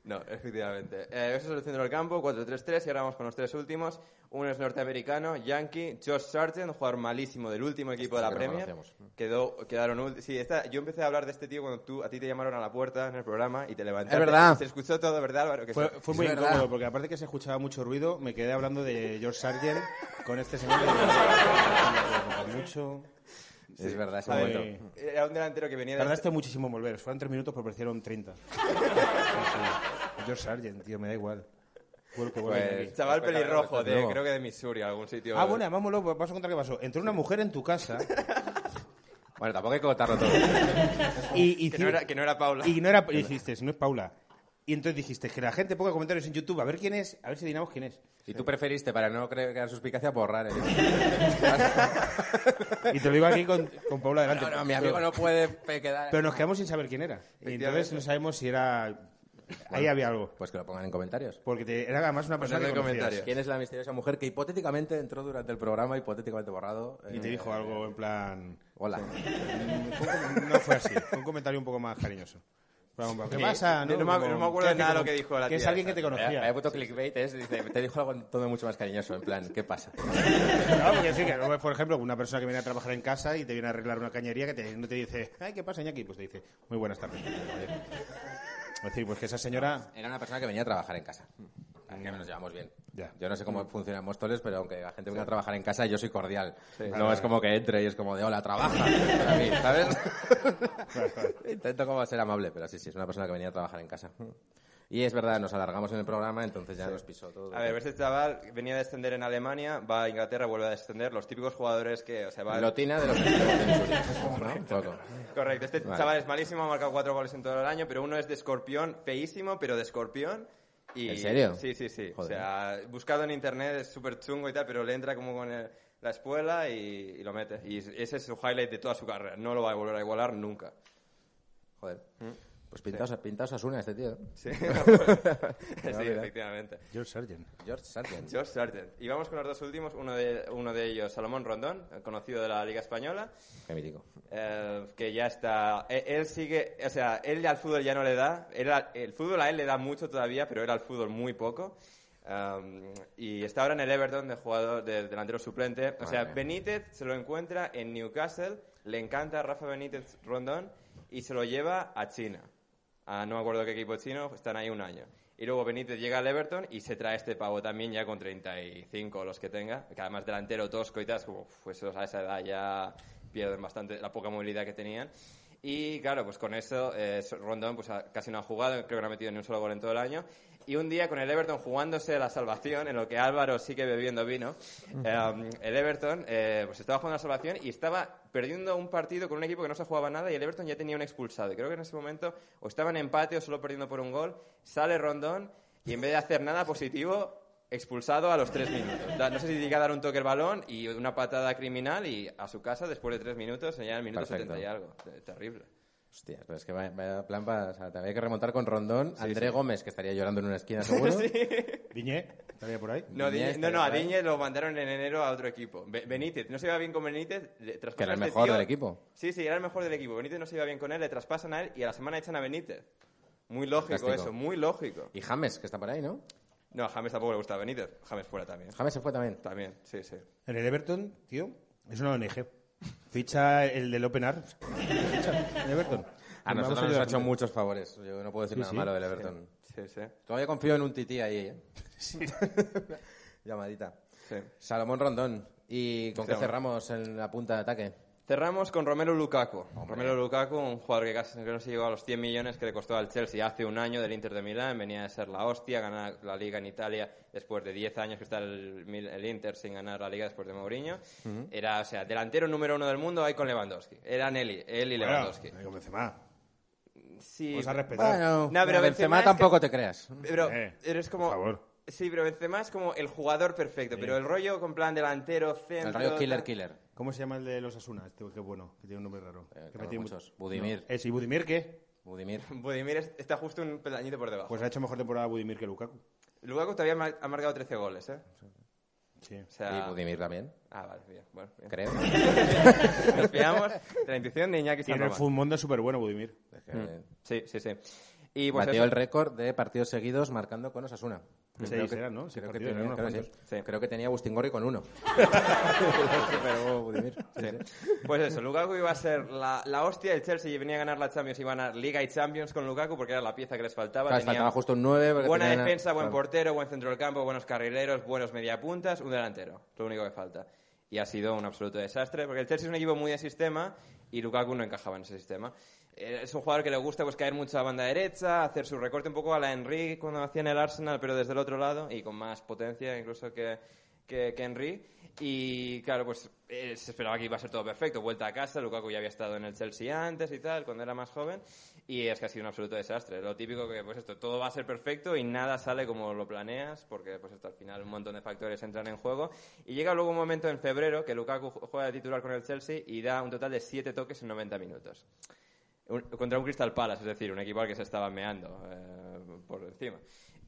Speaker 3: No, efectivamente. Eh, eso es el centro del campo, 4-3-3, y ahora vamos con los tres últimos. Uno es norteamericano, Yankee, Josh Sargent, un jugador malísimo del último equipo de
Speaker 1: Este sí
Speaker 3: la
Speaker 1: que lo
Speaker 3: Premier.
Speaker 1: conocemos.
Speaker 3: Quedó, quedaron ulti- sí, esta- yo empecé a hablar de este tío cuando tú, a ti te llamaron a la puerta en el programa y te levantaste.
Speaker 1: Es verdad.
Speaker 3: Se escuchó todo, ¿verdad, Álvaro? Que
Speaker 2: Fue,
Speaker 3: se-
Speaker 2: fue
Speaker 1: Es
Speaker 2: muy
Speaker 1: verdad.
Speaker 2: incómodo, porque aparte que se escuchaba mucho ruido, me quedé
Speaker 3: (laughs)
Speaker 2: hablando de George Sargent con este señor. mucho.
Speaker 1: Es verdad, es un
Speaker 3: Sabe,
Speaker 1: momento.
Speaker 3: Era un delantero que venía de...
Speaker 2: Tardaste muchísimo en volver. Fueron tres minutos, pero parecieron 30. Sí, sí. George Sargent, tío, me da igual. Vuelvo que vuelva
Speaker 3: Pues,
Speaker 2: aquí.
Speaker 3: chaval
Speaker 1: Pues,
Speaker 3: pelirrojo,
Speaker 1: pues,
Speaker 3: de,
Speaker 1: luego.
Speaker 3: creo que de Missouri, algún sitio.
Speaker 2: Ah, bueno, además, moló, vas a contar qué pasó. Entró una mujer en tu
Speaker 3: (laughs)
Speaker 2: casa
Speaker 1: Bueno, tampoco hay que contarlo todo.
Speaker 2: y, y
Speaker 3: Que no era, que no era Paula.
Speaker 2: Y no era, y dijiste, no es Paula. Y entonces dijiste que la gente ponga comentarios en YouTube a ver quién es, a ver si adivinamos quién es.
Speaker 1: Y tú preferiste, para no cre- crear suspicacia, borrar. ¿eh?
Speaker 2: (laughs)
Speaker 1: el-
Speaker 2: Y te lo iba aquí con, con Paula delante.
Speaker 3: (laughs)
Speaker 1: No, no, mi amigo
Speaker 2: Pero-
Speaker 1: no puede pe- quedar.
Speaker 2: Pero nos quedamos sin saber quién era. Y entonces no sabemos si era. Ahí había algo.
Speaker 1: Pues que lo pongan en comentarios.
Speaker 2: Porque te- era además una persona
Speaker 3: Ponedlo
Speaker 2: que
Speaker 3: en
Speaker 2: conocías.
Speaker 3: comentarios.
Speaker 1: ¿Quién es la misteriosa mujer que hipotéticamente entró durante el programa, hipotéticamente borrado?
Speaker 2: Y te
Speaker 1: eh,
Speaker 2: dijo algo en plan.
Speaker 1: Hola.
Speaker 2: No fue así. Fue un comentario un poco más cariñoso. Fue algo en plan, ¿Qué
Speaker 3: Sí.
Speaker 2: pasa?
Speaker 3: No me-
Speaker 2: Como,
Speaker 3: no me acuerdo de
Speaker 2: que-
Speaker 3: nada lo que dijo la
Speaker 2: Que es
Speaker 3: tía
Speaker 2: alguien que
Speaker 3: esa.
Speaker 2: te
Speaker 1: Vaya vaya
Speaker 2: conocía.
Speaker 1: puto clickbait es, dice, te dijo algo todo mucho más cariñoso, en plan, ¿qué pasa?
Speaker 2: No, porque sí, que luego, por ejemplo, una persona que viene a trabajar en casa y te viene a arreglar una cañería que te- no te dice, ay, ¿qué pasa, Iñaki? Pues te dice, muy buenas tardes. Es decir, pues que esa señora
Speaker 1: Era una persona que venía a trabajar en casa. Al Mm. que nos llevamos bien.
Speaker 2: Ya.
Speaker 1: Yo no sé cómo funciona en Móstoles, pero aunque la gente venga a trabajar en casa, yo soy cordial. no
Speaker 2: Vale,
Speaker 1: es como que entre y es como de hola, trabaja. para mí, ¿sabes? (laughs) Intento como ser amable, pero sí, sí, es una persona que venía a trabajar en casa. Y es verdad, nos alargamos en el programa, entonces ya nos pisó todo.
Speaker 3: A ver, este chaval venía a descender en Alemania, va a Inglaterra, vuelve a descender. Los típicos jugadores que, o sea, va...
Speaker 1: Lotina de los extremos de (laughs) Missouri, ¿no? Poco.
Speaker 3: Correcto, este
Speaker 1: Vale.
Speaker 3: chaval es malísimo, ha marcado cuatro goles en todo el año, pero uno es de escorpión, feísimo, pero de escorpión. Y...
Speaker 1: ¿En serio?
Speaker 3: Sí, sí, sí.
Speaker 1: Joder.
Speaker 3: O sea, buscado en internet es súper chungo y tal, pero le entra como con el- la espuela y, y lo mete. Y ese es su highlight de toda su carrera. No lo va a volver a igualar nunca. (laughs)
Speaker 1: Joder. Pues pintaos, pintaos a Asuna este tío. ¿eh? (laughs)
Speaker 3: Sí, (laughs) sí
Speaker 1: mira.
Speaker 3: efectivamente.
Speaker 2: George Sargent.
Speaker 1: George Sargent.
Speaker 3: George Sargent. Y vamos con los dos últimos, uno de, uno de ellos, Salomón Rondón, el conocido de la Liga Española,
Speaker 1: Qué mítico.
Speaker 3: eh, que ya está... e- Él, sigue... O sea, él al fútbol ya no le da. Él a- el fútbol a él le da mucho todavía, pero él al fútbol muy poco. Um, y está ahora en el Everton de jugador de delantero suplente. O sea,
Speaker 1: Madre mía.
Speaker 3: Benítez se lo encuentra en Newcastle, le encanta a Rafa Benítez Rondón y se lo lleva a China. Ah, no me acuerdo qué equipo chino, están ahí un año. Y luego Benítez llega al Everton y se trae este pavo también ya con 35 o los que tenga, que además delantero tosco y tal, es como, "Uf, esos a esa edad ya pierden bastante la poca movilidad que tenían. Y claro, pues con eso eh, Rondón pues, ha- casi no ha jugado, creo que no ha metido ni un solo gol en todo el año. Y un día con el Everton jugándose la salvación, en lo que Álvaro sigue bebiendo vino, eh, el Everton eh, pues estaba jugando la salvación y estaba perdiendo un partido con un equipo que no se jugaba nada y el Everton ya tenía un expulsado. Y creo que en ese momento o estaban en empate o solo perdiendo por un gol, sale Rondón y en vez de hacer nada positivo, expulsado a los tres minutos. Da- No sé si llega a dar un toque el balón y una patada criminal y a su casa después de tres minutos, ya en el minuto
Speaker 1: Perfecto.
Speaker 3: 70 y algo. Te- Terrible.
Speaker 1: Hostia, pero es que vaya, vaya plan para... O sea, te había que remontar con Rondón, André Gómez, que estaría llorando en una esquina seguro. (laughs)
Speaker 2: Viñé, estaría por ahí.
Speaker 3: No,
Speaker 1: Diñez,
Speaker 3: Diñez- no, no, a
Speaker 1: ¿verdad?
Speaker 3: Diñez lo mandaron en enero a otro equipo. Be- Benítez, no se iba bien con Benítez. le traspasan
Speaker 1: Que era el
Speaker 3: a este
Speaker 1: mejor
Speaker 3: tío.
Speaker 1: del equipo.
Speaker 3: Sí, sí, era el mejor del equipo. Benítez no se iba bien con él, le traspasan a él y a la semana echan a Benítez. Muy lógico
Speaker 1: Fantástico.
Speaker 3: eso, muy lógico.
Speaker 1: Y James, que está por ahí, ¿no?
Speaker 3: No, a James tampoco le gustaba Benítez. James fuera también.
Speaker 1: James se fue también.
Speaker 3: También, sí, sí.
Speaker 2: En el Everton, tío, es una ONG. Ficha el del Open Arms. Ficha el Everton.
Speaker 1: A
Speaker 2: Ah, Vamos
Speaker 1: nosotros nos
Speaker 2: ayudar a
Speaker 1: ha hecho
Speaker 2: gente.
Speaker 1: muchos favores. Yo no puedo decir
Speaker 2: Sí,
Speaker 1: nada
Speaker 2: sí.
Speaker 1: malo del Everton.
Speaker 3: Sí, sí.
Speaker 1: Todavía confío en un tití ahí, ¿eh? (laughs) Llamadita.
Speaker 3: sí.
Speaker 1: Salomón Rondón. ¿Y con qué
Speaker 3: Cerramos.
Speaker 1: cerramos en la punta de ataque?
Speaker 3: Cerramos con Romero Lukaku. Romero Lukaku, un jugador que casi que no se llegó a los 100 millones que le costó al Chelsea hace un año del Inter de Milán. Venía de ser la hostia, ganar la Liga en Italia después de 10 años que está el, Mil- el Inter sin ganar la Liga después de Mourinho. Era, o sea, delantero número uno del mundo ahí con Lewandowski. Eran él, y- él y
Speaker 2: Bueno,
Speaker 3: Lewandowski.
Speaker 2: ahí con Benzema.
Speaker 3: Sí,
Speaker 2: Vamos a respetar.
Speaker 1: Bueno,
Speaker 3: No, pero
Speaker 1: a
Speaker 3: Benzema
Speaker 1: Benzema
Speaker 3: es
Speaker 1: tampoco
Speaker 3: que-
Speaker 1: te creas.
Speaker 3: pero
Speaker 2: Eh,
Speaker 3: eres como...
Speaker 2: por favor.
Speaker 3: Sí, pero Benzema es como el jugador perfecto. Pero el rollo con plan delantero, centro...
Speaker 1: El rollo killer,
Speaker 3: tal-
Speaker 1: killer.
Speaker 2: ¿Cómo se llama el de los Asuna? Este que bueno, que tiene un nombre raro.
Speaker 1: Eh,
Speaker 2: que
Speaker 1: claro,
Speaker 2: metió
Speaker 1: muchos.
Speaker 2: mucho-
Speaker 1: Budimir.
Speaker 2: No, ese, ¿y Budimir qué?
Speaker 3: (laughs)
Speaker 1: Budimir.
Speaker 3: Budimir es- está justo un peldañito por debajo.
Speaker 2: Pues ha hecho mejor temporada Budimir que Lukaku.
Speaker 3: Lukaku todavía mar- ha marcado 13 goles, ¿eh?
Speaker 2: Sí.
Speaker 3: O sea,
Speaker 1: Y Budimir también,
Speaker 3: Ah, vale, bien, bueno, bien.
Speaker 1: creo.
Speaker 3: (laughs) Nos fiamos de la intuición de Iñaki San
Speaker 2: Tiene
Speaker 3: Román.
Speaker 2: fue un mundo súper bueno Budimir.
Speaker 1: Es
Speaker 3: Mm.
Speaker 1: que, eh,
Speaker 3: Sí, sí, sí. Y pues
Speaker 1: Batió
Speaker 3: eso.
Speaker 1: el récord de partidos seguidos marcando con Osasuna.
Speaker 2: Seis eran, ¿no? Seis
Speaker 1: Creo
Speaker 2: partidos,
Speaker 1: que, tenía,
Speaker 2: eran unos
Speaker 1: creo que
Speaker 2: cuantos.
Speaker 1: sí.
Speaker 3: Sí.
Speaker 1: Creo que tenía Agustín Gorri con
Speaker 3: (laughs)
Speaker 1: uno. Pero Budimir. sí, sí.
Speaker 3: Pues eso, Lukaku iba a ser la, la hostia, el Chelsea venía a ganar la Champions, iba a ganar Liga y Champions con Lukaku porque era la pieza que les faltaba.
Speaker 1: Claro,
Speaker 3: Tenían
Speaker 1: faltaba justo un 9. porque
Speaker 3: buena
Speaker 1: tenían a-
Speaker 3: defensa, buen
Speaker 1: claro.
Speaker 3: portero, buen centro del campo, buenos carrileros, buenos mediapuntas, un delantero, lo único que falta. y ha sido un absoluto desastre, porque el Chelsea es un equipo muy de sistema y Lukaku no encajaba en ese sistema. Eh, Es un jugador que le gusta pues, caer mucho a banda derecha, hacer su recorte un poco a la Henry cuando hacía en el Arsenal, pero desde el otro lado y con más potencia incluso que, que, que Henry. Y claro, pues eh, se esperaba que iba a ser todo perfecto. Vuelta a casa, Lukaku ya había estado en el Chelsea antes y tal, cuando era más joven. Y es que ha sido un absoluto desastre. Lo típico que, pues esto, todo va a ser perfecto y nada sale como lo planeas, porque pues esto al final un montón de factores entran en juego. Y llega luego un momento en febrero que Lukaku ju- juega de titular con el Chelsea y da un total de siete toques en 90 minutos. Un- contra un Crystal Palace, es decir, un equipo al que se estaba meando eh, por encima.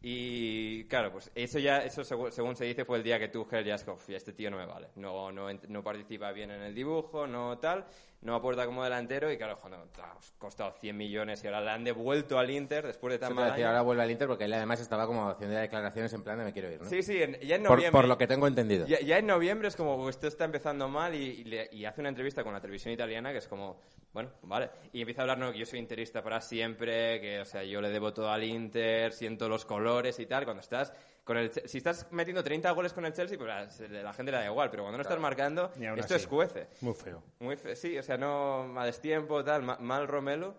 Speaker 3: Y claro, pues eso ya, eso segu- según, se dice, fue el día que Tuchel ya es como, "Fía, este tío no me vale. No, no, ent- no participa bien en el dibujo, no tal, no aporta como delantero y claro, cuando te ha costado 100 millones y ahora le han devuelto al Inter después de tan
Speaker 1: Eso te
Speaker 3: mal
Speaker 1: decía,
Speaker 3: año.
Speaker 1: ahora vuelve al Inter porque él además estaba como haciendo ya declaraciones en plan de me quiero ir, ¿no?
Speaker 3: Sí, sí, en- ya en
Speaker 1: por,
Speaker 3: noviembre.
Speaker 1: por lo que tengo entendido.
Speaker 3: Ya, ya en noviembre es como, esto está empezando mal y, y le- y hace una entrevista con la televisión italiana que es como, bueno, vale. Y empieza a hablar, no, que yo soy interista para siempre, que, o sea, yo le debo todo al Inter, siento los colores y tal. Cuando estás con el Che- Si estás metiendo 30 goles con el Chelsea, pues a se- la gente le da igual. Pero cuando no estás marcando,
Speaker 2: Y aún
Speaker 3: esto
Speaker 2: así.
Speaker 3: escuece.
Speaker 2: Muy feo.
Speaker 3: Muy fe- sí, o sea, no a destiempo, tal, ma- mal Romelo.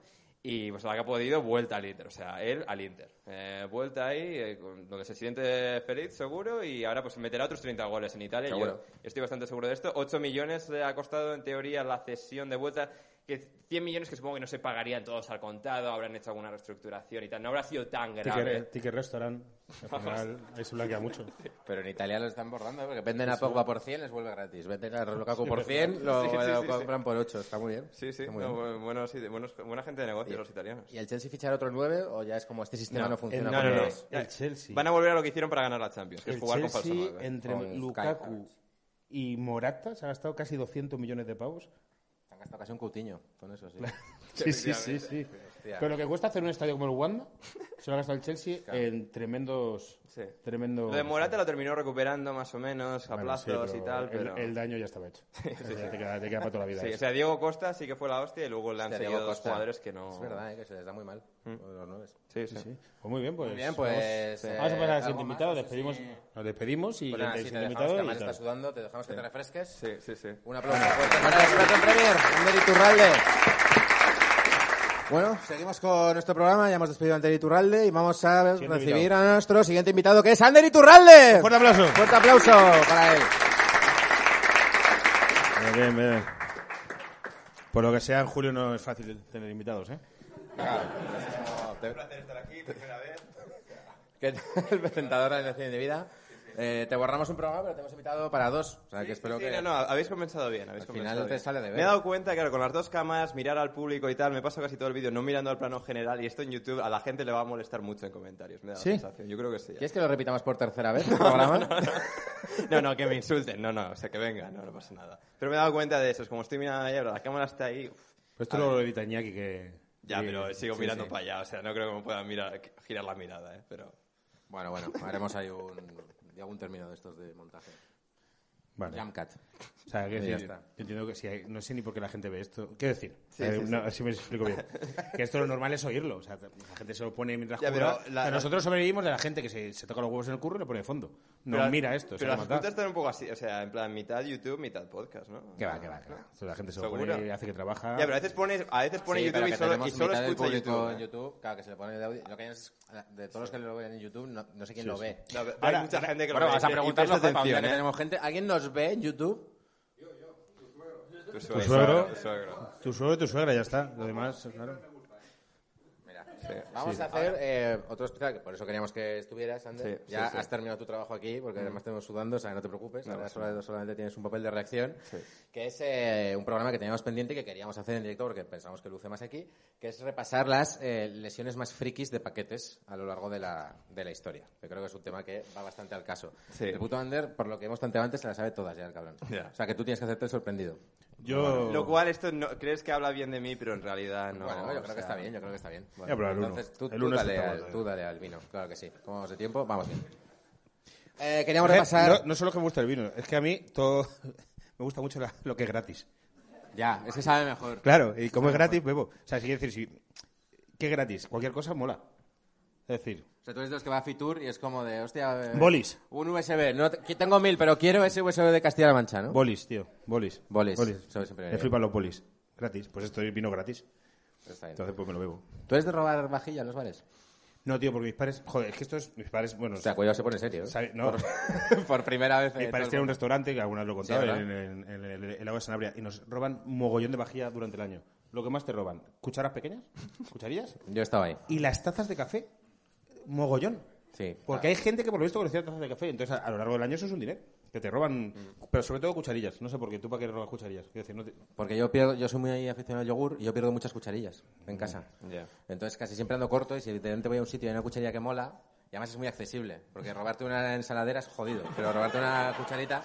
Speaker 3: Y pues la que ha podido, vuelta al Inter. O sea, él al Inter. Eh, vuelta ahí, eh, con- donde se siente feliz, seguro. Y ahora pues meterá otros 30 goles en Italia. Yo,
Speaker 1: Seguro.
Speaker 3: yo estoy bastante seguro de esto. 8 millones le ha costado, en teoría, la cesión de vuelta. Que 100 millones que supongo que no se pagarían todos al contado, habrán hecho alguna reestructuración y tal. No habrá sido tan grave.
Speaker 2: Ticket, ticket restaurant. Al final, ahí se blanquea
Speaker 3: (laughs)
Speaker 2: mucho.
Speaker 1: Pero en Italia lo están borrando, ¿eh? porque venden a Pogba por 100, les vuelve gratis. Venden a Lukaku por 100, lo,
Speaker 3: Sí, sí,
Speaker 1: lo
Speaker 3: sí,
Speaker 1: compran por 8. Está muy bien.
Speaker 3: Sí, sí,
Speaker 1: Está muy
Speaker 3: no,
Speaker 1: bien.
Speaker 3: bu- buenos ide- buenos- buena gente de negocio los italianos.
Speaker 1: ¿Y el Chelsea fichar otro 9 o ya es como este sistema no,
Speaker 3: No,
Speaker 1: funciona?
Speaker 2: el-
Speaker 3: No,
Speaker 1: con
Speaker 3: no, no.
Speaker 1: los-
Speaker 2: El Chelsea.
Speaker 3: Van a volver a lo que hicieron para ganar la Champions, que es
Speaker 2: El
Speaker 3: jugar
Speaker 2: Chelsea,
Speaker 3: con falso nueve.
Speaker 2: entre
Speaker 1: Con Kai
Speaker 2: Lukaku
Speaker 1: Havertz.
Speaker 2: y Morata, se ha gastado casi 200 millones de
Speaker 3: (laughs)
Speaker 2: pavos.
Speaker 1: Han gastado casi un Coutinho con eso, sí.
Speaker 2: Sí, sí, sí, sí.
Speaker 1: Hostia.
Speaker 2: Pero lo que cuesta hacer un estadio como el Wanda, se lo ha gastado el
Speaker 3: (laughs)
Speaker 2: Chelsea en tremendos...
Speaker 3: Sí.
Speaker 2: tremendos
Speaker 3: Lo de Morata lo terminó recuperando más o menos a
Speaker 2: Bueno, sí,
Speaker 3: plazos y
Speaker 2: pero
Speaker 3: tal,
Speaker 2: el-
Speaker 3: pero...
Speaker 2: El, daño ya
Speaker 3: (laughs)
Speaker 2: estaba hecho. O sea, te, queda, te queda para toda la vida.
Speaker 3: Sí,
Speaker 2: eso.
Speaker 3: o sea, Diego Costa sí que fue la hostia y luego le han
Speaker 1: Hostia,
Speaker 3: seguido
Speaker 1: Diego
Speaker 3: dos
Speaker 1: Costa.
Speaker 3: jugadores que no... Mm.
Speaker 1: Es verdad, ¿eh? que se les da muy mal. los nueves.
Speaker 3: Sí, sí.
Speaker 2: Sí. Pues muy bien, pues.
Speaker 1: Muy bien, pues,
Speaker 2: Vamos,
Speaker 1: eh,
Speaker 2: vamos a pasar al
Speaker 1: ¿algo
Speaker 2: siguiente
Speaker 1: más?
Speaker 2: invitado.
Speaker 1: No sé
Speaker 2: Despedimos,
Speaker 1: si-
Speaker 2: Nos despedimos y
Speaker 1: Pues
Speaker 2: el
Speaker 1: nada, sí, te
Speaker 2: siguiente
Speaker 1: dejamos, que
Speaker 2: invitado.
Speaker 1: además
Speaker 2: y tal.
Speaker 1: está sudando, te dejamos que te refresques.
Speaker 3: Sí, sí, sí.
Speaker 1: Un aplauso fuerte para el experto en Premier, Ander Iturralde. Bueno, seguimos con nuestro programa, ya hemos despedido a Ander Iturralde y vamos a
Speaker 2: Siguiente
Speaker 1: recibir
Speaker 2: invitado.
Speaker 1: a nuestro siguiente invitado que es Ander Iturralde.
Speaker 2: ¡Fuerte aplauso!
Speaker 1: Fuerte aplauso para él.
Speaker 2: Bien, bien, bien. Por lo que sea, en julio no es fácil tener invitados, ¿eh?
Speaker 1: ¿Qué tal, (laughs) el presentador de Nación de Vida? Eh, te borramos un programa, pero te hemos invitado para dos. O sea, que espero
Speaker 3: Sí,
Speaker 1: que...
Speaker 3: no, no, habéis comenzado bien. Habéis
Speaker 1: Al final
Speaker 3: comenzado
Speaker 1: te
Speaker 3: bien.
Speaker 1: sale de ver.
Speaker 3: Me he dado cuenta, claro, con las dos cámaras, mirar al público y tal, me paso casi todo el vídeo no mirando al plano general y esto en YouTube a la gente le va a molestar mucho en comentarios. Me da la
Speaker 2: ¿Sí?
Speaker 3: sensación. Yo creo que sí. ¿eh? (laughs)
Speaker 1: ¿Quieres que lo repitamos por tercera vez el programa?
Speaker 3: No, no, que me insulten. No, no, o sea, que venga, no, no pasa nada. Pero me he dado cuenta de eso. Es como estoy mirando ayer, la cámara está ahí. uf.
Speaker 2: Pues esto lo evita Iñaki que...
Speaker 3: Ya,
Speaker 2: que-
Speaker 3: pero sigo
Speaker 2: sí,
Speaker 3: mirando
Speaker 2: sí.
Speaker 3: para allá, o sea, no creo que me pueda mirar, girar la mirada, ¿eh? Pero...
Speaker 1: Bueno, bueno, haremos ahí un, algún término de estos de montaje.
Speaker 2: Vale.
Speaker 1: Jamcat.
Speaker 2: O sea, quiero
Speaker 1: Y ya
Speaker 2: decir,
Speaker 1: está.
Speaker 2: yo entiendo que si hay- no sé ni por qué la gente ve esto. Quiero decir,
Speaker 3: Sí,
Speaker 2: eh,
Speaker 3: sí,
Speaker 2: no, así me explico
Speaker 3: (laughs)
Speaker 2: bien. que esto lo normal es oírlo. O sea, la gente se lo pone mientras
Speaker 3: Ya,
Speaker 2: juega.
Speaker 3: pero la-
Speaker 2: O sea, nosotros sobrevivimos de la gente que se, se toca los huevos en el curro y lo pone de fondo. No
Speaker 3: Pero-
Speaker 2: mira esto.
Speaker 3: Pero
Speaker 2: se
Speaker 3: las escuchas están un poco así, o sea, en plan mitad YouTube, mitad podcast, ¿no?
Speaker 2: Que va, que va, que va. O sea, la gente se lo
Speaker 3: ¿Seguro?
Speaker 2: pone y hace que trabaja.
Speaker 3: Ya, pero a veces pones, a veces pones
Speaker 1: Sí, pero
Speaker 3: YouTube y
Speaker 1: que
Speaker 3: solo,
Speaker 1: tenemos
Speaker 3: y solo
Speaker 1: mitad del
Speaker 3: escucha
Speaker 1: público
Speaker 3: YouTube.
Speaker 1: en YouTube. Claro, que se le pone de audio. Lo que hay es, de todos los que lo ven en YouTube, no, no sé quién lo ve.
Speaker 3: No, pero
Speaker 2: Ahora,
Speaker 3: hay mucha gente que
Speaker 1: Bueno,
Speaker 3: lo ve
Speaker 1: vas a
Speaker 3: y- y
Speaker 1: preguntarlo,
Speaker 3: presta
Speaker 1: joder, para un día
Speaker 3: atención,
Speaker 1: que
Speaker 3: ¿eh?
Speaker 1: tenemos gente. ¿Alguien nos ve en YouTube?
Speaker 3: Tu
Speaker 2: Tu
Speaker 3: suegro.
Speaker 2: suegro,
Speaker 3: tu suegro.
Speaker 2: tu suegro y tu suegra, ya está. Lo demás, claro.
Speaker 1: Mira, vamos a hacer eh, otro especial, que por eso queríamos que estuvieras, Ander.
Speaker 3: Sí, sí,
Speaker 1: ya
Speaker 3: sí.
Speaker 1: has terminado tu trabajo aquí, porque además te hemos sudando, o sea, no te preocupes, ahora solamente, solamente tienes un papel de reacción, que es eh, un programa que teníamos pendiente y que queríamos hacer en directo porque pensamos que luce más aquí, que es repasar las eh, lesiones más frikis de paquetes a lo largo de la, de la historia, que creo que es un tema que va bastante al caso.
Speaker 3: Sí.
Speaker 1: El puto Ander, por lo que hemos tanteado antes, se las sabe todas ya el cabrón.
Speaker 3: Ya.
Speaker 1: O sea, que tú tienes que hacerte el sorprendido.
Speaker 2: Yo...
Speaker 3: Lo cual, esto no, crees que habla bien de mí, pero en realidad no.
Speaker 1: bueno, yo creo
Speaker 3: o sea,
Speaker 1: que está bien, yo creo que está bien.
Speaker 2: Ya, pero el uno.
Speaker 1: Entonces, tú,
Speaker 2: El
Speaker 1: tú
Speaker 2: uno es
Speaker 1: dale
Speaker 2: el
Speaker 1: al,
Speaker 2: tabú,
Speaker 1: tú dale al vino, claro que sí. Como vamos de tiempo, vamos bien. Eh, queríamos
Speaker 2: Mujer,
Speaker 1: repasar...
Speaker 2: No, no solo que me gusta el vino, es que a mí todo... (laughs) me gusta mucho la- lo que es gratis.
Speaker 1: Ya, es que sabe mejor.
Speaker 3: pues.
Speaker 2: Claro, y como es gratis, bebo. O sea, si quiero decir, si... ¿qué es gratis? Cualquier cosa mola. Es decir,
Speaker 1: O sea, tú eres de los que va a Fitur y es como de, hostia... eh,
Speaker 2: Bolis.
Speaker 1: Un USB. No, te- que tengo mil, pero quiero ese USB de Castilla-La Mancha, ¿no?
Speaker 2: bolis, tío, bolis.
Speaker 1: Bolis, eso siempre me
Speaker 2: Me
Speaker 1: viene
Speaker 2: flipan los bolis. Gratis. Pues esto vino gratis.
Speaker 1: Está bien.
Speaker 2: Entonces pues me lo bebo.
Speaker 1: ¿Tú eres de robar vajilla en los bares?
Speaker 2: No, tío, porque mis padres... Joder, es que estos... Mis padres, bueno...
Speaker 1: O sea, cuidado se pone serio. ¿eh?
Speaker 2: sabe- no.
Speaker 1: (laughs) Por primera vez.
Speaker 2: Mis
Speaker 1: eh,
Speaker 2: padres
Speaker 1: todo
Speaker 2: tienen un
Speaker 1: el
Speaker 2: restaurante, que alguna vez lo he contado,
Speaker 1: Sí, ¿verdad?
Speaker 2: en, en- en el, el lago de Sanabria, y nos roban mogollón de vajilla durante el año. Lo que más te roban, cucharas
Speaker 1: (laughs)
Speaker 2: pequeñas, cucharillas,
Speaker 1: mundo. Yo estaba ahí.
Speaker 2: y las tazas de café, mogollón.
Speaker 1: Sí.
Speaker 2: Porque hay gente que por lo visto colecciona tazas de café, entonces a, a lo largo del año eso es un dinero. Que te roban,
Speaker 1: Mm.
Speaker 2: pero sobre todo cucharillas. No sé por qué, tú para qué robas cucharillas. Quiero decir, no te-
Speaker 1: Porque yo pierdo, yo soy muy aficionado al yogur y yo pierdo muchas cucharillas
Speaker 2: Mm.
Speaker 1: en casa.
Speaker 3: Ya.
Speaker 1: Entonces casi siempre ando corto y si de repente voy a un sitio y hay una cucharilla que mola, y además es muy accesible, porque robarte una ensaladera es jodido, pero robarte una cucharita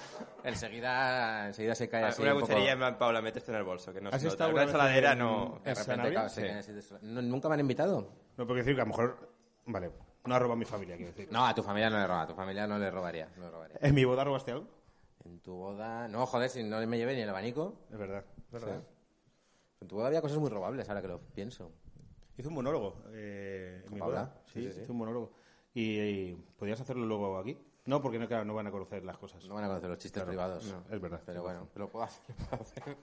Speaker 1: enseguida, enseguida se cae
Speaker 3: Ah,
Speaker 1: así
Speaker 3: una
Speaker 1: un poco-
Speaker 3: cucharilla, en plan, Paula, metes en el bolso, que no
Speaker 2: ¿Has
Speaker 3: se nota.
Speaker 2: estado
Speaker 3: Una
Speaker 2: alguna vez
Speaker 3: ensaladera
Speaker 2: en-
Speaker 3: no...
Speaker 1: De repente,
Speaker 2: ¿Sanabria?
Speaker 1: claro, se
Speaker 2: Sí.
Speaker 1: cae así de- No, ¿Nunca me han invitado?
Speaker 2: No, porque decir que a lo mejor... Vale, no ha robado mi familia, quiero
Speaker 1: (laughs)
Speaker 2: decir.
Speaker 1: No, a tu familia no le roba, a tu familia no le robaría, no le robaría.
Speaker 2: ¿En mi boda robaste algo?
Speaker 1: En tu boda... No, joder, si no me llevé ni el abanico.
Speaker 2: Es verdad, es verdad.
Speaker 1: En tu boda había cosas muy robables, ahora que lo pienso.
Speaker 2: Hice un monólogo eh, en mi
Speaker 1: Paula?
Speaker 2: boda. Sí,
Speaker 1: Sí, sí, sí.
Speaker 2: hice un monólogo. ¿Y, y podías hacerlo luego aquí? No, porque no, claro, no van a conocer las cosas.
Speaker 1: No van a conocer los chistes privados.
Speaker 2: no, es verdad.
Speaker 1: Pero bueno, lo puedo hacer. Lo, puedo hacer.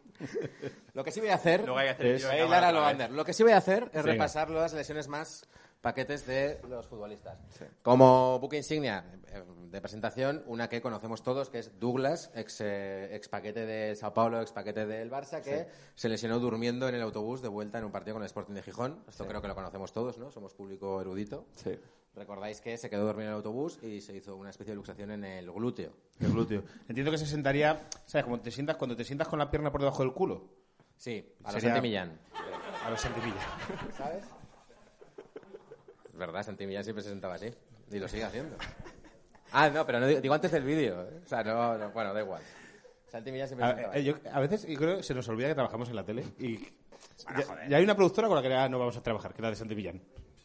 Speaker 1: Lo que sí voy a hacer. (laughs)
Speaker 3: Luego hay que hacer
Speaker 2: Es-
Speaker 3: yo
Speaker 1: Eh,
Speaker 3: la cámara
Speaker 1: Lara
Speaker 3: otra vez.
Speaker 1: Lobander, Lo que sí voy a hacer es
Speaker 2: Venga.
Speaker 1: repasar las lesiones más paquetes de los futbolistas. Como buque insignia eh, de presentación, una que conocemos todos, que es Douglas, ex, eh, ex paquete de Sao Paulo, ex paquete del Barça, que se lesionó durmiendo en el autobús de vuelta en un partido con el Sporting de Gijón. Esto creo que lo conocemos todos, ¿no? Somos público erudito.
Speaker 3: Sí.
Speaker 1: Recordáis que se quedó dormido en el autobús y se hizo una especie de luxación en el glúteo.
Speaker 2: El glúteo. Entiendo que se sentaría, ¿sabes? Como te sientas, cuando te sientas con la pierna por debajo del culo.
Speaker 1: Sí, a los
Speaker 2: Sería-
Speaker 1: Santi Millán.
Speaker 2: A los centimillas.
Speaker 1: ¿Sabes? Es (laughs) verdad, Santi Millán siempre se sentaba así. Y lo sigue haciendo. Ah, no, pero no digo, digo antes del vídeo. ¿eh? O sea, no, no, bueno, da igual. Santi Millán siempre
Speaker 2: A,
Speaker 1: se sentaba
Speaker 2: eh,
Speaker 1: así.
Speaker 2: yo- a veces yo creo que se nos olvida que trabajamos en la tele y... ya, ya hay una productora con la que ah, no vamos a trabajar, que es la de Santi Millán.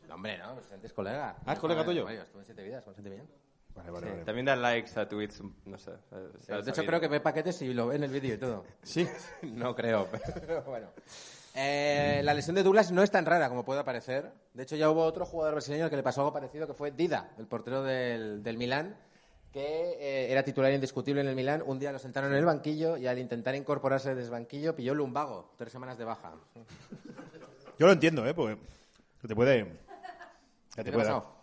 Speaker 1: No, hombre, no, pero Santi es colega.
Speaker 2: Ah, ¿es colega tuyo?
Speaker 1: Bueno, estuve en siete vidas con Santi Millán.
Speaker 2: Vale, vale,
Speaker 3: Sí,
Speaker 2: vale.
Speaker 3: También da likes a tweets, no sé. eh, se ha
Speaker 1: De hecho,
Speaker 3: sabido.
Speaker 1: creo que ve paquetes y lo ve en el vídeo y todo.
Speaker 2: Sí.
Speaker 1: (laughs) No creo, pero bueno. Eh, la lesión de Douglas no es tan rara como puede parecer. De hecho, ya hubo otro jugador brasileño al que le pasó algo parecido, que fue Dida, el portero del, del Milán, que eh, era titular indiscutible en el Milán. Un día lo sentaron en el banquillo y al intentar incorporarse desde el banquillo pilló lumbago, tres semanas de baja.
Speaker 2: Yo lo entiendo, ¿eh? Porque que te puede... que
Speaker 1: ¿Qué
Speaker 2: te
Speaker 1: te
Speaker 2: puede dar.
Speaker 1: pasó?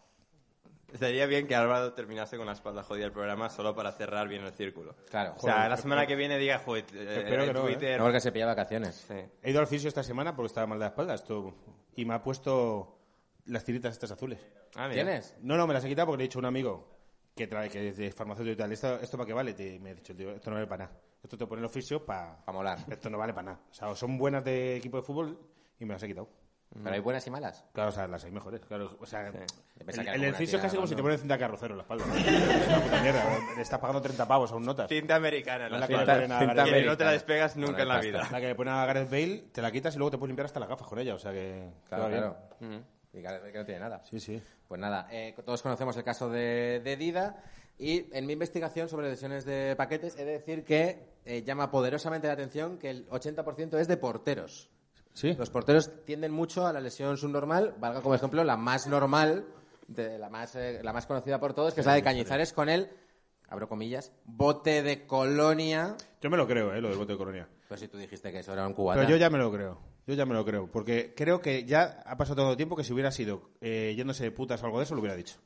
Speaker 3: Estaría bien que Álvaro terminase con la espalda jodida del programa solo para cerrar bien el círculo.
Speaker 1: Claro,
Speaker 3: O sea,
Speaker 2: joder,
Speaker 3: la semana que viene diga, joder, eh,
Speaker 2: Espero que
Speaker 3: en
Speaker 2: no, ¿eh?
Speaker 3: Twitter...
Speaker 1: No, porque se pilla vacaciones.
Speaker 3: Sí.
Speaker 2: He ido al fisio esta semana porque estaba mal de la espalda esto, y me ha puesto las tiritas estas azules.
Speaker 3: Ah, mira.
Speaker 1: ¿Tienes?
Speaker 2: No, no, me las he quitado porque le he dicho a un amigo que trae que es de farmacéutico y tal, ¿esto, esto para qué vale? Te- me ha dicho, el tío, esto no vale para nada. Esto te pone el oficio para...
Speaker 1: Pa molar.
Speaker 2: Esto no vale para nada. O sea, o son buenas de equipo de fútbol y me las he quitado.
Speaker 1: Pero hay buenas y malas.
Speaker 2: Claro, o sea, las hay mejores. Claro, o sea,
Speaker 1: Pensaba
Speaker 2: el,
Speaker 1: que
Speaker 2: el
Speaker 1: alguna
Speaker 2: fisio es casi
Speaker 1: tira,
Speaker 2: como si
Speaker 1: ¿no?
Speaker 2: te ponen cinta de carrocero en la espalda. es una puta mierda. eh, Le estás pagando 30 pavos a un notas.
Speaker 3: Cinta americana.
Speaker 2: No
Speaker 3: la
Speaker 2: la que
Speaker 3: espalda.
Speaker 2: le ponen a
Speaker 1: cinta
Speaker 2: Gareth
Speaker 3: Que
Speaker 2: Bale.
Speaker 3: no te
Speaker 1: americana.
Speaker 3: la despegas
Speaker 1: No,
Speaker 3: nunca
Speaker 1: no
Speaker 3: en la
Speaker 1: hay pasta.
Speaker 3: vida.
Speaker 2: La que le ponen a Gareth Bale, te la quitas y luego te puedes limpiar hasta las gafas con ella. O sea que...
Speaker 1: Claro,
Speaker 2: todo bien.
Speaker 1: claro. Y claro, que no tiene nada.
Speaker 2: Sí, sí.
Speaker 1: Pues nada, eh, todos conocemos el caso de, de Dida y en mi investigación sobre lesiones de paquetes he de decir que eh, llama poderosamente la atención que el 80% es de porteros.
Speaker 2: Sí.
Speaker 1: Los porteros tienden mucho a la lesión subnormal, valga como ejemplo la más normal, de, la, más, eh, la más conocida por todos, que es la de Cañizares con el, abro comillas, bote de colonia.
Speaker 2: Yo me lo creo, ¿eh? Lo del voto de colonia.
Speaker 1: Pero si tú dijiste que eso era un cubata.
Speaker 2: Pero yo ya me lo creo. Yo ya me lo creo. Porque creo que ya ha pasado todo el tiempo que si hubiera sido eh, yéndose de putas o algo de eso, lo hubiera dicho.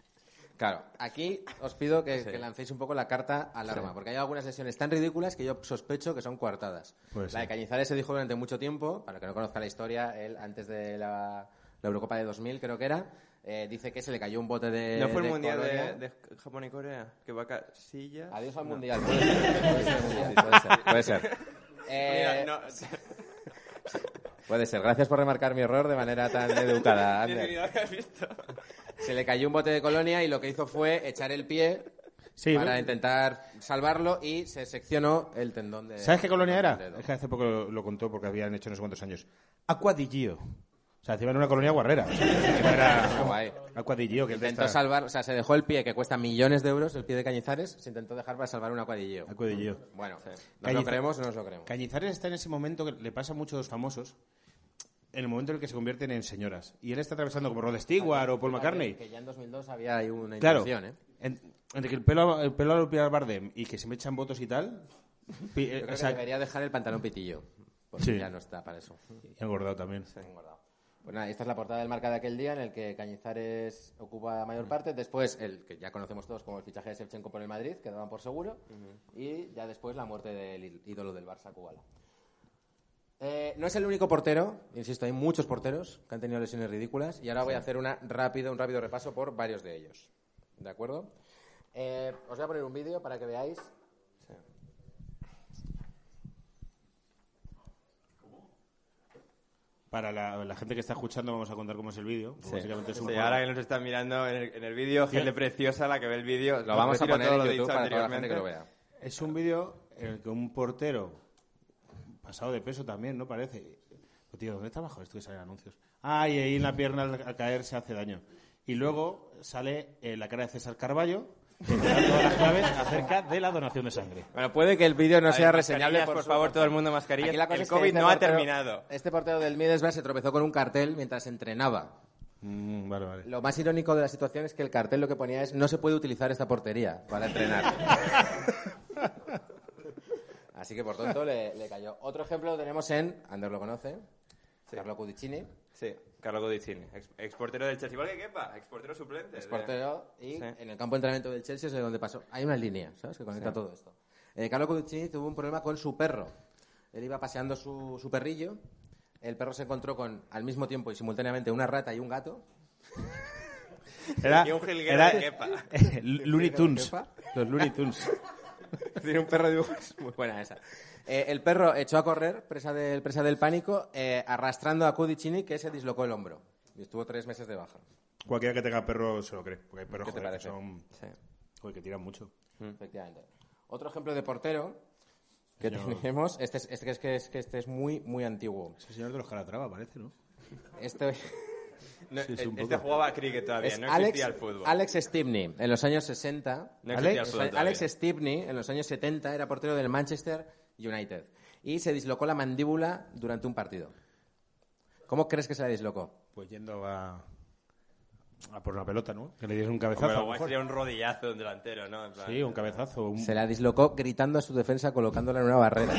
Speaker 1: Claro, aquí os pido que, que lancéis un poco la carta alarma, porque hay algunas lesiones tan ridículas que yo sospecho que son coartadas.
Speaker 2: Puede
Speaker 1: la
Speaker 2: ser.
Speaker 1: de Cañizares se dijo durante mucho tiempo, para el que no conozca la historia, él antes de la, la Eurocopa de 2000, creo que era, eh, dice que se le cayó un bote de.
Speaker 3: ¿No fue el
Speaker 1: de
Speaker 3: mundial
Speaker 1: colonia.
Speaker 3: de, de Japón y Corea? Que va a silla.
Speaker 1: Adiós al (laughs) mundial, puede ser. Puede ser, mundial, puede ser. Puede ser. Eh,
Speaker 3: (laughs)
Speaker 1: puede ser. Gracias por remarcar mi error de manera tan educada, Ander.
Speaker 3: visto.
Speaker 1: Se le cayó un bote de colonia y lo que hizo fue echar el pie
Speaker 2: Sí,
Speaker 1: para
Speaker 2: ¿no?
Speaker 1: intentar salvarlo y se seccionó el tendón
Speaker 2: (laughs)
Speaker 1: de.
Speaker 2: ¿Sabes qué colonia
Speaker 1: tendón
Speaker 2: era?
Speaker 1: del
Speaker 2: Es
Speaker 1: dedo.
Speaker 2: que hace poco lo, lo contó porque habían hecho no sé cuántos años. Aquadillío. O sea, encima era una colonia guarrera. O sea, encima
Speaker 1: Qué
Speaker 2: era
Speaker 1: guay.
Speaker 2: Aquadillío, que es de
Speaker 1: Intentó
Speaker 2: esta-
Speaker 1: salvar, o sea, se dejó el pie que cuesta millones de euros, el pie de Cañizares, se intentó dejar para salvar un acuadilleo.
Speaker 2: Aquadillío.
Speaker 1: Bueno, ¿nos lo
Speaker 2: Cañiza-
Speaker 1: creemos o no nos lo creemos?
Speaker 2: Cañizares está en ese momento que le pasa mucho a los famosos en el momento en el que se convierten en señoras. Y él está atravesando como Rod Stewart o Paul McCartney.
Speaker 1: Que ya en 2002 había ahí una
Speaker 2: Claro.
Speaker 1: intención, ¿eh?
Speaker 2: en- entre que el pelo, el pelo a lo Pilar Bardem y que se me echan votos y tal. pi- eh,
Speaker 1: Yo creo
Speaker 2: o sea,
Speaker 1: que debería dejar el pantalón pitillo. Porque
Speaker 2: Sí.
Speaker 1: ya no está para eso.
Speaker 2: he engordado también.
Speaker 1: Engordado. Pues nada, esta es la portada del marca de aquel día en el que Cañizares ocupa la mayor parte. Después, el que ya conocemos todos como el fichaje de Shevchenko por el Madrid, que daban por seguro. Y ya después la muerte del í- ídolo del Barça, Kubala. Eh, no es el único portero, insisto, hay muchos porteros que han tenido lesiones ridículas. Y ahora voy a hacer una rápido, un rápido repaso por varios de ellos. ¿De acuerdo? Eh, os voy a poner un vídeo para que veáis.
Speaker 2: Para la, la gente que está escuchando, vamos a contar cómo es el vídeo.
Speaker 3: Sí.
Speaker 2: Básicamente es un
Speaker 3: Sí,
Speaker 2: juego.
Speaker 3: ahora que nos están mirando en el, en el vídeo, gente preciosa la que ve el vídeo.
Speaker 1: Lo vamos a
Speaker 3: retiro
Speaker 1: poner
Speaker 3: todo
Speaker 1: en
Speaker 3: lo
Speaker 1: YouTube
Speaker 3: dicho
Speaker 1: para toda la gente que lo
Speaker 3: anteriormente.
Speaker 1: vea.
Speaker 2: Es un vídeo en el que un portero, pasado de peso también, ¿no? Parece. Pero, tío, ¿dónde está bajo esto que salen anuncios? Ah, y ahí en la pierna al, al caer se hace daño. Y luego sale eh, la cara de César Carballo, que da todas las claves acerca de la donación de sangre.
Speaker 1: Bueno, puede que el vídeo no
Speaker 3: A ver,
Speaker 1: sea
Speaker 3: mascarillas,
Speaker 1: reseñable, por,
Speaker 3: por
Speaker 1: su-
Speaker 3: favor, todo el mundo mascarillas.
Speaker 1: Aquí la cosa
Speaker 3: El
Speaker 1: es que
Speaker 3: COVID
Speaker 1: este
Speaker 3: no ha
Speaker 1: portero-
Speaker 3: terminado.
Speaker 1: Este portero del Middlesbrough se tropezó con un cartel mientras entrenaba.
Speaker 2: Mm, vale, vale.
Speaker 1: Lo más irónico de la situación es que el cartel lo que ponía es no se puede utilizar esta portería para
Speaker 3: (laughs)
Speaker 1: entrenar. Así que por tanto le, le cayó. Otro ejemplo lo tenemos en, Ander lo conoce, Carlo Cudicini,
Speaker 3: Sí, Carlo Godicini, ex, exportero del Chelsea. Igual que Kepa, exportero suplente.
Speaker 1: es portero, y
Speaker 3: Sí.
Speaker 1: en el campo de entrenamiento del Chelsea es de donde pasó. Hay una línea, ¿sabes?, que conecta todo esto. Eh, Carlo Cudicini tuvo un problema con su perro. Él iba paseando su, su perrillo, el perro se encontró con, al mismo tiempo y simultáneamente, una rata y un gato.
Speaker 2: Era,
Speaker 3: Y un jilguero de Kepa.
Speaker 2: (laughs) Looney Tunes.
Speaker 1: Kepa.
Speaker 2: Los Looney Tunes.
Speaker 1: (laughs) Tiene un perro de dibujos. Muy buena esa. Eh, el perro echó a correr, presa del, presa del pánico, eh, arrastrando a Cudicini, que se dislocó el hombro. Y estuvo tres meses de baja.
Speaker 2: Cualquiera que tenga perro se lo cree. Porque hay perros
Speaker 1: ¿Qué te
Speaker 2: joder, que
Speaker 1: parece?
Speaker 2: son.
Speaker 3: Sí.
Speaker 2: joder, que tiran mucho.
Speaker 1: Mm. Efectivamente. Otro ejemplo de portero que
Speaker 2: Señor.
Speaker 1: tenemos, este es, este es, que es que este es muy, muy antiguo.
Speaker 2: Es el señor de los Calatrava, parece, ¿no?
Speaker 1: Este
Speaker 3: No,
Speaker 2: Sí, es
Speaker 3: eh,
Speaker 2: un
Speaker 3: este
Speaker 2: poco.
Speaker 3: jugaba a cricket todavía,
Speaker 1: es
Speaker 3: no
Speaker 1: Alex,
Speaker 3: existía el fútbol.
Speaker 1: Alex Stibney, en los años 60.
Speaker 3: No existía
Speaker 1: Alex,
Speaker 3: el fútbol
Speaker 1: Alex
Speaker 3: todavía.
Speaker 1: Stibney, en los años 70, era portero del Manchester United. Y se dislocó la mandíbula durante un partido. ¿Cómo crees que se la dislocó?
Speaker 2: Pues yendo a. a por la pelota, ¿no? Que le diese un
Speaker 3: Hombre,
Speaker 2: cabezazo.
Speaker 3: lo
Speaker 2: a lo
Speaker 3: guay
Speaker 2: mejor.
Speaker 3: sería un rodillazo de un delantero, ¿no? En plan,
Speaker 2: Sí, un cabezazo. un-
Speaker 1: Se la dislocó gritando a su defensa colocándola en una
Speaker 3: (laughs)
Speaker 1: barrera.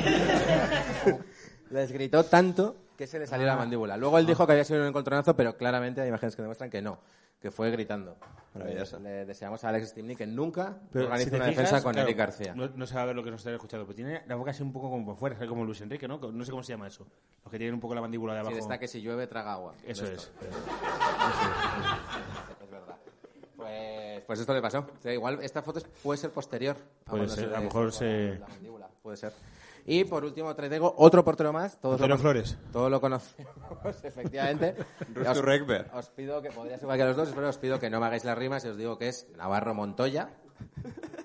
Speaker 1: Les gritó tanto que se le salió
Speaker 3: Ah.
Speaker 1: la mandíbula. Luego él dijo que había sido un encontronazo, pero claramente hay imágenes que demuestran que no, que fue gritando.
Speaker 3: Maravilloso.
Speaker 1: Le deseamos a Alex Stimney que nunca
Speaker 2: Pero
Speaker 1: organice
Speaker 2: si te
Speaker 1: una
Speaker 2: fijas,
Speaker 1: defensa con
Speaker 2: claro,
Speaker 1: Eric García.
Speaker 2: No, no se va a ver lo que nos están escuchando, pero tiene la boca así un poco como por fuera, ¿sabes? como Luis Enrique, ¿no? No sé cómo se llama eso. Los que tienen un poco la mandíbula de
Speaker 1: Si
Speaker 2: abajo.
Speaker 1: está que si llueve traga agua.
Speaker 2: Eso
Speaker 1: Esto,
Speaker 2: es.
Speaker 1: Es verdad. Pues, pues esto le pasó. O sea, igual esta foto es- puede ser posterior. a
Speaker 2: Puede
Speaker 1: cuando
Speaker 2: ser,
Speaker 1: le
Speaker 2: a lo mejor
Speaker 1: dislocó la-
Speaker 2: se-
Speaker 1: la mandíbula. Puede ser. Y por último traigo otro portero más. Todos lo
Speaker 2: Antonio
Speaker 1: cono-
Speaker 2: Flores.
Speaker 1: Todos lo conocemos, (laughs)
Speaker 2: (laughs)
Speaker 1: efectivamente.
Speaker 3: Rustu Rekberg.
Speaker 1: Os pido que podría ser cualquiera de los dos, pero os pido que no me hagáis las rimas y os digo que es Navarro Montoya. (laughs)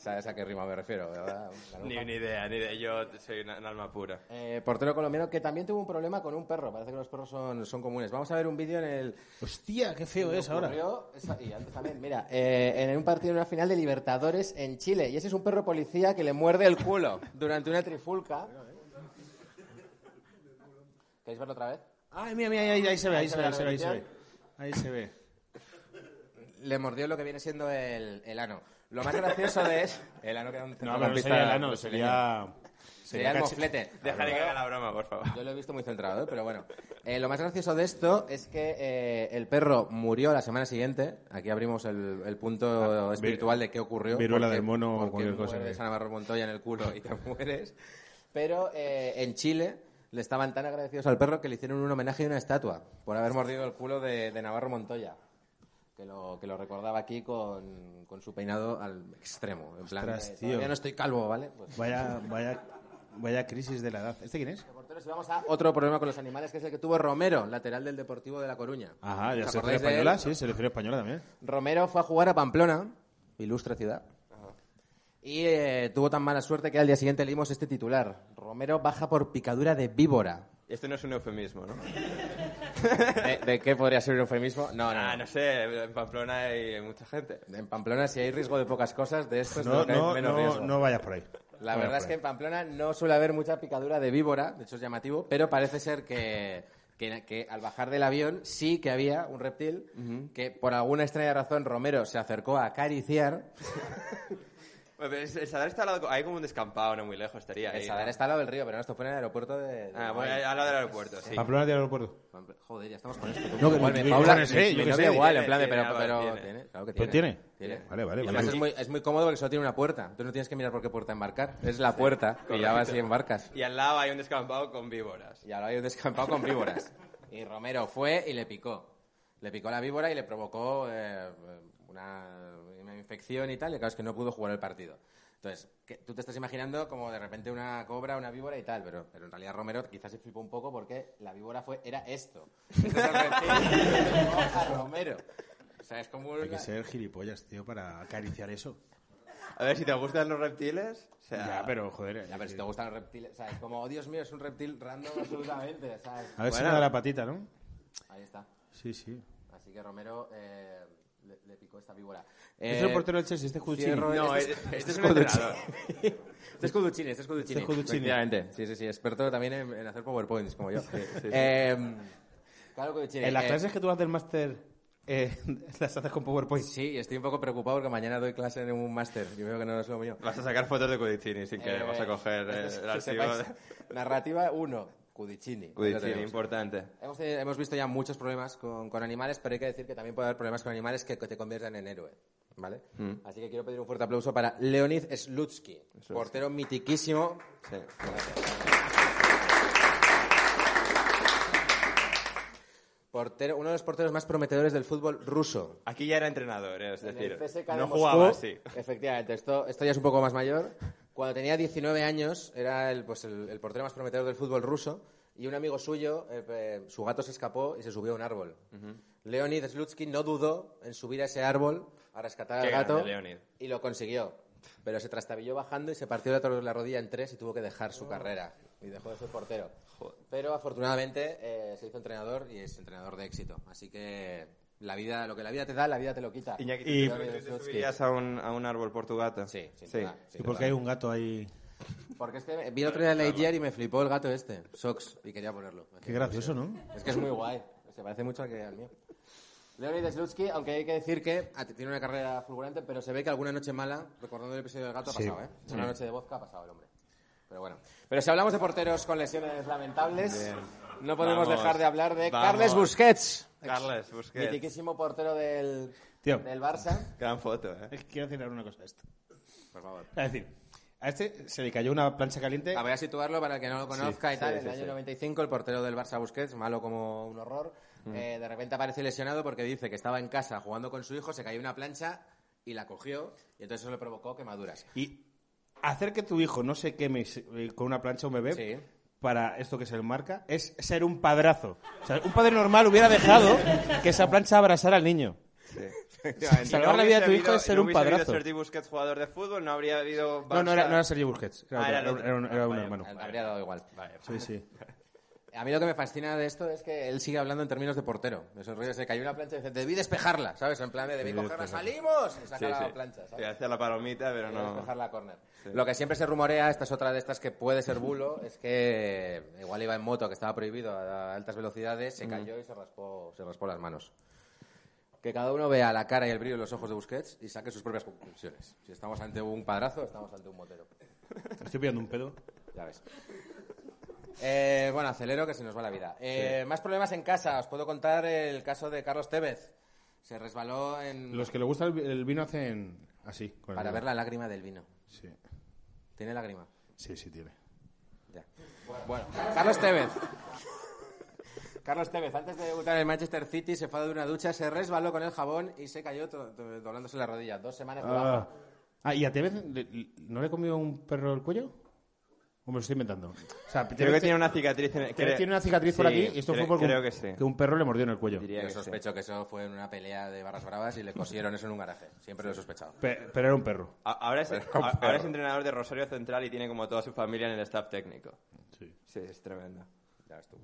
Speaker 1: ¿Sabes a qué rima me refiero? verdad?
Speaker 3: Ni, ni idea, ni idea. Yo soy una- un alma pura.
Speaker 1: Eh, portero colombiano que también tuvo un problema con un perro. Parece que los perros son, son comunes. Vamos a ver un vídeo en el.
Speaker 2: Hostia, qué feo es ahora.
Speaker 1: ocurrió- esa- y antes también, mira, eh, en un partido en una final de Libertadores en Chile. Y ese es un perro policía que le muerde el culo durante una trifulca. ¿Queréis verlo otra vez?
Speaker 2: Ay, mira, mira, ahí, ahí se ve, ahí se ve, ahí se ve, ahí se ve.
Speaker 1: repetición.
Speaker 2: Ahí se ve.
Speaker 1: le mordió lo que viene siendo el, el ano. Lo (laughs) más gracioso de es el ano que era un
Speaker 2: No, pero no sería el ano, sería.
Speaker 1: sería el
Speaker 2: cachi-
Speaker 1: moflete.
Speaker 3: Dejaré que haga la broma, por favor.
Speaker 1: Yo lo he visto muy centrado, ¿eh? pero bueno. Eh, lo más gracioso de esto es que eh, el perro murió la semana siguiente. Aquí abrimos el, el punto espiritual de qué ocurrió.
Speaker 2: Ah, viruela del mono o
Speaker 1: porque
Speaker 2: cualquier cosa
Speaker 1: muerdes
Speaker 2: que-
Speaker 1: a Navarro Montoya en el culo y te (laughs) mueres. Pero eh, en Chile le estaban tan agradecidos al perro que le hicieron un homenaje y una estatua por haber mordido el culo de, de Navarro Montoya. Que lo, que lo recordaba aquí con, con su peinado al extremo. En plan,
Speaker 2: Ostras,
Speaker 1: eh,
Speaker 2: tío.
Speaker 1: todavía no estoy calvo, ¿vale? Pues-
Speaker 2: Vaya, vaya, vaya crisis de la edad. ¿Este quién es?
Speaker 1: Porteros, y vamos a otro problema con los animales, que es el que tuvo Romero, lateral del Deportivo de La Coruña.
Speaker 2: Ajá, de la
Speaker 1: ¿Os
Speaker 2: selección
Speaker 1: acordáis de él?
Speaker 2: española, sí, selección española también.
Speaker 1: Romero fue a jugar a Pamplona, ilustre ciudad, y eh, tuvo tan mala suerte que al día siguiente leímos este titular. Romero baja por picadura de víbora.
Speaker 3: (laughs) Esto no es un eufemismo, ¿no?
Speaker 1: ¿De, de qué podría ser un eufemismo? No, no,
Speaker 3: Ah,
Speaker 1: no.
Speaker 3: no sé, en Pamplona hay mucha gente.
Speaker 1: En Pamplona, si hay riesgo de pocas cosas, de esto es de
Speaker 2: No,
Speaker 1: Pues lo que hay
Speaker 2: no,
Speaker 1: menos
Speaker 2: no,
Speaker 1: riesgo.
Speaker 2: no vayas por ahí.
Speaker 1: La verdad es que en Pamplona no suele haber mucha picadura de víbora, de hecho es llamativo, pero parece ser que, que- que al bajar del avión sí que había un reptil que por alguna extraña razón Romero se acercó a acariciar.
Speaker 3: Bueno, pero el Sadar está al lado, hay como un descampado no muy lejos, estaría ahí.
Speaker 1: El Sadar
Speaker 3: ¿no?
Speaker 1: está al lado del río, pero no, esto fue en el aeropuerto de... de
Speaker 3: Ah, bueno,
Speaker 1: Madrid.
Speaker 3: al lado del aeropuerto, sí.
Speaker 2: Pamplona tiene aeropuerto.
Speaker 1: Joder, ya estamos con esto.
Speaker 2: No, que-
Speaker 1: Igual me-
Speaker 2: yo- yo
Speaker 1: Paula,
Speaker 2: qué sé,
Speaker 1: mi-
Speaker 2: yo
Speaker 1: mi
Speaker 2: qué
Speaker 1: novia
Speaker 2: sé.
Speaker 1: igual, en
Speaker 3: Tiene,
Speaker 1: plan de,
Speaker 3: tiene,
Speaker 1: pero,
Speaker 3: algo
Speaker 1: pero
Speaker 3: tiene.
Speaker 1: tiene, claro que
Speaker 2: Pues
Speaker 1: tiene.
Speaker 2: tiene. Vale, vale,
Speaker 1: Y
Speaker 2: vale.
Speaker 1: además
Speaker 2: vale.
Speaker 1: es muy, es muy cómodo porque solo tiene una puerta. Tú no tienes que mirar por qué puerta embarcar. Es la puerta y ya vas y embarcas.
Speaker 3: Y al lado hay un descampado con víboras.
Speaker 1: Y ahora hay un descampado con víboras. Y Romero fue y le picó. Le picó la víbora y le provocó eh, una, una infección y tal. Y claro, es que no pudo jugar el partido. Entonces, que tú te estás imaginando como de repente una cobra, una víbora y tal. Pero, pero en realidad Romero quizás se flipó un poco porque la víbora fue, era esto. Entonces, (laughs) a Romero. O sea, es como
Speaker 2: Hay que
Speaker 1: una-
Speaker 2: ser gilipollas, tío, para acariciar eso.
Speaker 3: A ver, si te gustan los reptiles, o sea...
Speaker 2: Ya, pero joder.
Speaker 1: Ya, pero si te
Speaker 2: a ver
Speaker 1: gustan los reptiles, o sea, es como, oh Dios mío, es un reptil random absolutamente, ¿sabes?
Speaker 2: si
Speaker 3: Bueno.
Speaker 2: me da la patita, ¿no?
Speaker 1: Ahí está.
Speaker 2: Sí, sí.
Speaker 1: Así que Romero eh, le, le picó esta víbora.
Speaker 2: ¿Es
Speaker 1: Eh,
Speaker 2: el portero del Chelsea, este Cuchillo?
Speaker 1: cierro-
Speaker 3: No,
Speaker 1: este
Speaker 3: este es un
Speaker 1: Colucci.
Speaker 3: entrenador.
Speaker 1: Este es Colucini, este es Colucini.
Speaker 2: Este es Colucci.
Speaker 1: Efectivamente. Sí, sí, sí, experto también en, en hacer PowerPoints, como
Speaker 3: (laughs)
Speaker 1: yo. Eh, claro, Colucini.
Speaker 2: En las
Speaker 1: eh,
Speaker 2: clases que tú haces del máster, eh, (laughs) las haces con PowerPoint.
Speaker 1: Sí, estoy un poco preocupado porque mañana doy clase en un máster. Yo veo que no es lo mío.
Speaker 3: Vas a sacar fotos de Codicini sin que
Speaker 1: Eh,
Speaker 3: vas
Speaker 1: (laughs)
Speaker 3: a coger eh,
Speaker 1: entonces,
Speaker 3: el
Speaker 1: que
Speaker 3: archivo de...
Speaker 1: sepáis, (laughs) Narrativa 1, Cudicini.
Speaker 3: Codicini, importante.
Speaker 1: Hemos, tenido- hemos visto ya muchos problemas con, con animales, pero hay que decir que también puede haber problemas con animales que te conviertan en héroe. ¿Vale? Así que quiero pedir un fuerte aplauso para Leonid Slutsky, portero mitiquísimo.
Speaker 3: Sí.
Speaker 1: Portero, uno de los porteros más prometedores del fútbol ruso.
Speaker 3: Aquí ya era entrenador, eh, es
Speaker 1: En
Speaker 3: decir,
Speaker 1: el CSKA de
Speaker 3: no
Speaker 1: Moscú,
Speaker 3: jugaba así.
Speaker 1: (laughs) Efectivamente, esto, esto ya es un poco más mayor. Cuando tenía 19 años, era el, pues, el, el portero más prometedor del fútbol ruso. Y un amigo suyo, eh, eh, su gato se escapó y se subió a un árbol. Leonid Slutsky no dudó en subir a ese árbol a rescatar
Speaker 3: Qué
Speaker 1: al gato
Speaker 3: grande, Leonid.
Speaker 1: y lo consiguió. Pero se trastabilló bajando y se partió la, tor- la rodilla en tres y tuvo que dejar su carrera. Y dejó de ser portero. Pero afortunadamente eh, se hizo entrenador y es entrenador de éxito. Así que la vida, lo que la vida te da, la vida te lo quita.
Speaker 3: Iñaki,
Speaker 2: Y-
Speaker 3: ¿tú te subirías a un, a un árbol por tu gato?
Speaker 1: Sí, sin
Speaker 3: sí.
Speaker 1: duda,
Speaker 2: ¿Y
Speaker 1: sin
Speaker 2: por
Speaker 1: duda.
Speaker 2: qué hay un gato ahí?
Speaker 1: Porque es que vi el otro día en la IGR y me flipó el gato este, Sox, y quería ponerlo. Me
Speaker 2: Qué
Speaker 1: hacía
Speaker 2: gracioso, ¿no?
Speaker 1: ilusión. Es que es muy guay, se parece mucho al, que, al mío. Leonid Slutsky, aunque hay que decir que ah, tiene una carrera fulgurante, pero se ve que alguna noche mala, recordando el episodio del gato, ha pasado, ¿eh? Una noche de vodka ha pasado el hombre. Pero bueno. Pero si hablamos de porteros con lesiones lamentables, no podemos
Speaker 3: Vamos.
Speaker 1: dejar de hablar de
Speaker 3: Vamos.
Speaker 1: Carles Busquets.
Speaker 3: Carles Busquets.
Speaker 1: Mitiquísimo portero del,
Speaker 2: Tío.
Speaker 1: del Barça.
Speaker 3: Gran foto, ¿eh?
Speaker 2: Quiero decir ahora una cosa a esto.
Speaker 1: Por favor.
Speaker 2: Es decir, a este se le cayó una plancha caliente.
Speaker 1: Ah, voy a situarlo para el que no lo conozca y
Speaker 3: sí,
Speaker 1: tal.
Speaker 3: sí,
Speaker 1: en el
Speaker 3: sí.
Speaker 1: año 95, el portero del Barça Busquets, malo como un horror,
Speaker 3: Mm.
Speaker 1: eh, de repente aparece lesionado porque dice que estaba en casa jugando con su hijo, se cayó una plancha y la cogió, y entonces eso le provocó quemaduras.
Speaker 2: Y hacer que tu hijo no se queme eh, con una plancha o un bebé
Speaker 1: Sí.
Speaker 2: para esto que se le marca es ser un padrazo. O sea, un padre normal hubiera dejado que esa plancha abrasara al niño.
Speaker 3: (laughs)
Speaker 2: Salvar la vida a tu hijo es ser un padrazo.
Speaker 3: Si Sergi Busquets jugador de fútbol, no habría habido...
Speaker 2: No, no
Speaker 3: Barça-
Speaker 2: era, no era Sergio Busquets, era, otro,
Speaker 3: Ah, era
Speaker 2: era
Speaker 3: el
Speaker 2: un-
Speaker 3: otro.
Speaker 2: era un, era un
Speaker 3: Vale,
Speaker 2: hermano.
Speaker 3: vale.
Speaker 1: Habría dado igual.
Speaker 2: Sí, sí.
Speaker 1: (laughs) A mí lo que me fascina de esto es que él sigue hablando en términos de portero. Esos rollos de cayó una plancha y dice, debí despejarla, ¿sabes? En plan de, debí cogerla, salimos, y saca
Speaker 3: Sí,
Speaker 1: la
Speaker 3: sí.
Speaker 1: plancha, ¿sabes?
Speaker 3: Sí, hacía la palomita,
Speaker 2: Eh,
Speaker 3: pero
Speaker 1: Quiero
Speaker 3: no...
Speaker 1: despejar la córner. Lo que siempre se rumorea, esta es otra de estas que puede ser bulo, es que eh, igual iba en moto, que estaba prohibido a altas velocidades, se cayó y se raspó, se raspó las manos. Que cada uno vea la cara y el brillo en los ojos de Busquets y saque sus propias conclusiones. Si estamos ante un padrazo, estamos ante un motero.
Speaker 2: Estoy pillando un pedo.
Speaker 1: Ya ves. Eh, bueno, acelero que se nos va la vida. Eh, Más problemas en casa. Os puedo contar el caso de Carlos Tevez. Se resbaló en...
Speaker 2: Los que le gusta el, vi- el vino hacen así. con el
Speaker 1: para
Speaker 2: dedo.
Speaker 1: ver la lágrima del vino.
Speaker 2: Sí.
Speaker 1: ¿Tiene lágrima?
Speaker 2: sí, sí tiene.
Speaker 1: Ya. Bueno, Carlos Tevez. (laughs) Carlos Tevez, antes de debutar en el Manchester City, se fue de una ducha, se resbaló con el jabón y se cayó to- to- doblándose la rodilla. Dos semanas de
Speaker 2: Ah,
Speaker 1: baja.
Speaker 2: Ah, ¿y a Tevez le- le- no le comió un perro el cuello? ¿O me lo estoy inventando? O sea,
Speaker 3: Creo que tiene una cicatriz... En...
Speaker 2: Tevez
Speaker 3: creo-
Speaker 2: tiene una cicatriz por
Speaker 3: Sí,
Speaker 2: aquí y esto
Speaker 3: creo-
Speaker 2: fue porque
Speaker 3: Creo
Speaker 2: un,
Speaker 3: que sí.
Speaker 2: que un perro le mordió en el cuello.
Speaker 3: Diría
Speaker 1: Yo
Speaker 3: que sí.
Speaker 1: sospecho que eso fue en una pelea de barras bravas y le cosieron eso en un garaje. Siempre lo he sospechado.
Speaker 2: Pe- pero era un perro.
Speaker 3: A-
Speaker 2: (laughs)
Speaker 3: Ahora es, a- ahora es entrenador de Rosario Central y tiene como toda su familia en el staff técnico.
Speaker 2: Sí.
Speaker 3: Sí, es tremendo.
Speaker 1: Ya ves tú.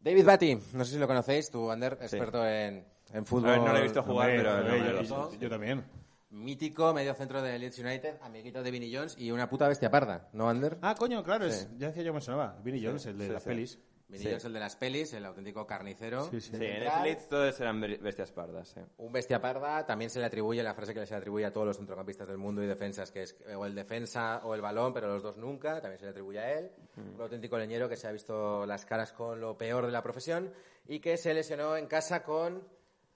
Speaker 1: David Batty, no sé si lo conocéis, tú, Ander, experto en, en
Speaker 3: A
Speaker 1: fútbol.
Speaker 3: ver, no lo he visto jugar,
Speaker 2: Hombre,
Speaker 3: pero...
Speaker 2: hombre,
Speaker 3: no me
Speaker 2: yo,
Speaker 3: lo-
Speaker 2: yo- yo también.
Speaker 1: mítico medio centro de Leeds United, amiguito de Vinny Jones y una puta bestia parda, ¿no, Ander?
Speaker 2: Ah, coño, claro, es-
Speaker 3: Sí.
Speaker 2: ya decía yo me sonaba. Vinnie Jones, el de
Speaker 3: sí,
Speaker 2: las
Speaker 3: sí.
Speaker 2: pelis.
Speaker 1: Vinny
Speaker 3: Sí.
Speaker 1: Jones, el de las pelis, el auténtico carnicero.
Speaker 2: Sí, sí.
Speaker 3: Sí, en el Leeds todos eran be- bestias pardas, sí. Eh,
Speaker 1: Un bestia parda, también se le atribuye la frase que se le atribuye a todos los centrocampistas del mundo y defensas, que es eh, o el defensa o el balón, pero los dos nunca, también se le atribuye a él. Un auténtico leñero que se ha visto las caras con lo peor de la profesión y que se lesionó en casa con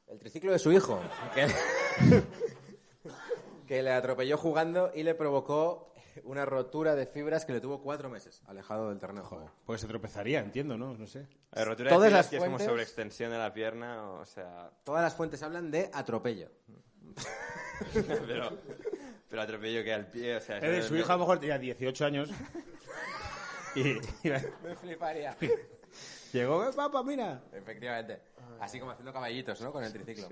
Speaker 1: el triciclo de su hijo, que, (laughs) que le atropelló jugando y le provocó una rotura de fibras que le tuvo cuatro meses alejado del terreno de juego.
Speaker 2: Pues se tropezaría, entiendo, ¿no? No sé.
Speaker 3: La rotura
Speaker 1: Todas
Speaker 3: de
Speaker 1: las
Speaker 3: fibras que es como
Speaker 1: fuentes-
Speaker 3: sobreextensión de la pierna, o sea... (laughs)
Speaker 1: Todas las fuentes hablan de atropello.
Speaker 3: pero, pero atropello que al pie, o sea...
Speaker 2: Es Eh, de
Speaker 3: eso
Speaker 2: su
Speaker 3: no-
Speaker 2: hija a lo mejor tenía 18
Speaker 3: (laughs)
Speaker 2: años. y, y
Speaker 1: Me fliparía.
Speaker 2: llegó, "Eh, papá, mira.
Speaker 1: Efectivamente. Así como haciendo caballitos, ¿no? Con el triciclo.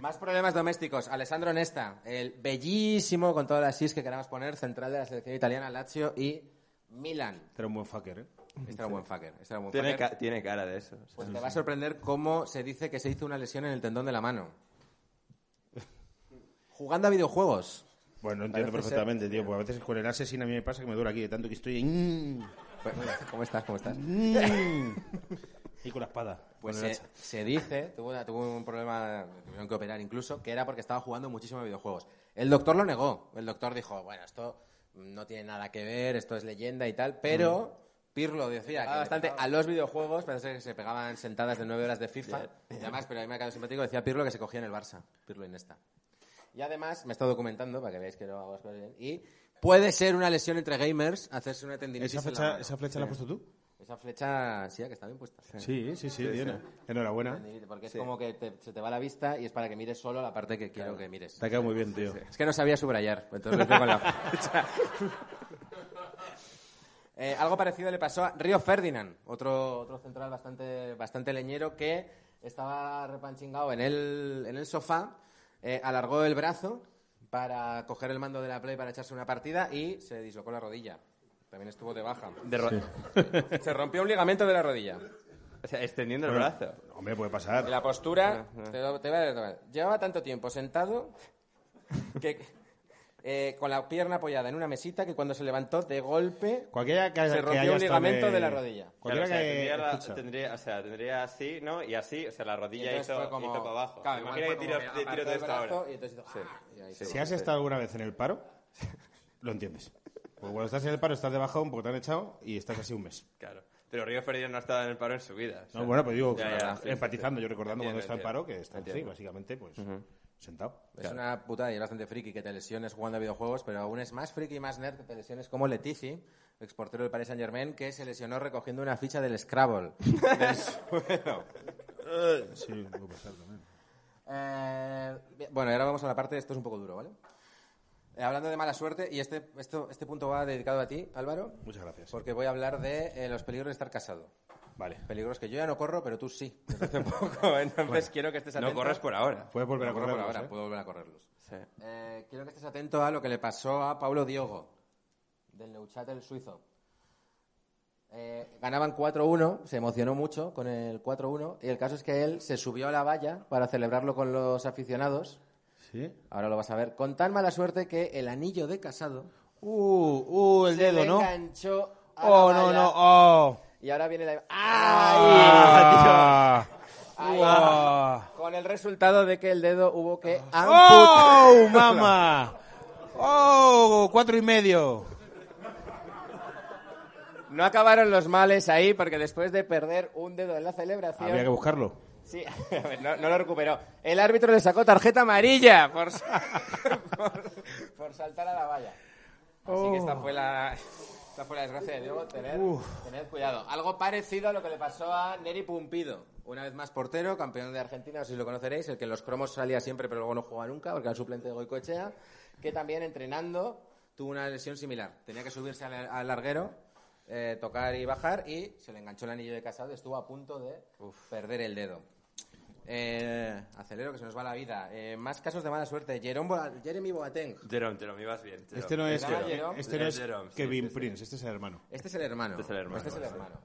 Speaker 1: Más problemas domésticos. Alessandro Nesta, el bellísimo, con todas las is que queramos poner, central de la selección italiana, Lazio y Milan.
Speaker 2: Era un buen fucker, ¿eh?
Speaker 1: Este era un buen fucker. Este era un buen
Speaker 3: Tiene,
Speaker 1: fucker.
Speaker 3: ca- tiene cara de eso. o sea.
Speaker 1: Pues te va a sorprender cómo se dice que se hizo una lesión en el tendón de la
Speaker 3: (laughs)
Speaker 1: mano. Jugando a videojuegos.
Speaker 2: Bueno, entiendo
Speaker 1: Parece
Speaker 2: perfectamente, tío. Porque a veces con el asesino a mí me pasa que me dura aquí de tanto que
Speaker 3: (laughs)
Speaker 2: estoy. mm,
Speaker 1: Pues, ¿Cómo estás? ¿Cómo estás?
Speaker 2: mm, y con la espada.
Speaker 1: Pues
Speaker 2: con el
Speaker 1: se,
Speaker 2: hacha.
Speaker 1: se dice, tuvo, una- tuvo un problema, tuvieron que operar incluso, que era porque estaba jugando muchísimo a videojuegos. El doctor lo negó. El doctor dijo, bueno, esto no tiene nada que ver, esto es leyenda y tal, pero Pirlo decía que bastante a los videojuegos, parece que se pegaban sentadas de nueve horas de FIFA. Y además, pero a mí me ha quedado simpático, decía Pirlo que se cogía en el Barça, Pirlo y Nesta. Y además, me he estado documentando para que veáis que lo hago las cosas bien. Y puede ser una lesión entre gamers hacerse una tendinitis
Speaker 2: ¿Esa
Speaker 1: en la
Speaker 2: flecha,
Speaker 1: mano.
Speaker 2: esa flecha la has puesto tú?
Speaker 1: Esa flecha, sí, que está bien puesta.
Speaker 2: Sí, sí, sí, tiene. Enhorabuena.
Speaker 1: Tendinite, Porque es como que te- se te va la vista y es para que mires solo la parte que quiero que mires.
Speaker 2: Te ha quedado muy bien, tío.
Speaker 1: Es que no sabía subrayar, entonces lo hice con la flecha. Eh, algo parecido le pasó a Río Ferdinand, otro, otro central bastante, bastante leñero que estaba repanchingado en el, en el sofá, eh, alargó el brazo para coger el mando de la play para echarse una partida y se dislocó la rodilla. También estuvo de baja.
Speaker 3: De ro-
Speaker 1: Se rompió un ligamento de la rodilla.
Speaker 3: O sea, extendiendo el
Speaker 2: Bueno,
Speaker 3: brazo.
Speaker 2: Hombre, puede pasar.
Speaker 1: La postura, te, lo- te voy a- te voy a- llevaba tanto tiempo sentado que (laughs) eh, con la pierna apoyada en una mesita que cuando se levantó de golpe
Speaker 2: Cualquiera que haya-
Speaker 1: Se
Speaker 2: que
Speaker 1: rompió
Speaker 2: haya
Speaker 1: un
Speaker 2: estado
Speaker 1: ligamento
Speaker 2: en-
Speaker 1: de la rodilla.
Speaker 3: Claro,
Speaker 2: Cualquiera
Speaker 3: o sea,
Speaker 2: que.
Speaker 3: tendría, la-
Speaker 2: escucha.
Speaker 3: tendría- o sea, tendría así, ¿no? Y así, o sea, la
Speaker 1: y
Speaker 3: rodilla
Speaker 1: entonces
Speaker 3: hizo,
Speaker 1: fue como-
Speaker 3: hizo para abajo.
Speaker 1: claro,
Speaker 3: Imagina que
Speaker 1: igual fue
Speaker 3: tiro,
Speaker 1: como que
Speaker 3: tiro
Speaker 1: apartó
Speaker 3: todo esto
Speaker 1: el brazo
Speaker 3: ahora.
Speaker 1: y entonces hizo, ah, y ahí se
Speaker 2: Si
Speaker 1: fue.
Speaker 2: has estado alguna vez en el paro, lo entiendes. Porque cuando estás en el paro estás de bajón porque te han echado y estás así un mes.
Speaker 3: Claro. Pero Río Ferdinand no ha estado en el paro en su vida. o sea.
Speaker 2: No, bueno, pues digo,
Speaker 3: Ya, ya, (laughs) sí,
Speaker 2: empatizando,
Speaker 3: sí, sí.
Speaker 2: yo recordando cuando
Speaker 3: Entiendo,
Speaker 2: está en
Speaker 3: entiendo.
Speaker 2: paro, que está así,
Speaker 3: Entiendo.
Speaker 2: básicamente, pues, sentado.
Speaker 1: Es una putada y es bastante friki que te lesiones jugando a videojuegos, pero aún es más friki y más nerd que te lesiones como Letici, exportero del Paris Saint Germain, que se lesionó recogiendo una ficha del Scrabble. del suelo.
Speaker 2: (laughs) Sí, puede pasar también.
Speaker 1: Eh, bien, bueno, y ahora vamos a la parte, esto es un poco duro, ¿vale? Eh, hablando de mala suerte, y este, esto, este punto va dedicado a ti, Álvaro,
Speaker 2: Muchas gracias.
Speaker 1: porque voy a hablar de eh, los peligros de estar casado.
Speaker 2: Vale.
Speaker 1: Peligros que yo ya no corro, pero tú sí. desde hace (laughs) poco,
Speaker 3: pues
Speaker 1: entonces quiero que estés
Speaker 3: No
Speaker 1: atento.
Speaker 3: corras por ahora.
Speaker 2: Puedes volver a
Speaker 1: No
Speaker 2: ¿eh?
Speaker 1: corro
Speaker 2: correr
Speaker 1: por ahora,
Speaker 2: ahora.
Speaker 1: ¿eh? puedo volver a correrlos.
Speaker 3: Sí.
Speaker 1: Eh, quiero que estés atento a lo que le pasó a Paulo Diogo, del Neuchâtel el suizo. Eh, ganaban 4-1, se emocionó mucho con el 4-1, y el caso es que él se subió a la valla para celebrarlo con los aficionados.
Speaker 2: Sí.
Speaker 1: Ahora lo vas a ver. Con tan mala suerte que el anillo de casado
Speaker 2: Uh, uh, el
Speaker 1: se
Speaker 2: dedo,
Speaker 1: le
Speaker 2: ¿no?
Speaker 1: enganchó a
Speaker 2: Oh,
Speaker 1: la
Speaker 2: no,
Speaker 1: valla.
Speaker 2: no, oh.
Speaker 1: Y ahora viene la...
Speaker 2: Ah,
Speaker 1: Ahí.
Speaker 2: Ah.
Speaker 1: Con el resultado de que el dedo hubo que amputar.
Speaker 2: ¡Oh, (laughs) mamá! ¡Oh, cuatro y medio!
Speaker 1: No acabaron los males ahí porque después de perder un dedo en la celebración...
Speaker 2: Habría que buscarlo.
Speaker 1: Sí, (laughs) a ver, no, no lo recuperó. El árbitro le sacó tarjeta amarilla por, sa- (laughs) por, por saltar a la valla. Así que esta fue la, esta fue la desgracia de Diego. Tener, tened cuidado. Algo parecido a lo que le pasó a Neri Pumpido. Una vez más portero, campeón de Argentina, no sé si lo conoceréis, el que en los cromos salía siempre pero luego no jugaba nunca porque era el suplente de Goicoechea, que también entrenando tuvo una lesión similar. Tenía que subirse al, al larguero, eh, tocar y bajar y se le enganchó el anillo de casado y estuvo a punto de perder el dedo. Eh, acelero, que se nos va la vida. Eh, más casos de mala suerte. Jerome Boa- Jeremy Boateng.
Speaker 3: Jerome, Jerome, ibas bien. Jerome.
Speaker 2: Este no es,
Speaker 1: Jerome.
Speaker 2: este no es
Speaker 3: Jerome, sí,
Speaker 2: Kevin
Speaker 3: sí, sí.
Speaker 2: Prince, este es el hermano.
Speaker 1: Este es el hermano.
Speaker 3: Este es el hermano,
Speaker 1: Este es el
Speaker 3: sí.
Speaker 1: hermano.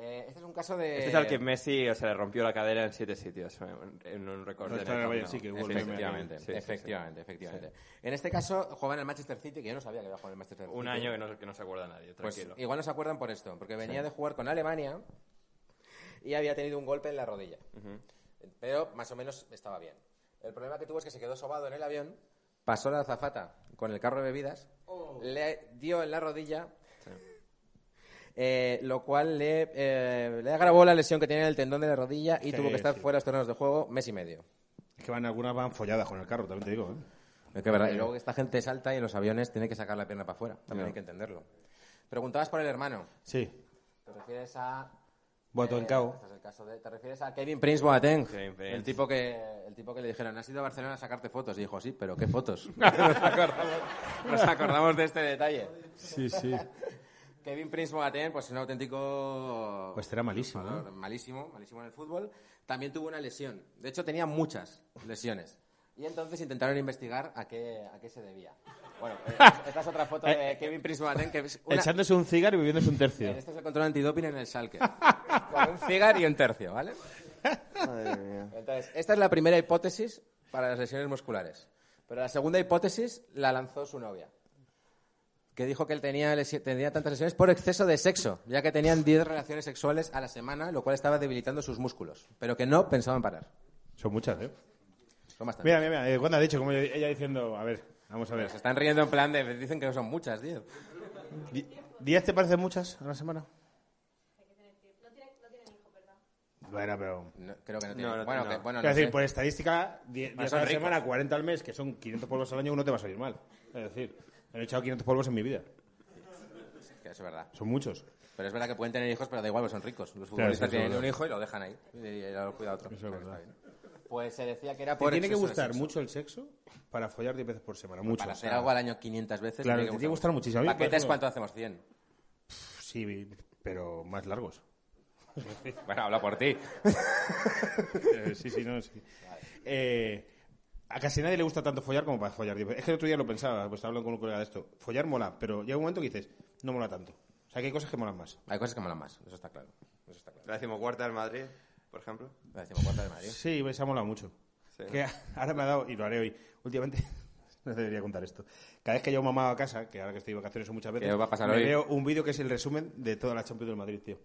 Speaker 1: Eh, este es un caso de...
Speaker 3: Este es al que Messi o sea, le rompió la cadera en siete sitios, en- en un récord
Speaker 2: No,
Speaker 3: de
Speaker 2: está en el Bayern, sí
Speaker 3: camino.
Speaker 2: que hubo el meme.
Speaker 1: Efectivamente,
Speaker 3: Sí, sí, sí.
Speaker 1: efectivamente, efectivamente. En este caso jugaba en el Manchester City, que yo no sabía que iba a jugar en el Manchester City.
Speaker 3: Un año que no, que no se acuerda nadie,
Speaker 1: Pues
Speaker 3: tranquilo.
Speaker 1: igual no se acuerdan por esto, porque venía de jugar con Alemania y había tenido un golpe en la rodilla. Pero más o menos estaba bien. El problema que tuvo es que se quedó sobado en el avión, pasó la azafata con el carro de bebidas, le dio en la rodilla, eh, lo cual le, eh, le agravó la lesión que tenía en el tendón de la rodilla y
Speaker 2: Sí,
Speaker 1: tuvo que estar
Speaker 2: sí.
Speaker 1: fuera de los terrenos de juego mes y medio.
Speaker 2: Es que van algunas van folladas con el carro, también te digo. ¿eh?
Speaker 1: Es que es verdad, Y luego que esta gente salta y en los aviones tiene que sacar la pierna para afuera. También hay que entenderlo. Preguntabas por el hermano.
Speaker 2: Sí.
Speaker 1: ¿Te refieres a
Speaker 2: Boatoncao.
Speaker 1: este es el caso de- ¿Te refieres a Kevin Prince Boateng?
Speaker 3: Kevin Prince.
Speaker 1: El, tipo que, el tipo que le dijeron, has ido a Barcelona a sacarte fotos. Y dijo, sí, pero ¿qué fotos? (laughs) nos, acordamos, nos acordamos de este detalle.
Speaker 2: Sí, sí.
Speaker 1: Kevin Prince Boateng, pues un auténtico...
Speaker 2: Pues era malísimo, ¿no?
Speaker 1: jugador Malísimo, malísimo en el fútbol. También tuvo una lesión. De hecho, tenía muchas lesiones. Y entonces intentaron investigar a qué, a qué se debía. Bueno, eh, esta es otra
Speaker 2: (laughs)
Speaker 1: foto de Kevin Prince Boateng, que
Speaker 2: eh,
Speaker 1: es una,
Speaker 2: Echándose un cigarro y bebiéndose un tercio.
Speaker 1: este es el control antidoping en
Speaker 2: (laughs)
Speaker 1: el Schalke. Con un cigar y un tercio, ¿vale? Entonces, esta es la primera hipótesis para las lesiones musculares. Pero la segunda hipótesis la lanzó su novia. Que dijo que él tenía, lesi- tenía tantas lesiones por exceso de sexo, ya que tenían 10 relaciones sexuales a la semana, lo cual estaba debilitando sus músculos. Pero que no pensaban parar.
Speaker 2: Son muchas, ¿eh?
Speaker 1: Son bastantes.
Speaker 2: Mira, mira, mira. eh, Wanda ha dicho, como ella diciendo, a ver, vamos a ver.
Speaker 1: Se están riendo en plan de. Dicen que no son muchas, tío.
Speaker 2: Di- ¿Diez te parecen muchas a la semana? Bueno, pero...
Speaker 1: No, creo que no tienen.
Speaker 3: No, no,
Speaker 1: bueno,
Speaker 3: no.
Speaker 1: que- bueno, no
Speaker 2: Quiero decir, pues-
Speaker 1: sé.
Speaker 2: por estadística, 10
Speaker 1: Bueno,
Speaker 2: días
Speaker 1: son
Speaker 2: a la
Speaker 1: ricos.
Speaker 2: semana, 40 al mes, que son 500 polvos al año, uno te va a salir mal. Es decir, he echado 500 polvos en mi vida.
Speaker 1: Que es verdad.
Speaker 2: Son muchos.
Speaker 1: Pero es verdad que pueden tener hijos, pero da igual, pues son ricos. Los
Speaker 2: Claro,
Speaker 1: futbolistas
Speaker 2: sí, eso
Speaker 1: tienen
Speaker 2: es
Speaker 1: un hijo y lo dejan ahí. Y y lo cuida otro.
Speaker 2: Eso es
Speaker 1: Está
Speaker 2: verdad.
Speaker 1: bien. Pues se decía que era
Speaker 2: Te
Speaker 1: por.
Speaker 2: tiene que
Speaker 1: exceso de
Speaker 2: gustar
Speaker 1: sexo.
Speaker 2: mucho el sexo para follar 10 veces por semana. Mucho.
Speaker 1: Pues
Speaker 2: o
Speaker 1: Para hacer
Speaker 2: sea,
Speaker 1: algo al año 500 veces.
Speaker 2: Claro, te tiene que gustar muchísimo. pues A mí, por
Speaker 1: ¿Paquetes
Speaker 2: ejemplo-
Speaker 1: cuánto hacemos? 100.
Speaker 2: Sí, pero más
Speaker 1: (laughs)
Speaker 2: largos.
Speaker 1: Bueno, habla por ti.
Speaker 2: Eh, sí, sí, no, sí. Eh, a casi nadie le gusta tanto follar como para follar. Es que el otro día lo pensaba, pues estaba hablando con un colega de esto. Follar mola, pero llega un momento que dices, no mola tanto. O sea, que hay cosas que molan más.
Speaker 1: Hay cosas que molan más, eso está claro. Eso está claro.
Speaker 3: La decimocuarta del Madrid, por ejemplo.
Speaker 1: La decimocuarta de Madrid.
Speaker 2: Sí, pues, se ha molado mucho.
Speaker 3: Sí.
Speaker 2: Que (laughs) ahora me ha dado, y lo haré hoy, últimamente, (laughs) no debería contar esto. Cada vez que llevo mamado a casa, que ahora que estoy de vacaciones son muchas veces,
Speaker 1: Que va a pasar
Speaker 2: me
Speaker 1: hoy.
Speaker 2: veo un vídeo que es el resumen de toda la Champions del Madrid, tío.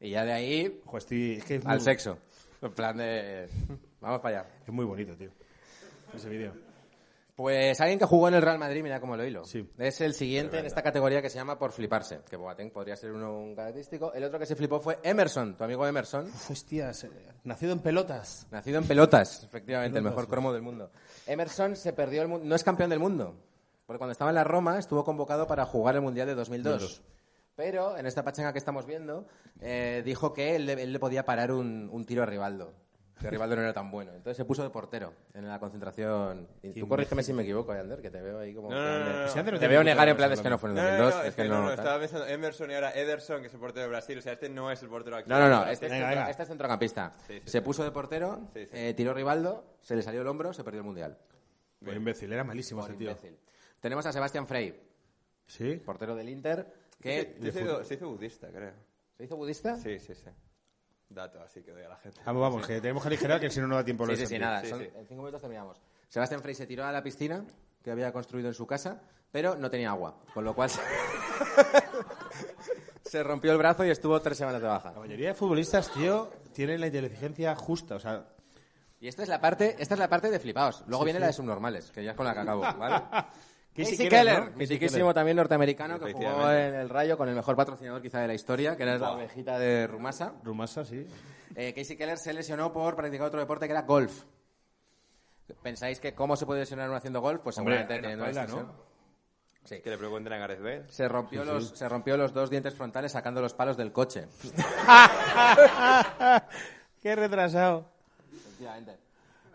Speaker 1: Y ya de ahí,
Speaker 2: Ojo, estoy- es que es
Speaker 1: al
Speaker 2: muy-
Speaker 1: sexo. En plan de. Vamos para allá.
Speaker 2: Es muy bonito, tío. Ese vídeo.
Speaker 1: Pues alguien que jugó en el Real Madrid, mira cómo lo hilo.
Speaker 2: Sí.
Speaker 1: Es el siguiente en esta categoría que se llama por fliparse, que Boateng podría ser uno un característico. El otro que se flipó fue Emerson, tu amigo Emerson,
Speaker 2: Hostias, eh, nacido en pelotas.
Speaker 1: nacido en pelotas, efectivamente, el
Speaker 2: Pelotas,
Speaker 1: mejor
Speaker 2: sí.
Speaker 1: cromo del mundo. Emerson se perdió el mundo, no es campeón del mundo, porque cuando estaba en la Roma estuvo convocado para jugar el Mundial de 2002. Pero en esta pachanga que estamos viendo, eh, dijo que él, le- él le podía parar un, un tiro a Rivaldo. Que Rivaldo no era tan bueno. Entonces se puso de portero en la concentración. Y tú corrígeme si me equivoco, Ander, que te veo ahí como...
Speaker 3: No, no, no, no.
Speaker 2: Si antes no
Speaker 1: Te
Speaker 2: tenía
Speaker 1: veo
Speaker 2: ni
Speaker 1: negar en
Speaker 2: problemas
Speaker 1: plan, es que
Speaker 2: hablando.
Speaker 1: no fue en el
Speaker 3: No, no,
Speaker 1: 2002,
Speaker 3: no,
Speaker 1: es que no... tal.
Speaker 3: estaba pensando Emerson y ahora Ederson, que es el portero de Brasil. O sea, este no es el portero actual.
Speaker 1: No, no, no,
Speaker 3: Ahora,
Speaker 1: este, es
Speaker 2: Venga,
Speaker 1: centro-
Speaker 2: venga.
Speaker 1: este es centrocampista.
Speaker 3: Sí, sí,
Speaker 1: se puso de portero,
Speaker 3: Sí, sí.
Speaker 1: eh, tiró Rivaldo, se le salió el hombro, se perdió el Mundial.
Speaker 2: Por imbécil, era malísimo
Speaker 1: Por
Speaker 2: ese tío.
Speaker 1: imbécil. Tenemos a Sebastián Frey,
Speaker 2: ¿Sí?
Speaker 1: portero del Inter, que...
Speaker 3: Se hizo, se hizo budista, creo.
Speaker 1: ¿Se hizo budista?
Speaker 3: Sí, sí, sí. Dato así que doy a la gente.
Speaker 2: Vamos, vamos, que tenemos que aligerar que si no, no da tiempo a
Speaker 1: Sí,
Speaker 2: lo
Speaker 1: sí,
Speaker 2: de
Speaker 1: sí,
Speaker 2: Santi.
Speaker 1: nada.
Speaker 3: Sí,
Speaker 1: son-
Speaker 3: sí.
Speaker 1: En cinco minutos terminamos. Sebastián Frey se tiró a la piscina que había construido en su casa, pero no tenía agua, con lo cual se, (laughs) se rompió el brazo y estuvo tres semanas de baja.
Speaker 2: La mayoría de futbolistas, tío, tienen la inteligencia justa. O sea,
Speaker 1: Y esta es la parte, esta es la parte de flipaos. Luego viene la de subnormales, que ya es con la que acabo, ¿vale? Casey
Speaker 2: Casey
Speaker 1: Keller,
Speaker 2: Keller, ¿no? Casey
Speaker 1: mitiquísimo
Speaker 2: Keller.
Speaker 1: también norteamericano que jugó
Speaker 3: Efectivamente.
Speaker 1: en el Rayo con el mejor patrocinador quizá de la historia, que era la ovejita de Rumasa.
Speaker 2: Rumasa, sí.
Speaker 1: Eh, Casey Keller se lesionó por practicar otro deporte que era golf. ¿Pensáis que cómo se puede lesionar uno haciendo golf? Pues
Speaker 2: Hombre,
Speaker 1: seguramente
Speaker 2: en la
Speaker 1: teniendo una
Speaker 2: espalda,
Speaker 1: lesión. Sí.
Speaker 3: Que le pregunten a Gareth Bale.
Speaker 1: Se rompió, los, se rompió los dos dientes frontales sacando los palos del coche.
Speaker 2: Qué retrasado.
Speaker 1: Efectivamente.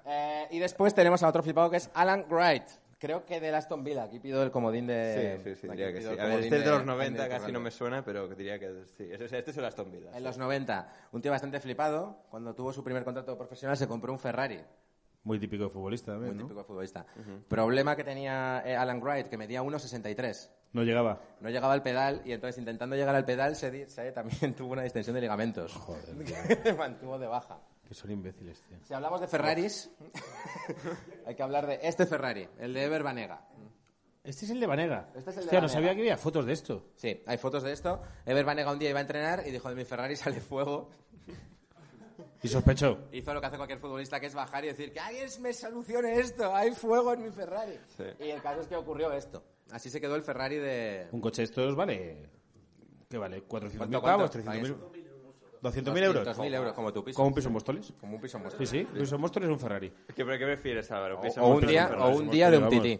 Speaker 1: Eh, y después tenemos a otro flipado que es Alan Wright. Creo que del Aston Villa. Aquí pido el comodín de...
Speaker 3: Sí, sí, sí,
Speaker 1: aquí
Speaker 3: diría que
Speaker 1: pido
Speaker 3: sí.
Speaker 1: el
Speaker 3: A ver,
Speaker 1: comodín
Speaker 3: este es de los
Speaker 1: Andy
Speaker 3: 90, casi
Speaker 1: Currante.
Speaker 3: no me suena, pero diría que sí. Es- es- Este es el Aston Villa.
Speaker 1: En los 90, un tío bastante flipado, cuando tuvo su primer contrato profesional se compró un Ferrari.
Speaker 2: Muy típico de futbolista también,
Speaker 1: Muy
Speaker 2: ¿no?
Speaker 1: típico futbolista. Problema que tenía eh, Alan Wright, que medía 1,63.
Speaker 2: No llegaba.
Speaker 1: No llegaba al pedal y entonces intentando llegar al pedal se, di- se también (laughs) tuvo una distensión de ligamentos. (laughs) que mantuvo de baja.
Speaker 2: Que son imbéciles, tío.
Speaker 1: Si hablamos de Ferraris, hay que hablar de este Ferrari, el de Ever Banega.
Speaker 2: Este es el de Vanega.
Speaker 1: Este es el de
Speaker 2: Hostia, no
Speaker 1: Vanega.
Speaker 2: sabía que había fotos de esto.
Speaker 1: Sí, hay fotos de esto. Ever Banega un día iba a entrenar y dijo, de mi Ferrari (laughs) sale fuego.
Speaker 2: Y sospechó.
Speaker 1: Hizo lo que hace cualquier futbolista, que es bajar y decir, que alguien me solucione esto, hay fuego en mi Ferrari.
Speaker 3: Sí.
Speaker 1: Y el caso es que ocurrió esto. Así se quedó el Ferrari de...
Speaker 2: Un coche de estos vale... ¿Qué vale? ¿400.000
Speaker 1: ¿Cuánto,
Speaker 2: pavos?
Speaker 1: cuánto?
Speaker 2: ¿300.000? ¿200.000 euros?
Speaker 1: 200.000 euros, como tu piso.
Speaker 2: ¿Con un piso en Móstoles?
Speaker 1: Como un piso en Boston.
Speaker 2: Sí, sí. Un piso en Móstoles es un Ferrari.
Speaker 3: ¿Qué, pero ¿Qué prefieres, Álvaro? ¿Piso
Speaker 1: O un
Speaker 3: Montes
Speaker 1: día-
Speaker 3: Ferrari?
Speaker 1: o un día de un
Speaker 2: Vamos.
Speaker 1: tití.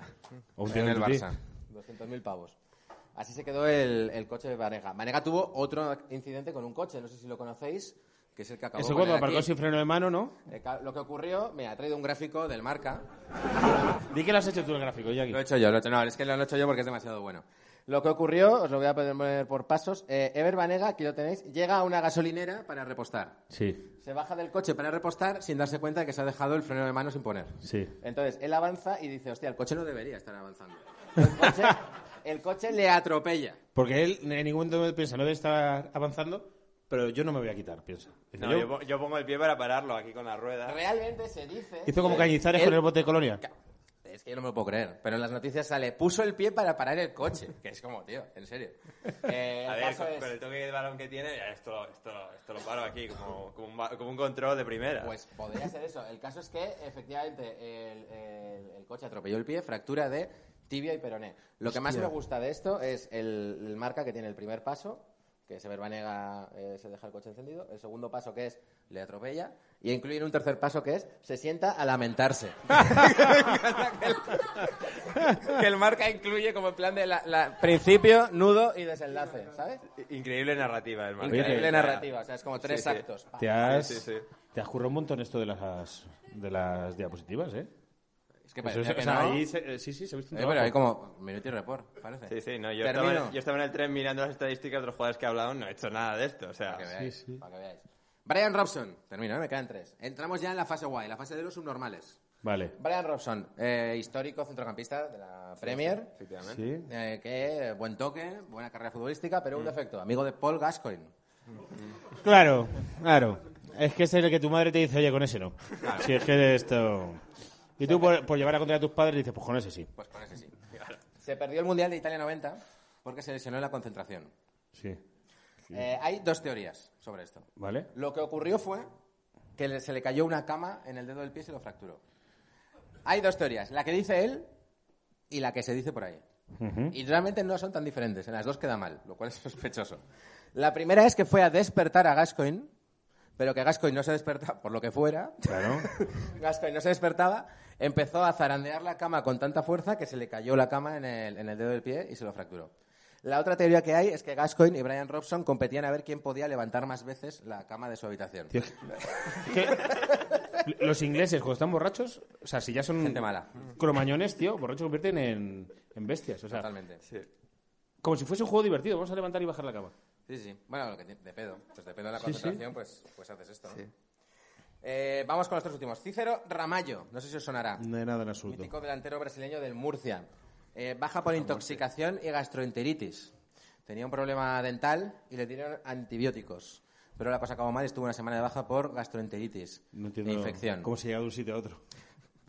Speaker 2: O un tío
Speaker 1: en
Speaker 2: de
Speaker 1: el
Speaker 2: un tití.
Speaker 1: Barça. 200.000 pavos. Así se quedó el, el coche de Vanega. Vanega tuvo otro incidente con un coche, no sé si lo conocéis, que es el que acabó
Speaker 2: Ese
Speaker 1: con
Speaker 2: cuando
Speaker 1: él aquí.
Speaker 2: aparcó sin freno de mano, ¿no?
Speaker 1: Eh, ca- Lo que ocurrió, mira, ha traído un gráfico del marca.
Speaker 2: Di que lo has hecho tú el gráfico, Jackie.
Speaker 1: Lo he hecho yo, lo he hecho, no, es que lo he hecho yo porque es demasiado bueno. Lo que ocurrió, os lo voy a poner por pasos. Eh, Ever Vanega, aquí lo tenéis, llega a una gasolinera para repostar.
Speaker 2: Sí,
Speaker 1: Se baja del coche para repostar sin darse cuenta de que se ha dejado el freno de mano sin poner.
Speaker 2: sí.
Speaker 1: Entonces él avanza y dice, hostia, el coche no debería estar avanzando. El coche, el coche le atropella.
Speaker 2: Porque él en ningún momento piensa, no debe estar avanzando, pero yo no me voy a quitar, piensa. Dice,
Speaker 3: No,
Speaker 2: yo-
Speaker 3: yo, po- yo pongo el pie para pararlo aquí con la rueda.
Speaker 1: Realmente se dice...
Speaker 2: Hizo como
Speaker 1: que
Speaker 2: cañizares
Speaker 1: él-
Speaker 2: con el bote de colonia.
Speaker 1: Es que yo no me lo puedo creer, pero en las noticias sale, puso el pie para parar el coche, que es como, tío,
Speaker 2: (laughs)
Speaker 1: en serio. Eh, el
Speaker 3: A ver,
Speaker 1: caso
Speaker 3: con,
Speaker 1: es-
Speaker 3: con el toque de balón que tiene, ya esto, lo- esto, lo- esto lo paro aquí como, como, un, ba- como un control de primera.
Speaker 1: Pues podría ser eso. El caso es que, efectivamente, el, el- el coche atropelló el pie, fractura de tibia y peroné. Lo que más me gusta de esto es el, el marca que tiene el primer paso, que se verbanega, eh, se deja el coche encendido. El segundo paso que es le atropella. Y incluyen un tercer paso que es se sienta
Speaker 2: (laughs)
Speaker 1: a lamentarse. Me encanta que, el, que el marca incluye como en plan de la- la- principio, nudo y desenlace, ¿sabes?
Speaker 3: Increíble narrativa, hermano.
Speaker 1: Increíble
Speaker 3: O sea,
Speaker 1: narrativa. O sea, es como tres
Speaker 3: sí, sí.
Speaker 1: actos. Pa.
Speaker 2: Te has,
Speaker 3: Sí, sí, sí.
Speaker 2: te has currado un montón esto de las, de las diapositivas, ¿eh?
Speaker 1: Es que
Speaker 2: Eso es-
Speaker 1: parecía que
Speaker 2: o sea,
Speaker 1: no.
Speaker 2: ahí se- eh, sí, sí, se ha visto un
Speaker 1: Eh, pero
Speaker 2: trabajo.
Speaker 1: hay como minuto y report, parece.
Speaker 3: Sí, sí, no, yo
Speaker 1: Termino.
Speaker 3: estaba, en- yo estaba en el tren mirando las estadísticas de los jugadores que hablaban, no he hecho nada de esto, o sea...
Speaker 1: Para que veáis, para que veáis. Brian Robson, termino, ¿eh? me quedan tres. Entramos ya en la fase guay, la fase de los subnormales.
Speaker 2: Vale.
Speaker 1: Brian Robson, eh, histórico centrocampista de la Premier,
Speaker 3: Efectivamente.
Speaker 2: Sí.
Speaker 1: eh, que eh, buen toque, buena carrera futbolística, pero un defecto, amigo de Paul Gascoigne.
Speaker 2: Claro, claro. Es que ese es el que tu madre te dice, oye, con ese no. Si es que esto... Y tú por, por llevar a contra a tus padres dices, pues con ese sí.
Speaker 1: Pues con ese sí. (laughs) Se perdió el Mundial de Italia 90 porque se lesionó en la concentración.
Speaker 2: Sí.
Speaker 1: Eh, hay dos teorías sobre esto.
Speaker 2: ¿Vale?
Speaker 1: Lo que ocurrió fue que le- se le cayó una cama en el dedo del pie y se lo fracturó. Hay dos teorías, la que dice él y la que se dice por ahí. Y realmente no son tan diferentes, en las dos queda mal, lo cual es (laughs) sospechoso. La primera es que fue a despertar a Gascoigne, pero que Gascoigne no se despertaba, por lo que fuera,
Speaker 2: Claro. (laughs)
Speaker 1: Gascoigne no se despertaba, empezó a zarandear la cama con tanta fuerza que se le cayó la cama en el, en el dedo del pie y se lo fracturó. La otra teoría que hay es que Gascoigne y Brian Robson competían a ver quién podía levantar más veces la cama de su habitación.
Speaker 2: Tío, es que- es que los ingleses, cuando están borrachos, o sea, si ya son
Speaker 1: Gente mala.
Speaker 2: cromañones, tío, borrachos se convierten en, en bestias. O sea,
Speaker 1: Totalmente. Sí,
Speaker 2: como si fuese un juego divertido. Vamos a levantar y bajar la cama.
Speaker 1: sí. Bueno, lo que ti- de pedo. Pues de pedo en la concentración, Pues, pues haces esto. ¿no? Eh, vamos con los tres últimos. Cícero Ramallo, no sé si os sonará.
Speaker 2: De nada en absoluto.
Speaker 1: Mítico delantero brasileño del Murcia. Eh, baja por intoxicación y gastroenteritis. Tenía un problema dental y le dieron antibióticos. Pero la cosa acabó mal y estuvo una semana de baja por gastroenteritis.
Speaker 2: No entiendo
Speaker 1: e infección.
Speaker 2: cómo se llega de un sitio a otro.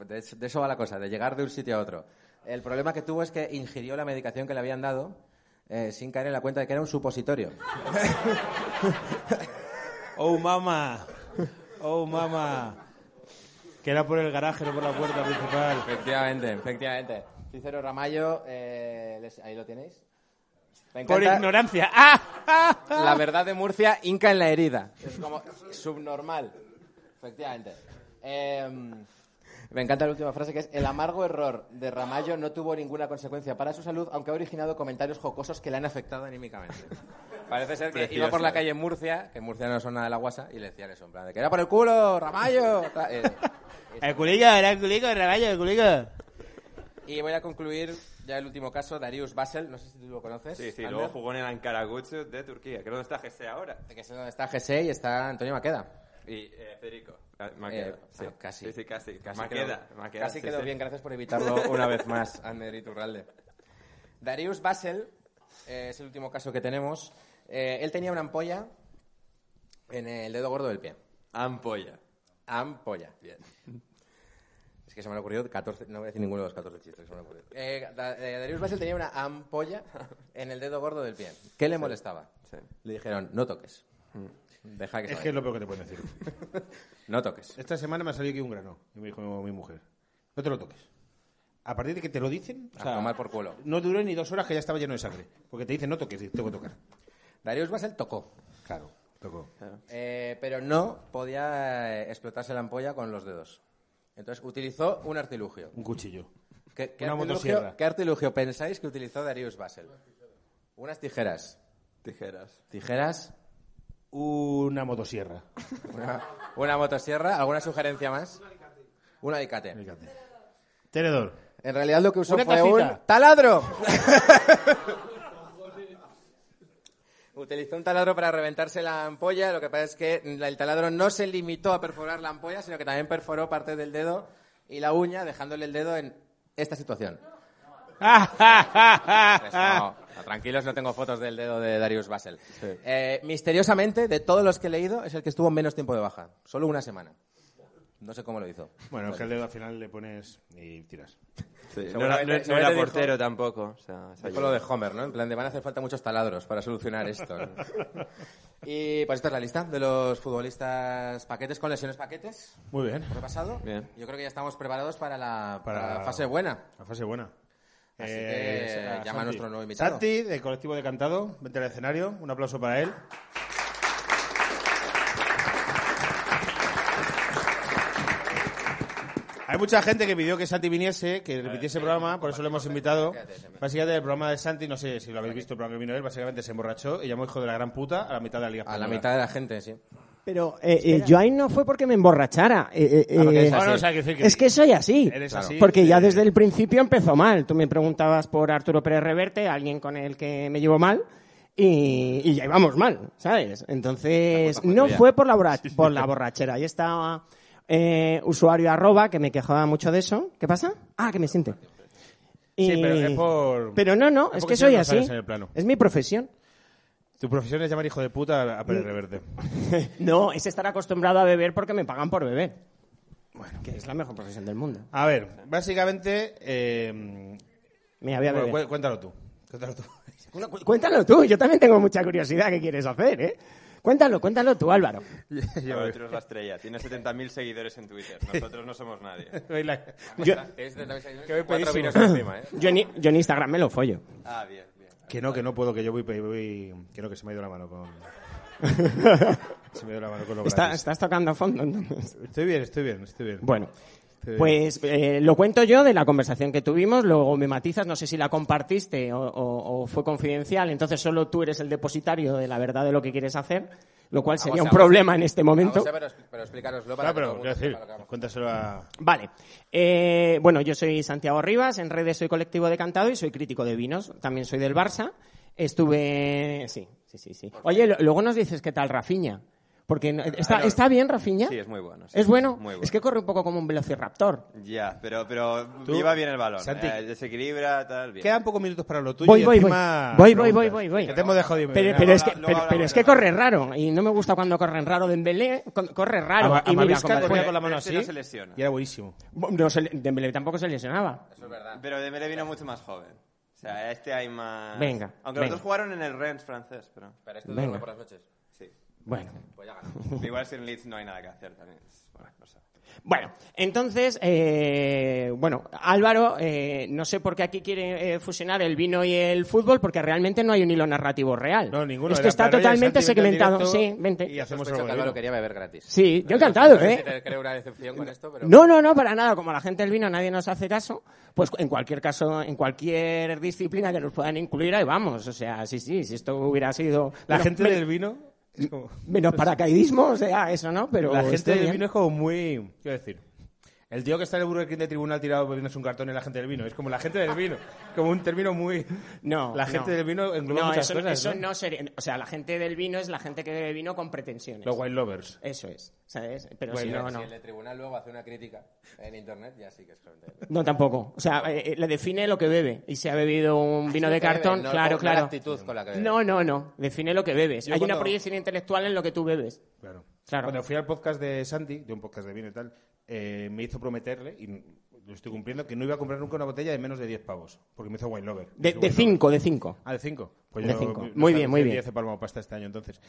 Speaker 1: De, es- de eso va la cosa, de llegar de un sitio a otro. El problema que tuvo es que ingirió la medicación que le habían dado eh, sin caer en la cuenta de que era un supositorio.
Speaker 2: ¡Oh, mamá! ¡Oh, mamá! Que era por el garaje, no por la puerta principal.
Speaker 1: Efectivamente, efectivamente. Cicero Ramallo, eh, les- ahí lo tenéis. Me
Speaker 2: Por
Speaker 1: encanta-
Speaker 2: ignorancia. ¡Ah! ¡Ah! ¡Ah!
Speaker 1: La verdad de Murcia, Inca en la herida. Es como subnormal. Efectivamente. Em, me encanta la última frase que es: El amargo error de Ramallo no tuvo ninguna consecuencia para su salud, aunque ha originado comentarios jocosos que le han afectado anímicamente. Parece ser que
Speaker 3: Precioso.
Speaker 1: iba por la calle en Murcia, que en Murcia no son nada de la guasa, y le decían eso, en plan de que era por el culo, Ramallo. Ta- eh,
Speaker 2: (laughs) El culico, era el culico, el raballo, el culico.
Speaker 1: y voy a concluir ya el último caso, Darius Basel, no sé si tú lo conoces.
Speaker 3: Sí, sí,
Speaker 1: Ander,
Speaker 3: luego jugó en el Ankara Gucci de Turquía, que no está GC ahora.
Speaker 1: Que es donde está GC y está Antonio Maqueda.
Speaker 3: Y eh, Federico.
Speaker 1: Eh,
Speaker 3: Maqueda. sí.
Speaker 1: ah, casi.
Speaker 3: Sí, sí, casi.
Speaker 1: Casi
Speaker 3: Maqueda.
Speaker 1: quedó,
Speaker 3: Maqueda,
Speaker 1: casi
Speaker 3: sí, (laughs)
Speaker 1: quedó
Speaker 3: sí.
Speaker 1: bien, gracias por evitarlo una vez más, Ander Iturralde. Darius Basel eh, es el último caso que tenemos. Eh, él tenía una ampolla en el dedo gordo del pie.
Speaker 3: Ampolla.
Speaker 1: Ampolla. Bien. Es que se me han ocurrido 14, no voy a decir ninguno de los 14 chistes que se me han ocurrido. Eh, Da- eh, Darius Basel tenía una ampolla en el dedo gordo del pie. ¿Qué le molestaba?
Speaker 3: sí. Mm.
Speaker 1: Le dijeron, no toques. Deja que se
Speaker 2: Es que es
Speaker 1: vaya.
Speaker 2: lo peor que te pueden decir.
Speaker 1: No toques.
Speaker 2: Esta semana me ha salido aquí un grano. Y me dijo mi mujer, no te lo toques. A partir de que te lo dicen, o
Speaker 1: A
Speaker 2: sea,
Speaker 1: tomar por culo.
Speaker 2: no duró ni dos horas que ya estaba lleno de sangre. Porque te dicen, no toques, dices, tengo que tocar.
Speaker 1: Darius Basel tocó,
Speaker 2: Claro, tocó.
Speaker 1: eh, pero no podía eh, explotarse la ampolla con los dedos. Entonces utilizó un artilugio.
Speaker 2: Un cuchillo.
Speaker 1: ¿Qué, qué
Speaker 2: Una
Speaker 1: artilugio,
Speaker 2: motosierra.
Speaker 1: qué artilugio pensáis que utilizó Darius Basel? Unas tijeras.
Speaker 3: Tijeras.
Speaker 1: Tijeras,
Speaker 2: Una motosierra.
Speaker 1: una, (laughs) una motosierra, ¿alguna sugerencia más? Un alicate.
Speaker 2: Fíjate. Tenedor.
Speaker 1: En realidad lo que usó
Speaker 2: Una
Speaker 1: fue
Speaker 2: tacita.
Speaker 1: un taladro. (laughs) Utilizó un taladro para reventarse la ampolla. Lo que pasa es que la- el taladro no se limitó a perforar la ampolla, sino que también perforó parte del dedo y la uña, dejándole el dedo en esta
Speaker 3: (laughs)
Speaker 1: situación. Pues no, no, tranquilos, no tengo fotos del dedo de Darius Basel. Eh, misteriosamente, de todos los que he leído, es el que estuvo menos tiempo de baja. Solo una semana. No sé cómo lo hizo.
Speaker 2: Bueno, es que el dedo al final le pones y tiras.
Speaker 3: Sí, No era,
Speaker 1: Seguramente-
Speaker 3: no- no era
Speaker 1: seguramente dijo-
Speaker 3: portero tampoco. o sea, se
Speaker 1: Dijo lo de Homer, ¿no? En plan, de van a hacer falta muchos taladros para solucionar esto.
Speaker 4: (laughs)
Speaker 1: ¿no? Y pues esta es la lista de los futbolistas paquetes con lesiones paquetes.
Speaker 2: Muy bien.
Speaker 1: Repasado.
Speaker 3: Bien.
Speaker 1: Yo creo que ya estamos preparados para la, para
Speaker 2: Para-
Speaker 1: la fase buena.
Speaker 2: La fase buena.
Speaker 1: Así que,
Speaker 2: será
Speaker 1: llama a
Speaker 2: Santi.
Speaker 1: nuestro nuevo invitado.
Speaker 2: Santi, del colectivo de Cantado, vente al escenario. Un aplauso para él. Hay mucha gente que pidió que Santi viniese, que repitiese el programa, por eso lo hemos invitado. Básicamente el programa de Santi, no sé si lo habéis visto, el programa que vino él, básicamente se emborrachó y llamó hijo de la gran puta a la mitad de la liga.
Speaker 1: A la
Speaker 2: Española.
Speaker 1: mitad de la gente, sí.
Speaker 4: Pero eh, eh, yo ahí no fue porque me emborrachara. eh, eh,
Speaker 1: Ah, porque
Speaker 4: eh,
Speaker 1: eres así.
Speaker 2: Bueno, o sea, que decir que-
Speaker 4: es que soy así.
Speaker 2: Eres así,
Speaker 4: Porque ya
Speaker 2: eh,
Speaker 4: desde el principio empezó mal. Tú me preguntabas por Arturo Pérez Reverte, alguien con el que me llevo mal. Y, y ya íbamos mal, ¿sabes? Entonces, no fue por la, borra- por la borrachera. Ahí estaba eh, usuario arroba, que me quejaba mucho de eso. ¿Qué pasa? Ah, que me siente.
Speaker 2: Sí,
Speaker 4: Y-
Speaker 2: pero es por-
Speaker 4: Pero no, no,
Speaker 2: es
Speaker 4: es
Speaker 2: porque
Speaker 4: que
Speaker 2: si no,
Speaker 4: soy
Speaker 2: no
Speaker 4: así.
Speaker 2: sales en el plano.
Speaker 4: Es mi profesión.
Speaker 2: Tu profesión es llamar hijo de puta a
Speaker 1: Mm.
Speaker 2: Pérez Reverte.
Speaker 4: (laughs) No, es estar acostumbrado a beber porque me pagan por beber. Bueno, que es la mejor profesión del mundo.
Speaker 2: A ver, básicamente... eh,
Speaker 4: Mira, voy a
Speaker 2: bueno,
Speaker 4: beber.
Speaker 2: cu- cuéntalo tú. Cuéntalo tú.
Speaker 4: Cu- Cuéntalo tú, yo también tengo mucha curiosidad qué quieres hacer, ¿eh? Cuéntalo, cuéntalo tú, Álvaro.
Speaker 3: Ahora tú eres la estrella. (laughs) Tienes 70.000 seguidores en Twitter. Nosotros no somos nadie.
Speaker 2: Baila-
Speaker 4: Yo,
Speaker 1: Es de- también-
Speaker 2: voy
Speaker 1: cuatro
Speaker 2: pedísimo.
Speaker 1: vinos encima, ¿eh?
Speaker 4: yo en, i- yo en Instagram me lo follo.
Speaker 3: Ah, bien, bien.
Speaker 2: Que no, que no puedo, que yo voy, voy- voy- que no, que se me ha ido la mano (laughs) con... se me ha ido la mano con lo
Speaker 4: Está-
Speaker 2: gratis.
Speaker 4: estás tocando a fondo, entonces.
Speaker 2: Estoy bien, estoy bien, estoy bien.
Speaker 4: Bueno,
Speaker 2: Sí.
Speaker 4: pues eh, lo cuento yo de la conversación que tuvimos, luego me matizas, no sé si la compartiste o, o- o fue confidencial, entonces solo tú eres el depositario de la verdad de lo que quieres hacer, lo cual sería
Speaker 1: Vamos
Speaker 4: un
Speaker 1: a-
Speaker 4: problema en este momento.
Speaker 1: Vamos a ver, pero, pero explícanoslo para
Speaker 2: Ah,
Speaker 1: que todo
Speaker 2: pero,
Speaker 1: el
Speaker 2: quiero
Speaker 1: mundo
Speaker 2: decir,
Speaker 1: sepa lo que vamos a
Speaker 2: cuéntaselo a...
Speaker 4: Vale. Eh, bueno, yo soy Santiago Rivas, en redes soy colectivo de cantado y soy crítico de vinos. También soy del Barça. Estuve. Sí, sí, sí. sí. Oye, lo- luego nos dices qué tal Rafiña. Porque
Speaker 2: Ah,
Speaker 4: no- ¿está,
Speaker 3: no.
Speaker 4: ¿está bien Rafiña?
Speaker 3: Sí, es muy bueno. sí.
Speaker 4: ¿Es bueno?
Speaker 3: Muy bueno.
Speaker 4: Es que corre un poco como un velociraptor.
Speaker 3: Ya, pero, pero
Speaker 2: Tú,
Speaker 3: lleva bien el balón.
Speaker 2: Santi.
Speaker 3: eh, desequilibra, tal, bien.
Speaker 2: Quedan pocos minutos para lo tuyo
Speaker 4: Voy,
Speaker 2: y
Speaker 4: voy,
Speaker 2: encima
Speaker 4: voy. Voy, voy,
Speaker 2: preguntas.
Speaker 4: voy, voy, voy.
Speaker 2: Que te hemos dejado diez
Speaker 4: Pero,
Speaker 2: minutos.
Speaker 4: pero es que,
Speaker 3: luego
Speaker 4: pero,
Speaker 3: hablamos
Speaker 4: pero es que
Speaker 3: de eso.
Speaker 4: corre raro y no me gusta cuando corren raro. Dembélé con- corre raro.
Speaker 2: Ama-
Speaker 4: y mira,
Speaker 2: Amavisca
Speaker 4: como
Speaker 2: corría
Speaker 4: fue-
Speaker 2: con la mano
Speaker 3: Pero
Speaker 2: así
Speaker 3: este no se lesiona.
Speaker 2: y era buenísimo.
Speaker 4: no se le- Dembélé tampoco se lesionaba.
Speaker 3: Pero Dembélé vino mucho más joven. O sea, este hay más...
Speaker 4: Venga,
Speaker 3: Aunque
Speaker 4: venga.
Speaker 3: los dos jugaron en el Rennes francés, pero...
Speaker 1: Pero esto
Speaker 4: Venga.
Speaker 1: duerme por las noches.
Speaker 3: Sí.
Speaker 4: Bueno,
Speaker 1: Pues ya gana.
Speaker 3: Igual si en Leeds no hay nada que hacer también. es- Bueno, no sé.
Speaker 4: Bueno, entonces, eh, bueno, Álvaro, eh, no sé por qué aquí quiere eh, fusionar el vino y el fútbol, porque realmente no hay un hilo narrativo real.
Speaker 2: No, ninguno.
Speaker 4: Esto
Speaker 2: Era
Speaker 4: está
Speaker 2: para, oye,
Speaker 4: totalmente
Speaker 2: Santi, vente al
Speaker 4: segmentado. Sí,
Speaker 2: directo Y
Speaker 4: vente. Pues
Speaker 2: hacemos
Speaker 1: Sospecho
Speaker 2: algo
Speaker 1: que
Speaker 2: de
Speaker 1: Álvaro
Speaker 2: vino.
Speaker 1: quería beber gratis.
Speaker 4: Sí, yo encantado,
Speaker 1: No sé
Speaker 4: ¿eh?
Speaker 1: si te creo una decepción con esto, pero...
Speaker 4: No, no, no, para nada. Como la gente del vino nadie nos hace caso, pues en cualquier caso, en cualquier disciplina que nos puedan incluir, ahí vamos. O sea, sí, sí, si esto hubiera sido...
Speaker 2: La
Speaker 4: menos-
Speaker 2: gente
Speaker 4: men-
Speaker 2: del vino... es como-
Speaker 4: Menos paracaidismo, o sea, eso, ¿no?
Speaker 2: (laughs)
Speaker 4: Pero
Speaker 2: la
Speaker 4: Oh, está
Speaker 2: gente del
Speaker 4: bien.
Speaker 2: vino es como muy... Quiero decir... El tío que está en el Burger King de tribunal tirado bebiéndose un cartón y la gente del vino. Es como la gente del vino. como un término muy... (laughs)
Speaker 4: No.
Speaker 2: La gente
Speaker 4: no.
Speaker 2: del vino engloba
Speaker 4: no,
Speaker 2: muchas
Speaker 4: eso,
Speaker 2: cosas,
Speaker 4: eso
Speaker 2: ¿no?
Speaker 4: ¿no? sería. O sea, la gente del vino es la gente que bebe vino con pretensiones.
Speaker 2: Los wine lovers.
Speaker 4: Eso es, ¿sabes? Pero
Speaker 2: Bueno,
Speaker 4: si no,
Speaker 1: si
Speaker 4: no.
Speaker 1: el de tribunal luego hace una crítica en internet, ya sí que es frente.
Speaker 4: No, tampoco. O sea, eh, eh, le define lo que bebe. Y si ha bebido un vino de
Speaker 1: que Ah, bebe,
Speaker 4: cartón,
Speaker 1: no
Speaker 4: claro,
Speaker 1: con la
Speaker 4: claro.
Speaker 1: actitud con la que bebe.
Speaker 4: no, no, no. Define lo que bebes. Hay una proyección intelectual en lo que tú bebes.
Speaker 2: Claro.
Speaker 4: Claro.
Speaker 2: Cuando fui al podcast de Santi, de un podcast de vino y tal, eh, me hizo prometerle, y lo estoy cumpliendo, que no iba a comprar nunca una botella de menos de 10 pavos. Porque me hizo wine lover. Me
Speaker 4: De,
Speaker 2: hizo
Speaker 4: de
Speaker 2: wine lover.
Speaker 4: cinco, de cinco.
Speaker 2: Ah, de 5. Pues
Speaker 4: De
Speaker 2: yo,
Speaker 4: cinco.
Speaker 2: no
Speaker 4: Muy
Speaker 2: sé,
Speaker 4: bien, muy
Speaker 2: de
Speaker 4: bien.
Speaker 2: 10 he palmado pasta este año, entonces.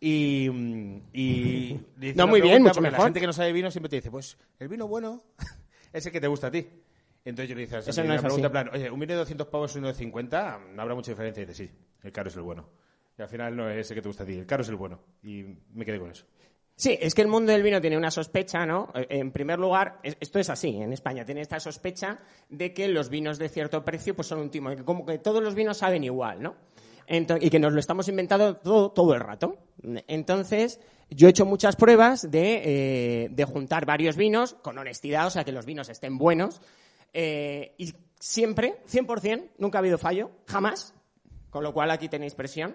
Speaker 2: Y. mm,
Speaker 4: (laughs)
Speaker 2: y le hice
Speaker 4: No,
Speaker 2: una
Speaker 4: muy bien,
Speaker 2: pregunta,
Speaker 4: mucho
Speaker 2: porque La
Speaker 4: mejor.
Speaker 2: gente que no sabe vino siempre te dice: Pues el vino bueno (laughs) es el que te gusta a ti. Entonces yo le dije a
Speaker 4: Eso
Speaker 2: Santi, una
Speaker 4: no es
Speaker 2: pregunta
Speaker 4: así.
Speaker 2: en plan: Oye, un vino de 200 pavos y uno de 50, no habrá mucha diferencia. Y dice: Sí, el caro es el bueno. Y al final no es el que te gusta a ti, el caro es el bueno. Y me quedé con eso.
Speaker 4: Sí, es que el mundo del vino tiene una sospecha, ¿no? Eh, En primer lugar, es- esto es así, en España tiene esta sospecha de que los vinos de cierto precio pues son un timo, que como que todos los vinos saben igual, ¿no? Ento- y que nos lo estamos inventando todo, todo el rato. Entonces, yo he hecho muchas pruebas de, eh, de juntar varios vinos con honestidad, o sea, que los vinos estén buenos. eh, y siempre, 100%, nunca ha habido fallo, jamás. Con lo cual aquí tenéis presión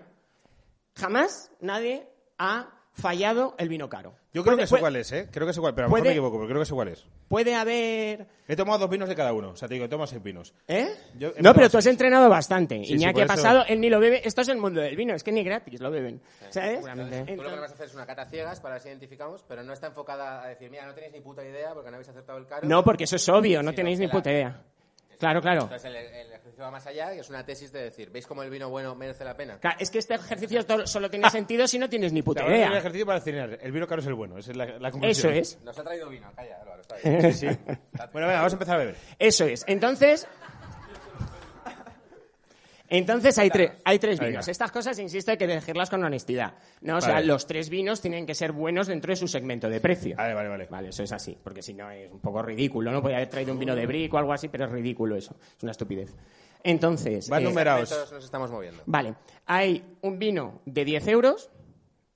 Speaker 4: jamás nadie ha fallado el vino caro.
Speaker 2: Yo creo
Speaker 4: Puede-
Speaker 2: que sé
Speaker 4: puede-
Speaker 2: cuál es, ¿eh? Creo que sé cuál, pero a lo mejor
Speaker 4: puede-
Speaker 2: me equivoco, pero creo que sé cuál es.
Speaker 4: Puede haber...
Speaker 2: He tomado dos vinos de cada uno. O sea, te digo, toma seis vinos.
Speaker 4: ¿Eh?
Speaker 2: Yo he
Speaker 4: no,
Speaker 2: probado
Speaker 4: pero tú has
Speaker 2: seis.
Speaker 4: entrenado bastante.
Speaker 2: sí,
Speaker 4: Iñaki
Speaker 2: por
Speaker 4: ha
Speaker 2: eso-
Speaker 4: pasado, él ni lo bebe. Esto es el mundo del vino, es que ni gratis lo beben. ¿Sabes?
Speaker 1: Tú lo que vas a
Speaker 4: ¿Eh? Entonces-
Speaker 1: hacer es una cata ciegas para ver si identificamos, pero no está enfocada a decir, mira, no tenéis ni puta idea porque no habéis acertado el caro.
Speaker 4: No, porque eso es obvio, no
Speaker 1: Sí,
Speaker 4: tenéis
Speaker 1: no,
Speaker 4: ni
Speaker 1: claro.
Speaker 4: puta idea. Claro, claro.
Speaker 1: Entonces el, el ejercicio va más allá y es una tesis de decir, ¿veis cómo el vino bueno merece la pena?
Speaker 4: Claro, Es que este ejercicio to- solo tiene sentido si no tienes ni
Speaker 2: O sea,
Speaker 4: puta
Speaker 2: ahora es un
Speaker 4: idea.
Speaker 2: ejercicio para cenar. El vino caro es el bueno. Esa es la, la
Speaker 4: Eso
Speaker 2: conclusión.
Speaker 4: es,
Speaker 1: Nos ha traído vino, calla, Álvaro,
Speaker 4: (laughs)
Speaker 1: está bien.
Speaker 2: Sí. Bueno, venga, vamos a empezar a beber.
Speaker 4: eso es. Entonces... Entonces hay, tres hay tres
Speaker 2: Venga.
Speaker 4: vinos. Estas cosas, insisto, hay que elegirlas con honestidad. ¿no? O sea,
Speaker 2: Vale.
Speaker 4: los tres vinos tienen que ser buenos dentro de su segmento de precio.
Speaker 2: Vale, vale, vale.
Speaker 4: Vale, eso es así, porque si no es un poco ridículo, ¿no? Podría haber traído un vino de brick o algo así, pero es ridículo eso, es una estupidez. Entonces,
Speaker 2: Van
Speaker 4: eh,
Speaker 2: numerados.
Speaker 1: Todos nos estamos moviendo.
Speaker 4: vale, hay un vino de 10 euros,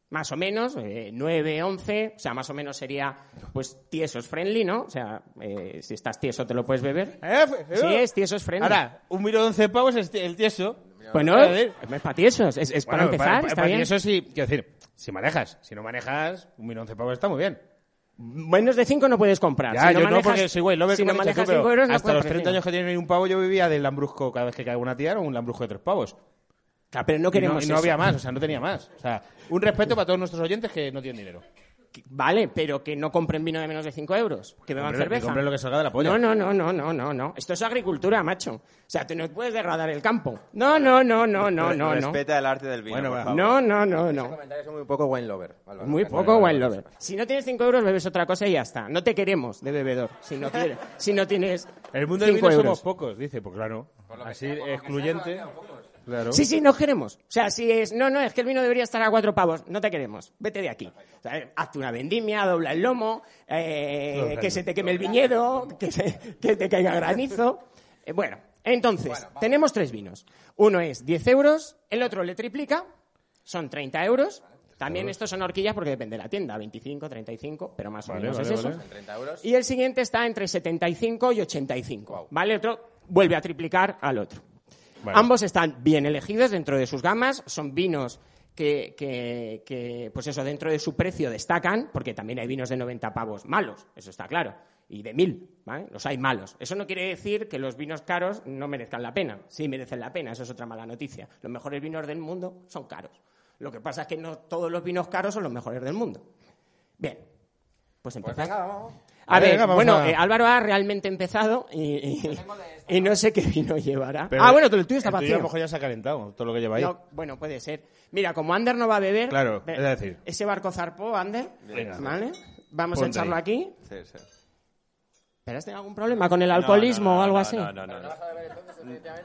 Speaker 4: más o menos, eh, 9, 11, o sea, más o menos sería, pues, tiesos friendly, ¿no? O sea, eh, si estás tieso te lo puedes beber.
Speaker 2: Eh, fe-
Speaker 4: Sí,
Speaker 2: eh.
Speaker 4: es tiesos friendly.
Speaker 2: Ahora, un vino de 11 pavos es ti- el tieso.
Speaker 4: Bueno,
Speaker 2: A ver.
Speaker 4: no es para tiesos, es, es para
Speaker 2: Bueno,
Speaker 4: empezar, está
Speaker 2: para
Speaker 4: bien.
Speaker 2: Eso sí, quiero decir, si manejas, si no manejas, un vino de 11 pavos está muy bien.
Speaker 4: Menos de 5 no puedes comprar.
Speaker 2: Ya,
Speaker 4: Si
Speaker 2: yo no,
Speaker 4: manejas-
Speaker 2: porque soy güey, lo ves
Speaker 4: si
Speaker 2: como
Speaker 4: no
Speaker 2: dices tú,
Speaker 4: manejas
Speaker 2: pero
Speaker 4: 5 euros no
Speaker 2: Hasta
Speaker 4: puedes
Speaker 2: los
Speaker 4: comprar
Speaker 2: 30 años
Speaker 4: cinco.
Speaker 2: que tenía un pavo, yo vivía del lambrusco cada vez que caía una tía, era un lambrusco de 3 pavos.
Speaker 4: Claro, pero
Speaker 2: Y
Speaker 4: no queremos
Speaker 2: y no
Speaker 4: eso.
Speaker 2: había más, o sea, no tenía más. O sea, un respeto para todos nuestros oyentes que no tienen dinero.
Speaker 4: Vale, pero que no compren vino de menos de 5 euros. Que beban
Speaker 2: Hombre, que
Speaker 4: cerveza.
Speaker 2: compren lo que salga de la polla.
Speaker 4: No, no, no, no, no, no, no. Esto es agricultura, macho. O sea, tú no puedes degradar el campo. No, no, no, no, no, no, no.
Speaker 3: Respeta el arte del vino,
Speaker 2: Bueno,
Speaker 3: por
Speaker 2: va.
Speaker 3: favor.
Speaker 4: No, no, no,
Speaker 1: Los
Speaker 4: no.
Speaker 1: comentarios son muy poco wine lover. Álvaro. ¿eh?
Speaker 4: Muy poco wine lover. Si no tienes 5 euros, bebes otra cosa y ya está. No te queremos de bebedor. Si no tienes, si no tienes
Speaker 2: El mundo del
Speaker 4: cinco
Speaker 2: vino
Speaker 4: euros.
Speaker 2: somos pocos, dice, pues claro. Así, excluyente. Claro.
Speaker 4: Sí, sí, nos queremos. O sea, si es, no, no, es que el vino debería estar a cuatro pavos, no te queremos, vete de aquí. O sea, eh, hazte una vendimia, dobla el lomo, eh,
Speaker 2: Todo el
Speaker 4: que
Speaker 2: rato.
Speaker 4: se te queme el viñedo, que, se- que te caiga granizo. Eh, bueno, entonces, tenemos tres vinos. Uno es 10 euros, el otro le triplica, son 30 euros. También estos son horquillas porque depende de la tienda, 25, 35, pero más o
Speaker 2: Vale,
Speaker 4: menos
Speaker 2: vale,
Speaker 4: es eso.
Speaker 2: vale.
Speaker 1: 30 euros.
Speaker 4: Y el siguiente está entre 75 y 85. ¿Vale? Otro vuelve a triplicar al otro.
Speaker 2: Vale.
Speaker 4: Ambos están bien elegidos dentro de sus gamas, son vinos que, que- que, pues eso, dentro de su precio destacan, porque también hay vinos de 90 pavos malos, eso está claro, y de 1000, ¿vale? Los hay malos. Eso no quiere decir que los vinos caros no merezcan la pena, sí merecen la pena, eso es otra mala noticia. Los mejores vinos del mundo son caros. Lo que pasa es que no todos los vinos caros son los mejores del mundo. Bien, pues
Speaker 1: Pues
Speaker 4: empezamos.
Speaker 1: venga, vamos.
Speaker 4: A
Speaker 2: Venga,
Speaker 4: ver,
Speaker 2: vamos
Speaker 4: bueno,
Speaker 2: a-
Speaker 4: eh, Álvaro ha realmente empezado y, y- y no sé qué vino llevará.
Speaker 2: Pero
Speaker 4: ah, bueno, que el tuyo está
Speaker 2: el A
Speaker 4: vacío.
Speaker 2: lo mejor ya se ha calentado todo lo que lleva ahí.
Speaker 4: No, bueno, puede ser. Mira, como Ander no va a beber...
Speaker 2: Claro,
Speaker 4: ve-
Speaker 2: es decir.
Speaker 4: Ese barco zarpó, Ander,
Speaker 2: Venga.
Speaker 4: ¿vale? Vamos
Speaker 2: Ponte
Speaker 4: a echarlo
Speaker 2: ahí.
Speaker 4: aquí.
Speaker 3: Sí, sí.
Speaker 4: ¿Pero has tenido algún problema con el alcoholismo
Speaker 3: No, no,
Speaker 4: o algo
Speaker 3: no,
Speaker 4: así?
Speaker 3: No, no, no. no.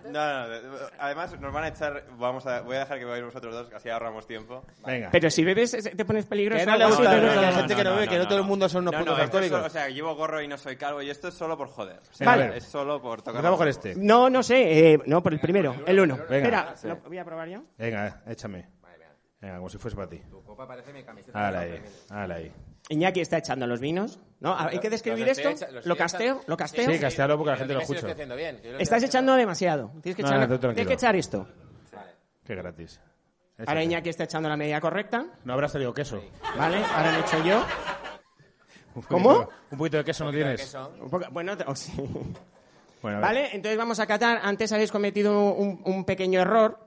Speaker 3: No, no, no. además nos van a echar, vamos a, voy a dejar que vais vosotros dos, así ahorramos tiempo.
Speaker 2: Venga.
Speaker 4: Pero si bebes es- te pones peligroso.
Speaker 2: Que no
Speaker 4: o
Speaker 2: le
Speaker 4: algo así,
Speaker 2: gusta
Speaker 4: no,
Speaker 2: beber,
Speaker 4: no,
Speaker 2: que
Speaker 4: no,
Speaker 2: la gente
Speaker 4: no.
Speaker 2: que no bebe, que no todo el mundo son unos putos
Speaker 3: esto es
Speaker 2: alcohólicos.
Speaker 3: solo- o sea, llevo gorro y no soy calvo, y esto es solo por joder. O sea,
Speaker 4: Vale.
Speaker 3: Es solo por tocar.
Speaker 2: Empezamos con este.
Speaker 4: No, no sé. eh, no, por el primero, el uno.
Speaker 2: Venga.
Speaker 4: Espera, ¿lo voy a probar yo?
Speaker 2: Venga, échame. Venga, como si fuese para ti.
Speaker 1: Tu copa parece mi camiseta.
Speaker 2: Hala ahí, hala ahí.
Speaker 4: Iñaki está echando los vinos, ¿no? Ah, Hay que describir
Speaker 1: Los
Speaker 4: esto.
Speaker 1: estoy echa- los
Speaker 4: Lo
Speaker 1: estoy
Speaker 4: casteo,
Speaker 1: echando-
Speaker 4: lo casteo.
Speaker 2: Sí, castealo porque la
Speaker 1: pero
Speaker 2: gente lo
Speaker 1: dime si
Speaker 2: escucha.
Speaker 1: estoy haciendo bien, que yo lo estoy
Speaker 4: Estás
Speaker 1: haciendo-
Speaker 4: echando demasiado. Tienes que,
Speaker 2: No,
Speaker 4: echar,
Speaker 2: no, tú tranquilo.
Speaker 4: tienes que echar esto.
Speaker 2: Qué gratis.
Speaker 4: Ahora Iñaki está echando la medida correcta,
Speaker 2: No habrá salido queso.
Speaker 4: ¿vale? Ahora lo he hecho yo.
Speaker 2: Un
Speaker 4: ¿Cómo?
Speaker 2: poquito- Un poquito de queso no tienes.
Speaker 1: Queso.
Speaker 4: Un poco- bueno, te- o sí.
Speaker 2: Bueno, (laughs) a ver,
Speaker 4: ¿Vale? Entonces vamos a catar. Antes habéis cometido un, un pequeño error.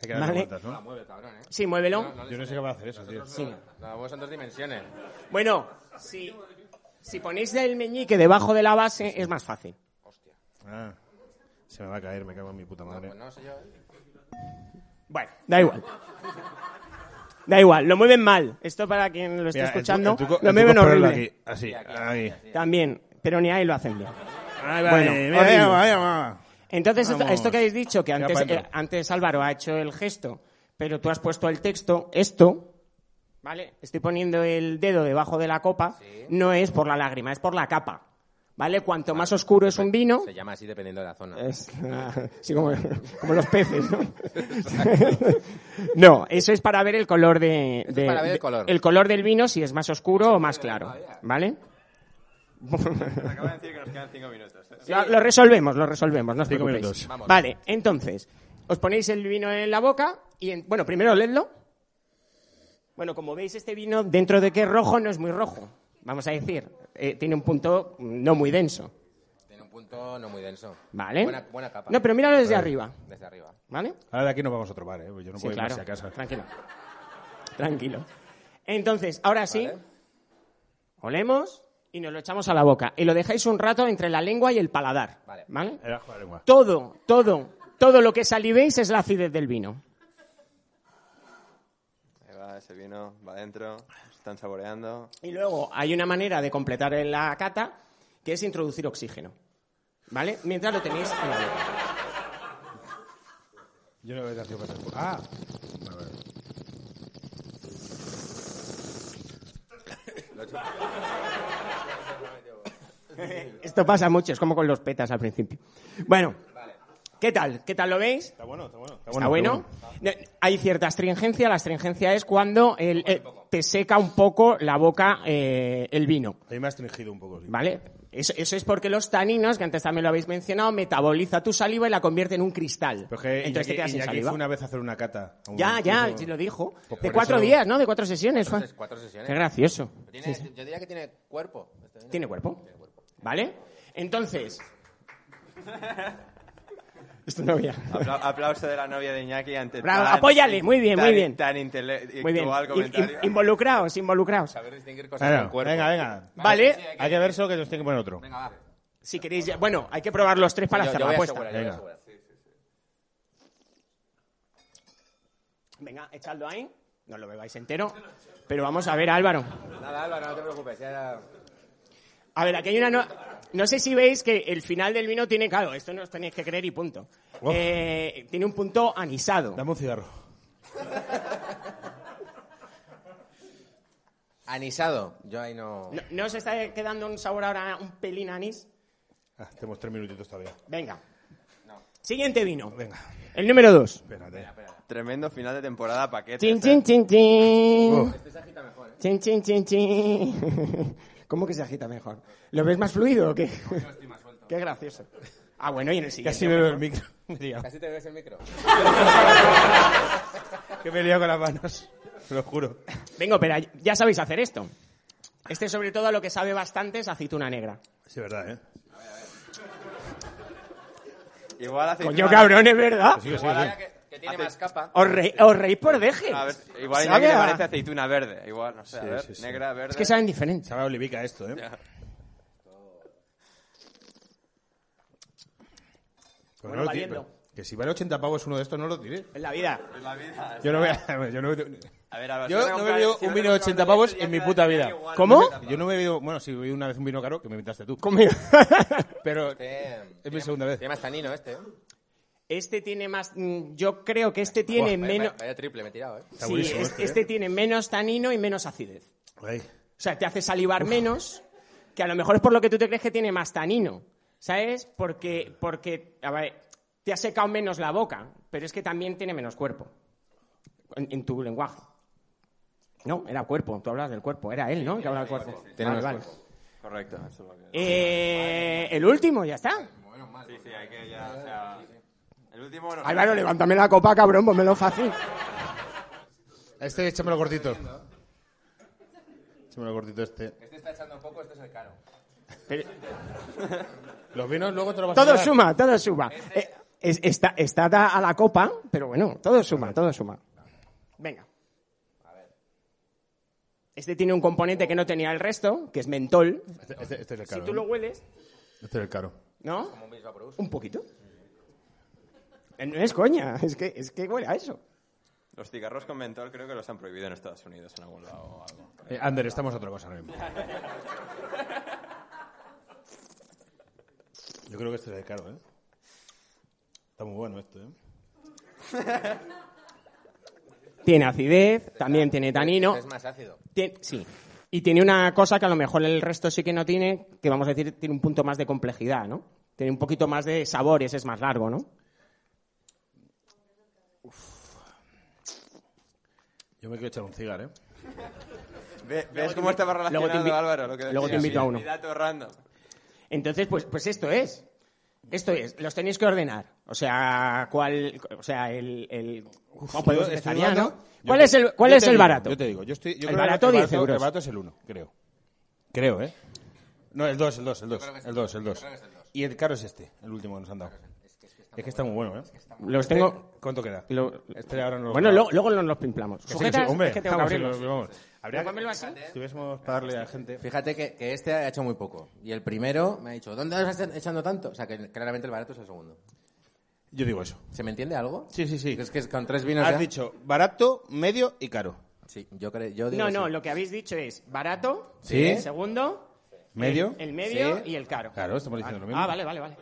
Speaker 2: Hay que darle
Speaker 4: Vale. Ah,
Speaker 2: vueltas, ¿no?
Speaker 1: Mueve, cabrón, ¿eh?
Speaker 4: Sí, muévelo.
Speaker 2: Yo no sé qué va a hacer eso, tío.
Speaker 1: La mueves en dos dimensiones.
Speaker 4: Bueno, si, si ponéis el meñique debajo de la base, es más fácil.
Speaker 2: Ah, se me va a caer, me cago en mi puta madre.
Speaker 1: Pues no sé yo.
Speaker 4: Bueno, da igual. Da igual, lo mueven mal. Esto para quien lo esté
Speaker 2: Mira, el tu-
Speaker 4: escuchando,
Speaker 2: el truco-
Speaker 4: lo
Speaker 2: el truco
Speaker 4: mueven
Speaker 2: es ponerlo
Speaker 4: horrible.
Speaker 2: aquí, así, ahí.
Speaker 4: También, pero ni ahí lo hacen bien.
Speaker 2: Ahí va,
Speaker 4: Bueno,
Speaker 2: eh, mira,
Speaker 4: horrible.
Speaker 2: mira, mira, mira.
Speaker 4: Entonces, esto,
Speaker 2: Vamos.
Speaker 4: esto que habéis dicho, que
Speaker 2: Ya
Speaker 4: antes,
Speaker 2: pa' dentro.
Speaker 4: eh, antes Álvaro ha hecho el gesto, pero tú has puesto el texto, esto, ¿vale? Estoy poniendo el dedo debajo de la copa, no es por la lágrima, es por la capa, ¿vale? Cuanto más oscuro es un vino...
Speaker 1: Se llama así dependiendo de la zona.
Speaker 4: es- ah, sí, como, como los peces, ¿no? (laughs) no, eso es para ver el color de... de-
Speaker 1: para ver el
Speaker 4: de-
Speaker 1: color.
Speaker 4: del vino, si es más oscuro o más claro, ¿vale?
Speaker 1: (laughs)
Speaker 3: Acaba de decir que nos quedan cinco minutos. ¿eh?
Speaker 4: Lo, lo resolvemos, lo resolvemos, no os
Speaker 2: Cinco
Speaker 4: preocupéis.
Speaker 2: minutos.
Speaker 1: Vamos.
Speaker 4: Vale, entonces, os ponéis el vino en la boca y, en- bueno, primero oledlo. Bueno, como veis, este vino, dentro de que es rojo, no es muy rojo, vamos a decir. Eh, tiene un punto no muy denso,
Speaker 1: Tiene un punto no muy denso.
Speaker 4: ¿vale?
Speaker 1: Buena, buena capa.
Speaker 4: No, pero míralo desde arriba,
Speaker 1: Desde arriba.
Speaker 4: ¿vale?
Speaker 2: Ahora de aquí nos vamos a otro bar, ¿eh? Pues Yo no
Speaker 4: Sí,
Speaker 2: puedo ir
Speaker 4: claro.
Speaker 2: más a casa.
Speaker 4: Tranquilo. Tranquilo. Entonces, ahora sí,
Speaker 1: Vale.
Speaker 4: olemos y nos lo echamos a la boca. Y lo dejáis un rato entre la lengua y el paladar,
Speaker 1: Vale.
Speaker 4: ¿vale?
Speaker 2: Era jugar a la lengua.
Speaker 4: todo, todo, todo lo que salivéis es la acidez del vino.
Speaker 3: Ahí va, ese vino va adentro, se están saboreando.
Speaker 4: Y luego hay una manera de completar la cata que es introducir oxígeno. ¿Vale? Mientras lo tenéis en la boca.
Speaker 2: Yo no voy a hacer cosas. Ah,
Speaker 4: Esto pasa mucho, es como con los petas al principio. Bueno, ¿qué tal? ¿Qué tal lo veis?
Speaker 2: está bueno, está bueno. Está
Speaker 4: ¿Está bueno? No, Hay cierta astringencia. La astringencia es cuando el- eh, te seca un poco la boca eh, el vino.
Speaker 2: A mí me has tringido un poco, sí.
Speaker 4: ¿Vale? Eso, eso es porque los taninos, que antes también lo habéis mencionado, metaboliza tu saliva y la convierte en un cristal.
Speaker 2: Pero es que
Speaker 4: Entonces te
Speaker 2: Iñaki-
Speaker 4: quedas sin
Speaker 2: Iñaki
Speaker 4: saliva.
Speaker 2: fue una vez a hacer una cata. a un-
Speaker 4: Ya, ya,
Speaker 2: incluso-
Speaker 4: sí lo dijo.
Speaker 2: Pues
Speaker 4: De
Speaker 2: por
Speaker 4: cuatro
Speaker 2: eso-
Speaker 4: días, ¿no? De cuatro sesiones. Juan.
Speaker 1: Entonces, cuatro sesiones.
Speaker 4: Qué gracioso.
Speaker 1: Tiene- Yo diría que tiene cuerpo. este vino.
Speaker 4: Tiene cuerpo. ¿Vale? Entonces. (laughs) Esto no había.
Speaker 3: Apla- aplauso de la novia de Iñaki ante
Speaker 4: Bravo,
Speaker 3: tan-
Speaker 4: apóyale, muy bien,
Speaker 3: tan-
Speaker 4: muy bien.
Speaker 3: Tan
Speaker 4: (laughs) Muy bien.
Speaker 3: intelectual
Speaker 4: In- in-
Speaker 3: comentario.
Speaker 4: involucrados, involucrados.
Speaker 1: Saber distinguir cosas
Speaker 2: Claro,
Speaker 1: con cuerpo.
Speaker 2: venga, venga.
Speaker 4: Vale.
Speaker 1: sí,
Speaker 2: Hay que ver solo que nos tiene que poner otro.
Speaker 1: Venga, va.
Speaker 4: Si queréis. ya- Bueno, hay que probar los tres para
Speaker 1: Yo-
Speaker 4: hacer
Speaker 1: yo
Speaker 4: la
Speaker 1: voy a
Speaker 4: apuesta.
Speaker 1: asegurar, yo voy a
Speaker 2: Venga.
Speaker 1: asegurar.
Speaker 4: Venga, echadlo ahí. No lo bebáis entero. Pero vamos a ver, Álvaro.
Speaker 1: Nada, Álvaro, no te preocupes. Ya...
Speaker 4: A ver, aquí hay una. No... no sé si veis que el final del vino tiene. Claro, esto no os tenéis que creer y punto.
Speaker 2: Uf.
Speaker 4: Eh, tiene un punto anisado.
Speaker 2: Dame un cigarro.
Speaker 1: Anisado. Yo ahí no...
Speaker 4: ¿No, no os está quedando un sabor ahora un pelín anís?
Speaker 2: Ah, tenemos tres minutitos todavía.
Speaker 4: Venga. Siguiente vino.
Speaker 2: Venga,
Speaker 4: El número dos.
Speaker 2: espérate.
Speaker 3: Tremendo final de temporada paquete.
Speaker 4: Chin, chin, chin, chin.
Speaker 2: Uf.
Speaker 4: Chin, chin, chin, chin. (laughs) ¿Cómo que se agita mejor? ¿Lo ves más fluido o qué? Qué gracioso. Ah, bueno, y en el siguiente.
Speaker 2: Casi veo el micro. (laughs) Me he liado.
Speaker 1: Casi te bebes el micro.
Speaker 2: Que me he liado con las manos. Te lo juro.
Speaker 4: Vengo, pero ya sabéis hacer esto. Este, sobre todo, lo que sabe bastante es aceituna negra.
Speaker 2: Sí, verdad, ¿eh?
Speaker 3: Igual hace.
Speaker 4: Coño, cabrón, es verdad.
Speaker 2: Sí, sí,
Speaker 1: Igual
Speaker 2: sí.
Speaker 1: ahora que, que tiene más capa.
Speaker 4: Os, reí- os reís por deje.
Speaker 3: A ver, igual
Speaker 4: Sabe
Speaker 3: Iñaki le
Speaker 4: a-
Speaker 3: parece aceituna verde. Igual, no sé, a
Speaker 2: Sí,
Speaker 3: ver.
Speaker 2: sí, sí.
Speaker 3: Negra, verde.
Speaker 4: Es que saben diferente.
Speaker 2: Sabe a olivica esto, ¿eh? Pero
Speaker 4: Bueno,
Speaker 2: Pues lo ti-
Speaker 4: valiendo.
Speaker 2: pero- Que si vale 80 pavos uno de estos, no lo tires.
Speaker 4: En la vida.
Speaker 3: La vida.
Speaker 2: Yo no voy a... (laughs) Yo no,
Speaker 3: A ver, Álvaro,
Speaker 2: Yo
Speaker 3: si vas a
Speaker 2: no
Speaker 3: comprar-
Speaker 2: me veo
Speaker 3: si
Speaker 2: un
Speaker 3: vas
Speaker 2: vino
Speaker 3: a
Speaker 2: de
Speaker 3: comprar
Speaker 2: 80
Speaker 3: un
Speaker 2: pavos
Speaker 3: coche,
Speaker 2: en
Speaker 3: ya
Speaker 2: mi
Speaker 3: te-
Speaker 2: puta
Speaker 3: ya
Speaker 2: vida.
Speaker 3: igual.
Speaker 4: ¿Cómo?
Speaker 2: Yo no me he bebido... Bueno, sí, bebí una vez un vino caro, que me invitaste tú.
Speaker 4: (laughs) Conmigo.
Speaker 2: Pero
Speaker 1: Eh,
Speaker 2: es mi
Speaker 1: tiene-
Speaker 2: segunda vez.
Speaker 1: Tiene más tanino este. ¿eh?
Speaker 4: Este tiene más. mm, Yo creo que este tiene
Speaker 1: Vaya-
Speaker 4: menos.
Speaker 1: Vaya triple, me he tirado, ¿eh?
Speaker 2: Está
Speaker 4: sí,
Speaker 2: buenísimo
Speaker 4: es-
Speaker 2: este,
Speaker 4: este,
Speaker 2: ¿eh?
Speaker 4: tiene menos tanino y menos acidez.
Speaker 2: Ay,
Speaker 4: O sea, te hace salivar menos, que a lo mejor es por lo que tú te crees que tiene más tanino. ¿Sabes? Porque, porque a ver, te ha secado menos la boca, pero es que también tiene menos cuerpo. en, en tu lenguaje. No, era cuerpo, tú hablas del cuerpo, era él, ¿no? El que hablaba del cuerpo.
Speaker 1: Tenemos
Speaker 4: Vale, vale.
Speaker 1: cuerpo.
Speaker 3: Correcto. Eso es lo que-
Speaker 4: Eh, el último, ya está.
Speaker 3: Sí, sí, hay que ya, o sea... El último... no sé.
Speaker 4: Álvaro, levántame la copa, cabrón, ponmelo fácil.
Speaker 5: Este, échamelo cortito. Échamelo cortito este.
Speaker 1: Este está echando poco, este es el caro.
Speaker 5: Los vinos luego te lo vas a
Speaker 4: Todo
Speaker 5: dar.
Speaker 4: suma, todo suma. Eh, es- está, está da- a la copa, pero bueno, todo suma, todo suma. Venga. Este tiene un componente que no tenía el resto, que es mentol.
Speaker 5: Este, este- este es el
Speaker 4: Si
Speaker 5: caro.
Speaker 4: tú lo
Speaker 5: ¿eh?
Speaker 4: hueles,
Speaker 5: Este es el caro.
Speaker 4: ¿no? Un poquito. Eh, No es coña, (laughs) es que, es que huele a eso.
Speaker 3: Los cigarros con mentol creo que los han prohibido en Estados Unidos en algún lado o algo.
Speaker 5: Eh, Ander, estamos a otra cosa ahora mismo.
Speaker 2: (laughs)
Speaker 5: Yo creo que este es el caro, ¿eh? Está muy bueno esto, ¿eh?
Speaker 4: Tiene acidez, también tiene tanino.
Speaker 1: Este es más ácido.
Speaker 4: Tien- sí. Y tiene una cosa que a lo mejor el resto sí que no tiene, que vamos a decir, tiene un punto más de complejidad, ¿no? Tiene un poquito más de sabores, es más largo, ¿no?
Speaker 5: Yo me quiero echar un cigar, ¿eh?
Speaker 3: Ve- ¿Ves cómo estaba
Speaker 4: luego te
Speaker 3: relacionado,
Speaker 4: invi-
Speaker 3: Álvaro? Lo que
Speaker 4: luego te
Speaker 3: decías?
Speaker 4: invito a uno.
Speaker 3: Mi dato random.
Speaker 4: Entonces, pues, pues esto es. Esto es, los tenéis que ordenar. O sea, cuál, o sea, el, el ¿cómo podemos
Speaker 2: Yo estoy
Speaker 4: empezar ya,
Speaker 2: dudando.
Speaker 4: ¿no?
Speaker 2: Yo
Speaker 4: ¿Cuál
Speaker 2: te-
Speaker 4: es el, cuál
Speaker 2: yo
Speaker 4: es
Speaker 2: te
Speaker 4: el
Speaker 2: digo,
Speaker 4: barato?
Speaker 2: Yo te digo, yo estoy. Yo
Speaker 4: El
Speaker 2: creo
Speaker 4: barato,
Speaker 2: que
Speaker 4: 10 euros.
Speaker 2: El barato es el 1, creo. Creo, ¿eh? No, el 2, el 2, el 2. El 2, el 2. Y el caro es este, el último que nos han dado. Es que está muy bueno, ¿eh?
Speaker 4: Los tengo.
Speaker 2: ¿Cuánto queda?
Speaker 4: lo-
Speaker 2: Este ahora no lo
Speaker 4: bueno,
Speaker 2: grabo.
Speaker 4: luego, luego nos los pimplamos.
Speaker 2: Que sí, que sí,
Speaker 4: Sujetas,
Speaker 2: hombre,
Speaker 4: es que tengo que
Speaker 2: vamos,
Speaker 4: abrirlos.
Speaker 2: sí, vamos. Habría que-
Speaker 4: Tómamelo así.
Speaker 2: Si tuviésemos para darle a gente.
Speaker 1: Fíjate que, que este ha hecho muy poco. Y el primero me ha dicho, ¿dónde estás echando tanto? O sea, que claramente el barato es el segundo.
Speaker 2: Yo digo eso.
Speaker 1: ¿Se me entiende algo?
Speaker 2: Sí, sí, sí.
Speaker 1: Es que con tres vinos ya-
Speaker 2: Has dicho barato, medio y caro.
Speaker 1: Sí, yo, creo, yo digo
Speaker 4: No, no,
Speaker 1: sí.
Speaker 4: lo que habéis dicho es barato,
Speaker 2: Sí.
Speaker 4: el segundo,
Speaker 2: Medio.
Speaker 4: el medio
Speaker 2: Sí.
Speaker 4: y el caro.
Speaker 2: Claro, estamos diciendo lo mismo.
Speaker 4: Ah, vale, vale, vale.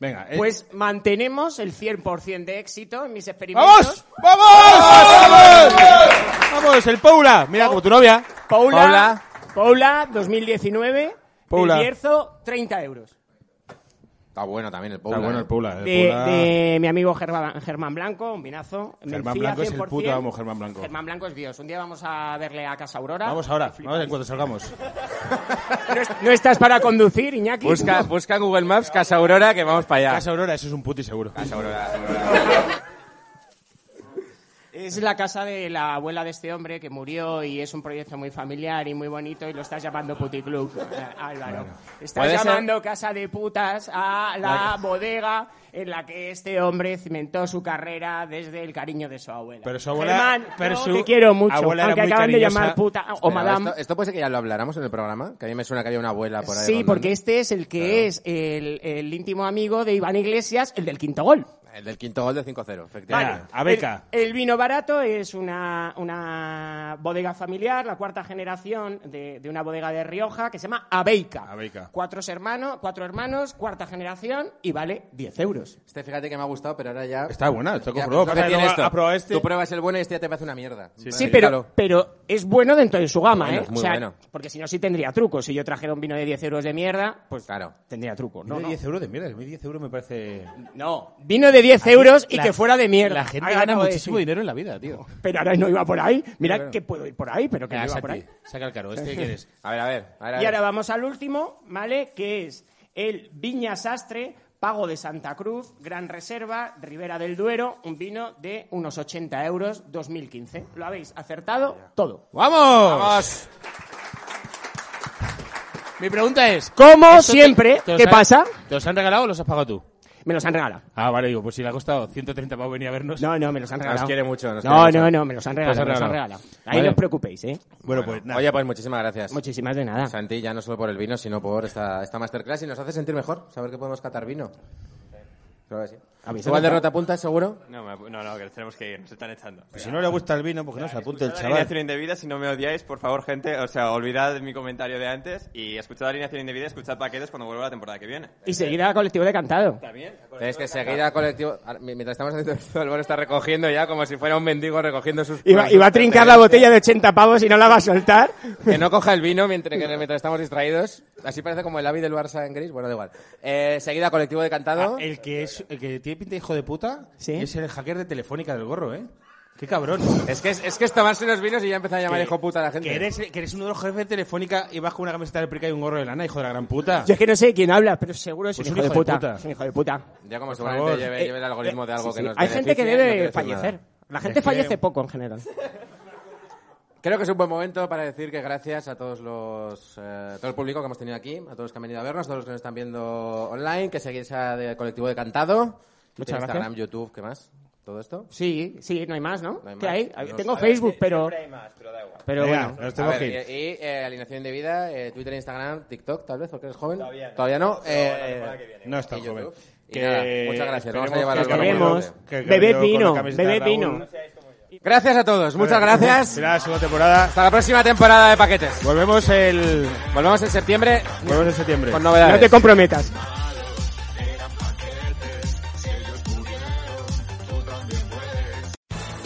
Speaker 2: Venga, eh,
Speaker 4: Pues mantenemos el 100% de éxito en mis experimentos.
Speaker 2: ¡Vamos! ¡Vamos! ¡Vamos! ¡Vamos! El Paula. Mira, como tu novia.
Speaker 4: Paula,
Speaker 2: Ah,
Speaker 4: Paula, 2019,
Speaker 2: Paula.
Speaker 4: de Bierzo, 30 euros.
Speaker 1: Está bueno también el Paula.
Speaker 2: Está bueno
Speaker 1: ¿eh?
Speaker 2: el Paula. El
Speaker 4: De,
Speaker 2: Paula-
Speaker 4: de mi amigo Germán, Germán Blanco, un vinazo.
Speaker 2: Germán
Speaker 4: Mencía,
Speaker 2: Blanco es el
Speaker 4: 100%.
Speaker 2: puto amo, Germán Blanco.
Speaker 4: Germán Blanco es Dios. Un día vamos a verle a Casa Aurora.
Speaker 2: Vamos ahora. Vamos en cuanto salgamos.
Speaker 4: No, es- no estás para conducir, Iñaki.
Speaker 6: Busca, busca en Google Maps Casa Aurora que vamos para allá.
Speaker 2: Casa Aurora, eso es un puti seguro.
Speaker 4: Es la casa de la abuela de este hombre que murió y es un proyecto muy familiar y muy bonito y lo estás llamando puticlub, eh, Álvaro. Estás
Speaker 6: Puede ser-
Speaker 4: llamando casa de putas a la bodega en la que este hombre cimentó su carrera desde el cariño de su abuela.
Speaker 2: Pero su abuela-
Speaker 4: Germán,
Speaker 2: pero
Speaker 4: yo
Speaker 2: su
Speaker 4: te quiero mucho,
Speaker 2: abuela era
Speaker 4: aunque
Speaker 2: muy
Speaker 4: acaban de
Speaker 2: cariñosa.
Speaker 4: llamar puta o
Speaker 1: Pero
Speaker 4: madame.
Speaker 1: Esto, esto puede ser que ya lo habláramos en el programa, que a mí me suena que había una abuela por ahí.
Speaker 4: Sí,
Speaker 1: rondando.
Speaker 4: porque este es el que es el, el íntimo amigo de Iván Iglesias, el del quinto gol.
Speaker 1: El del quinto gol de 5-0, efectivamente.
Speaker 4: Vale,
Speaker 2: Venga, a beca.
Speaker 4: El, el vino barato es una, una bodega familiar, la cuarta generación de, de una bodega de Rioja que se llama Abeica.
Speaker 2: Abeica.
Speaker 4: Cuatro hermanos, cuatro hermanos, cuarta generación y vale 10 euros.
Speaker 1: Este fíjate que me ha gustado, pero ahora ya...
Speaker 2: Está buena, está
Speaker 1: Ya,
Speaker 2: comprobado.
Speaker 1: no
Speaker 2: Pasa que
Speaker 1: tiene
Speaker 2: luego
Speaker 1: esto.
Speaker 2: ha probado este.
Speaker 1: Tú pruebas el bueno y este ya te parece una mierda.
Speaker 4: Sí, pero, pero es bueno dentro de su gama,
Speaker 1: Bueno,
Speaker 4: ¿eh?
Speaker 1: es muy
Speaker 4: O sea,
Speaker 1: bueno.
Speaker 4: Porque si no, sí tendría truco. Si yo trajera un vino de 10 euros de mierda, pues
Speaker 1: Claro.
Speaker 4: tendría truco. No,
Speaker 2: No,
Speaker 4: no.
Speaker 2: 10 euros de mierda. A mí 10 euros me parece...
Speaker 4: No, vino de 10 euros y
Speaker 6: la-
Speaker 4: que fuera de mierda. eh,
Speaker 6: La gente
Speaker 4: Ahora
Speaker 6: gana
Speaker 4: acabo de
Speaker 6: muchísimo
Speaker 4: decir.
Speaker 6: dinero en la vida, tío.
Speaker 4: Pero ahora no iba por ahí. Mira que puedo ir por ahí, pero que no
Speaker 2: Venga,
Speaker 4: iba por
Speaker 2: Santi,
Speaker 4: ahí.
Speaker 2: saca el caro. ¿Este quieres?
Speaker 1: (laughs) A ver, a ver. a ver, a
Speaker 4: Y
Speaker 1: ver.
Speaker 4: ahora vamos al último, ¿vale? Que es el Viña Sastre, Pago de Santa Cruz, Gran Reserva, Ribera del Duero, un vino de unos 80 euros, 2015. Lo habéis acertado todo.
Speaker 2: ¡Vamos!
Speaker 6: ¡Vamos! Mi pregunta es...
Speaker 4: Como
Speaker 6: ¿esto te-
Speaker 4: siempre,
Speaker 2: ¿Te los
Speaker 4: ¿qué
Speaker 2: han-
Speaker 4: pasa?
Speaker 2: ¿Te los han regalado o los has pagado tú?
Speaker 4: Me los han regalado.
Speaker 2: Ah, vale, digo, pues si le ha costado 130 pavos venir a vernos.
Speaker 4: No, no, me los han regalado.
Speaker 1: quiere mucho, nos
Speaker 4: no,
Speaker 1: quiere
Speaker 4: no,
Speaker 1: mucho.
Speaker 4: no, me los han
Speaker 2: Los
Speaker 4: regalado.
Speaker 2: han
Speaker 4: me los han
Speaker 2: regalado.
Speaker 4: regalado. Ahí
Speaker 2: Vale.
Speaker 4: no os preocupéis, ¿eh?
Speaker 2: Bueno, pues nada.
Speaker 1: Oye, pues muchísimas gracias.
Speaker 4: Muchísimas de nada.
Speaker 1: Santi, ya no solo por el vino, sino por esta, esta masterclass y nos hace sentir mejor, saber que podemos catar vino. Claro que sí.
Speaker 4: A mí se
Speaker 1: ¿Tú, Valder,
Speaker 4: nota.
Speaker 1: no te apuntas, seguro?
Speaker 3: No, me- no, no, que tenemos que ir, nos están echando.
Speaker 2: si no le gusta el vino, porque no se apunte el
Speaker 3: La línea
Speaker 2: chaval.
Speaker 3: Alineación indebida, si no me odiáis, por favor, gente, o sea, olvidad mi comentario de antes y escuchad alineación indebida, escuchad paquetes cuando vuelva la temporada que viene.
Speaker 4: Y seguir a Colectivo de Cantado.
Speaker 3: También.
Speaker 1: Tienes Pues que seguir a colectivo. Ahora, Mientras estamos haciendo esto, el bueno está recogiendo ya como si fuera un mendigo recogiendo sus.
Speaker 4: Iba, iba a trincar la botella de 80 pavos y no la va a soltar.
Speaker 1: Que no coja el vino mientras, que- mientras estamos distraídos. Así parece como el Avi del Barça en gris. Bueno, da igual. Eh, seguida colectivo
Speaker 4: Ah,
Speaker 1: de cantado.
Speaker 4: eh.
Speaker 2: el, que es, el que tiene pinta de hijo de puta
Speaker 4: Sí.
Speaker 2: es el hacker de Telefónica del gorro, ¿eh? Qué cabrón.
Speaker 6: Es que, es, es que es tomarse unos vinos y ya empezó a llamar
Speaker 2: Que-
Speaker 6: hijo puta a la gente.
Speaker 2: Que eres, que eres uno de los jefes de Telefónica y vas con una camiseta de prica y un gorro de lana, hijo de la gran puta.
Speaker 4: Yo es que no sé de quién habla, pero seguro es
Speaker 2: Pues
Speaker 4: un, hijo, de puta. Es un hijo de puta.
Speaker 1: Ya como
Speaker 2: favor.
Speaker 1: seguramente lleve,
Speaker 4: Eh,
Speaker 1: lleve el algoritmo de algo
Speaker 4: Sí,
Speaker 1: que
Speaker 4: sí.
Speaker 1: nos
Speaker 4: Hay gente
Speaker 1: beneficie,
Speaker 4: que
Speaker 1: no quiero
Speaker 4: debe
Speaker 1: decir
Speaker 4: fallecer.
Speaker 1: nada.
Speaker 4: La gente
Speaker 2: Es que-
Speaker 4: fallece poco en general.
Speaker 1: Creo que es un buen momento para decir que gracias a todos los eh, todo el público que hemos tenido aquí, a todos los que han venido a vernos, a todos los que nos están viendo online, que seguís a de colectivo de Cantado, que tiene
Speaker 4: gracias.
Speaker 1: Instagram, YouTube, ¿qué más? Todo esto.
Speaker 4: Sí, sí, no hay más, ¿no?
Speaker 1: No hay
Speaker 4: ¿Qué
Speaker 1: más.
Speaker 4: hay?
Speaker 1: No
Speaker 4: Tengo
Speaker 1: sé.
Speaker 4: Facebook, pero,
Speaker 3: Siempre hay más, pero da igual.
Speaker 4: pero
Speaker 2: Venga,
Speaker 4: bueno.
Speaker 2: nos
Speaker 1: A
Speaker 2: tenemos
Speaker 1: ver,
Speaker 2: que ir.
Speaker 1: y, y, eh, alineación de vida, eh, Twitter, Instagram, TikTok, tal vez, porque eres joven.
Speaker 3: Todavía no. Pero la
Speaker 1: Eh,
Speaker 3: temporada que viene.
Speaker 2: No está
Speaker 1: y YouTube.
Speaker 2: joven.
Speaker 1: Y nada, muchas gracias. Vamos a llevar
Speaker 4: que
Speaker 1: al
Speaker 4: os queremos.
Speaker 1: programa.
Speaker 2: que- que
Speaker 4: Bebed
Speaker 2: yo con la
Speaker 4: vino,
Speaker 2: camiseta
Speaker 4: bebed
Speaker 2: de Raúl-
Speaker 4: vino.
Speaker 1: Gracias a todos, muchas gracias.
Speaker 2: Será la segunda temporada.
Speaker 1: Hasta la próxima temporada de paquetes.
Speaker 2: Volvemos el.
Speaker 1: Volvemos en septiembre
Speaker 2: Volvemos en septiembre.
Speaker 1: con
Speaker 4: No
Speaker 1: novedades.
Speaker 4: te comprometas.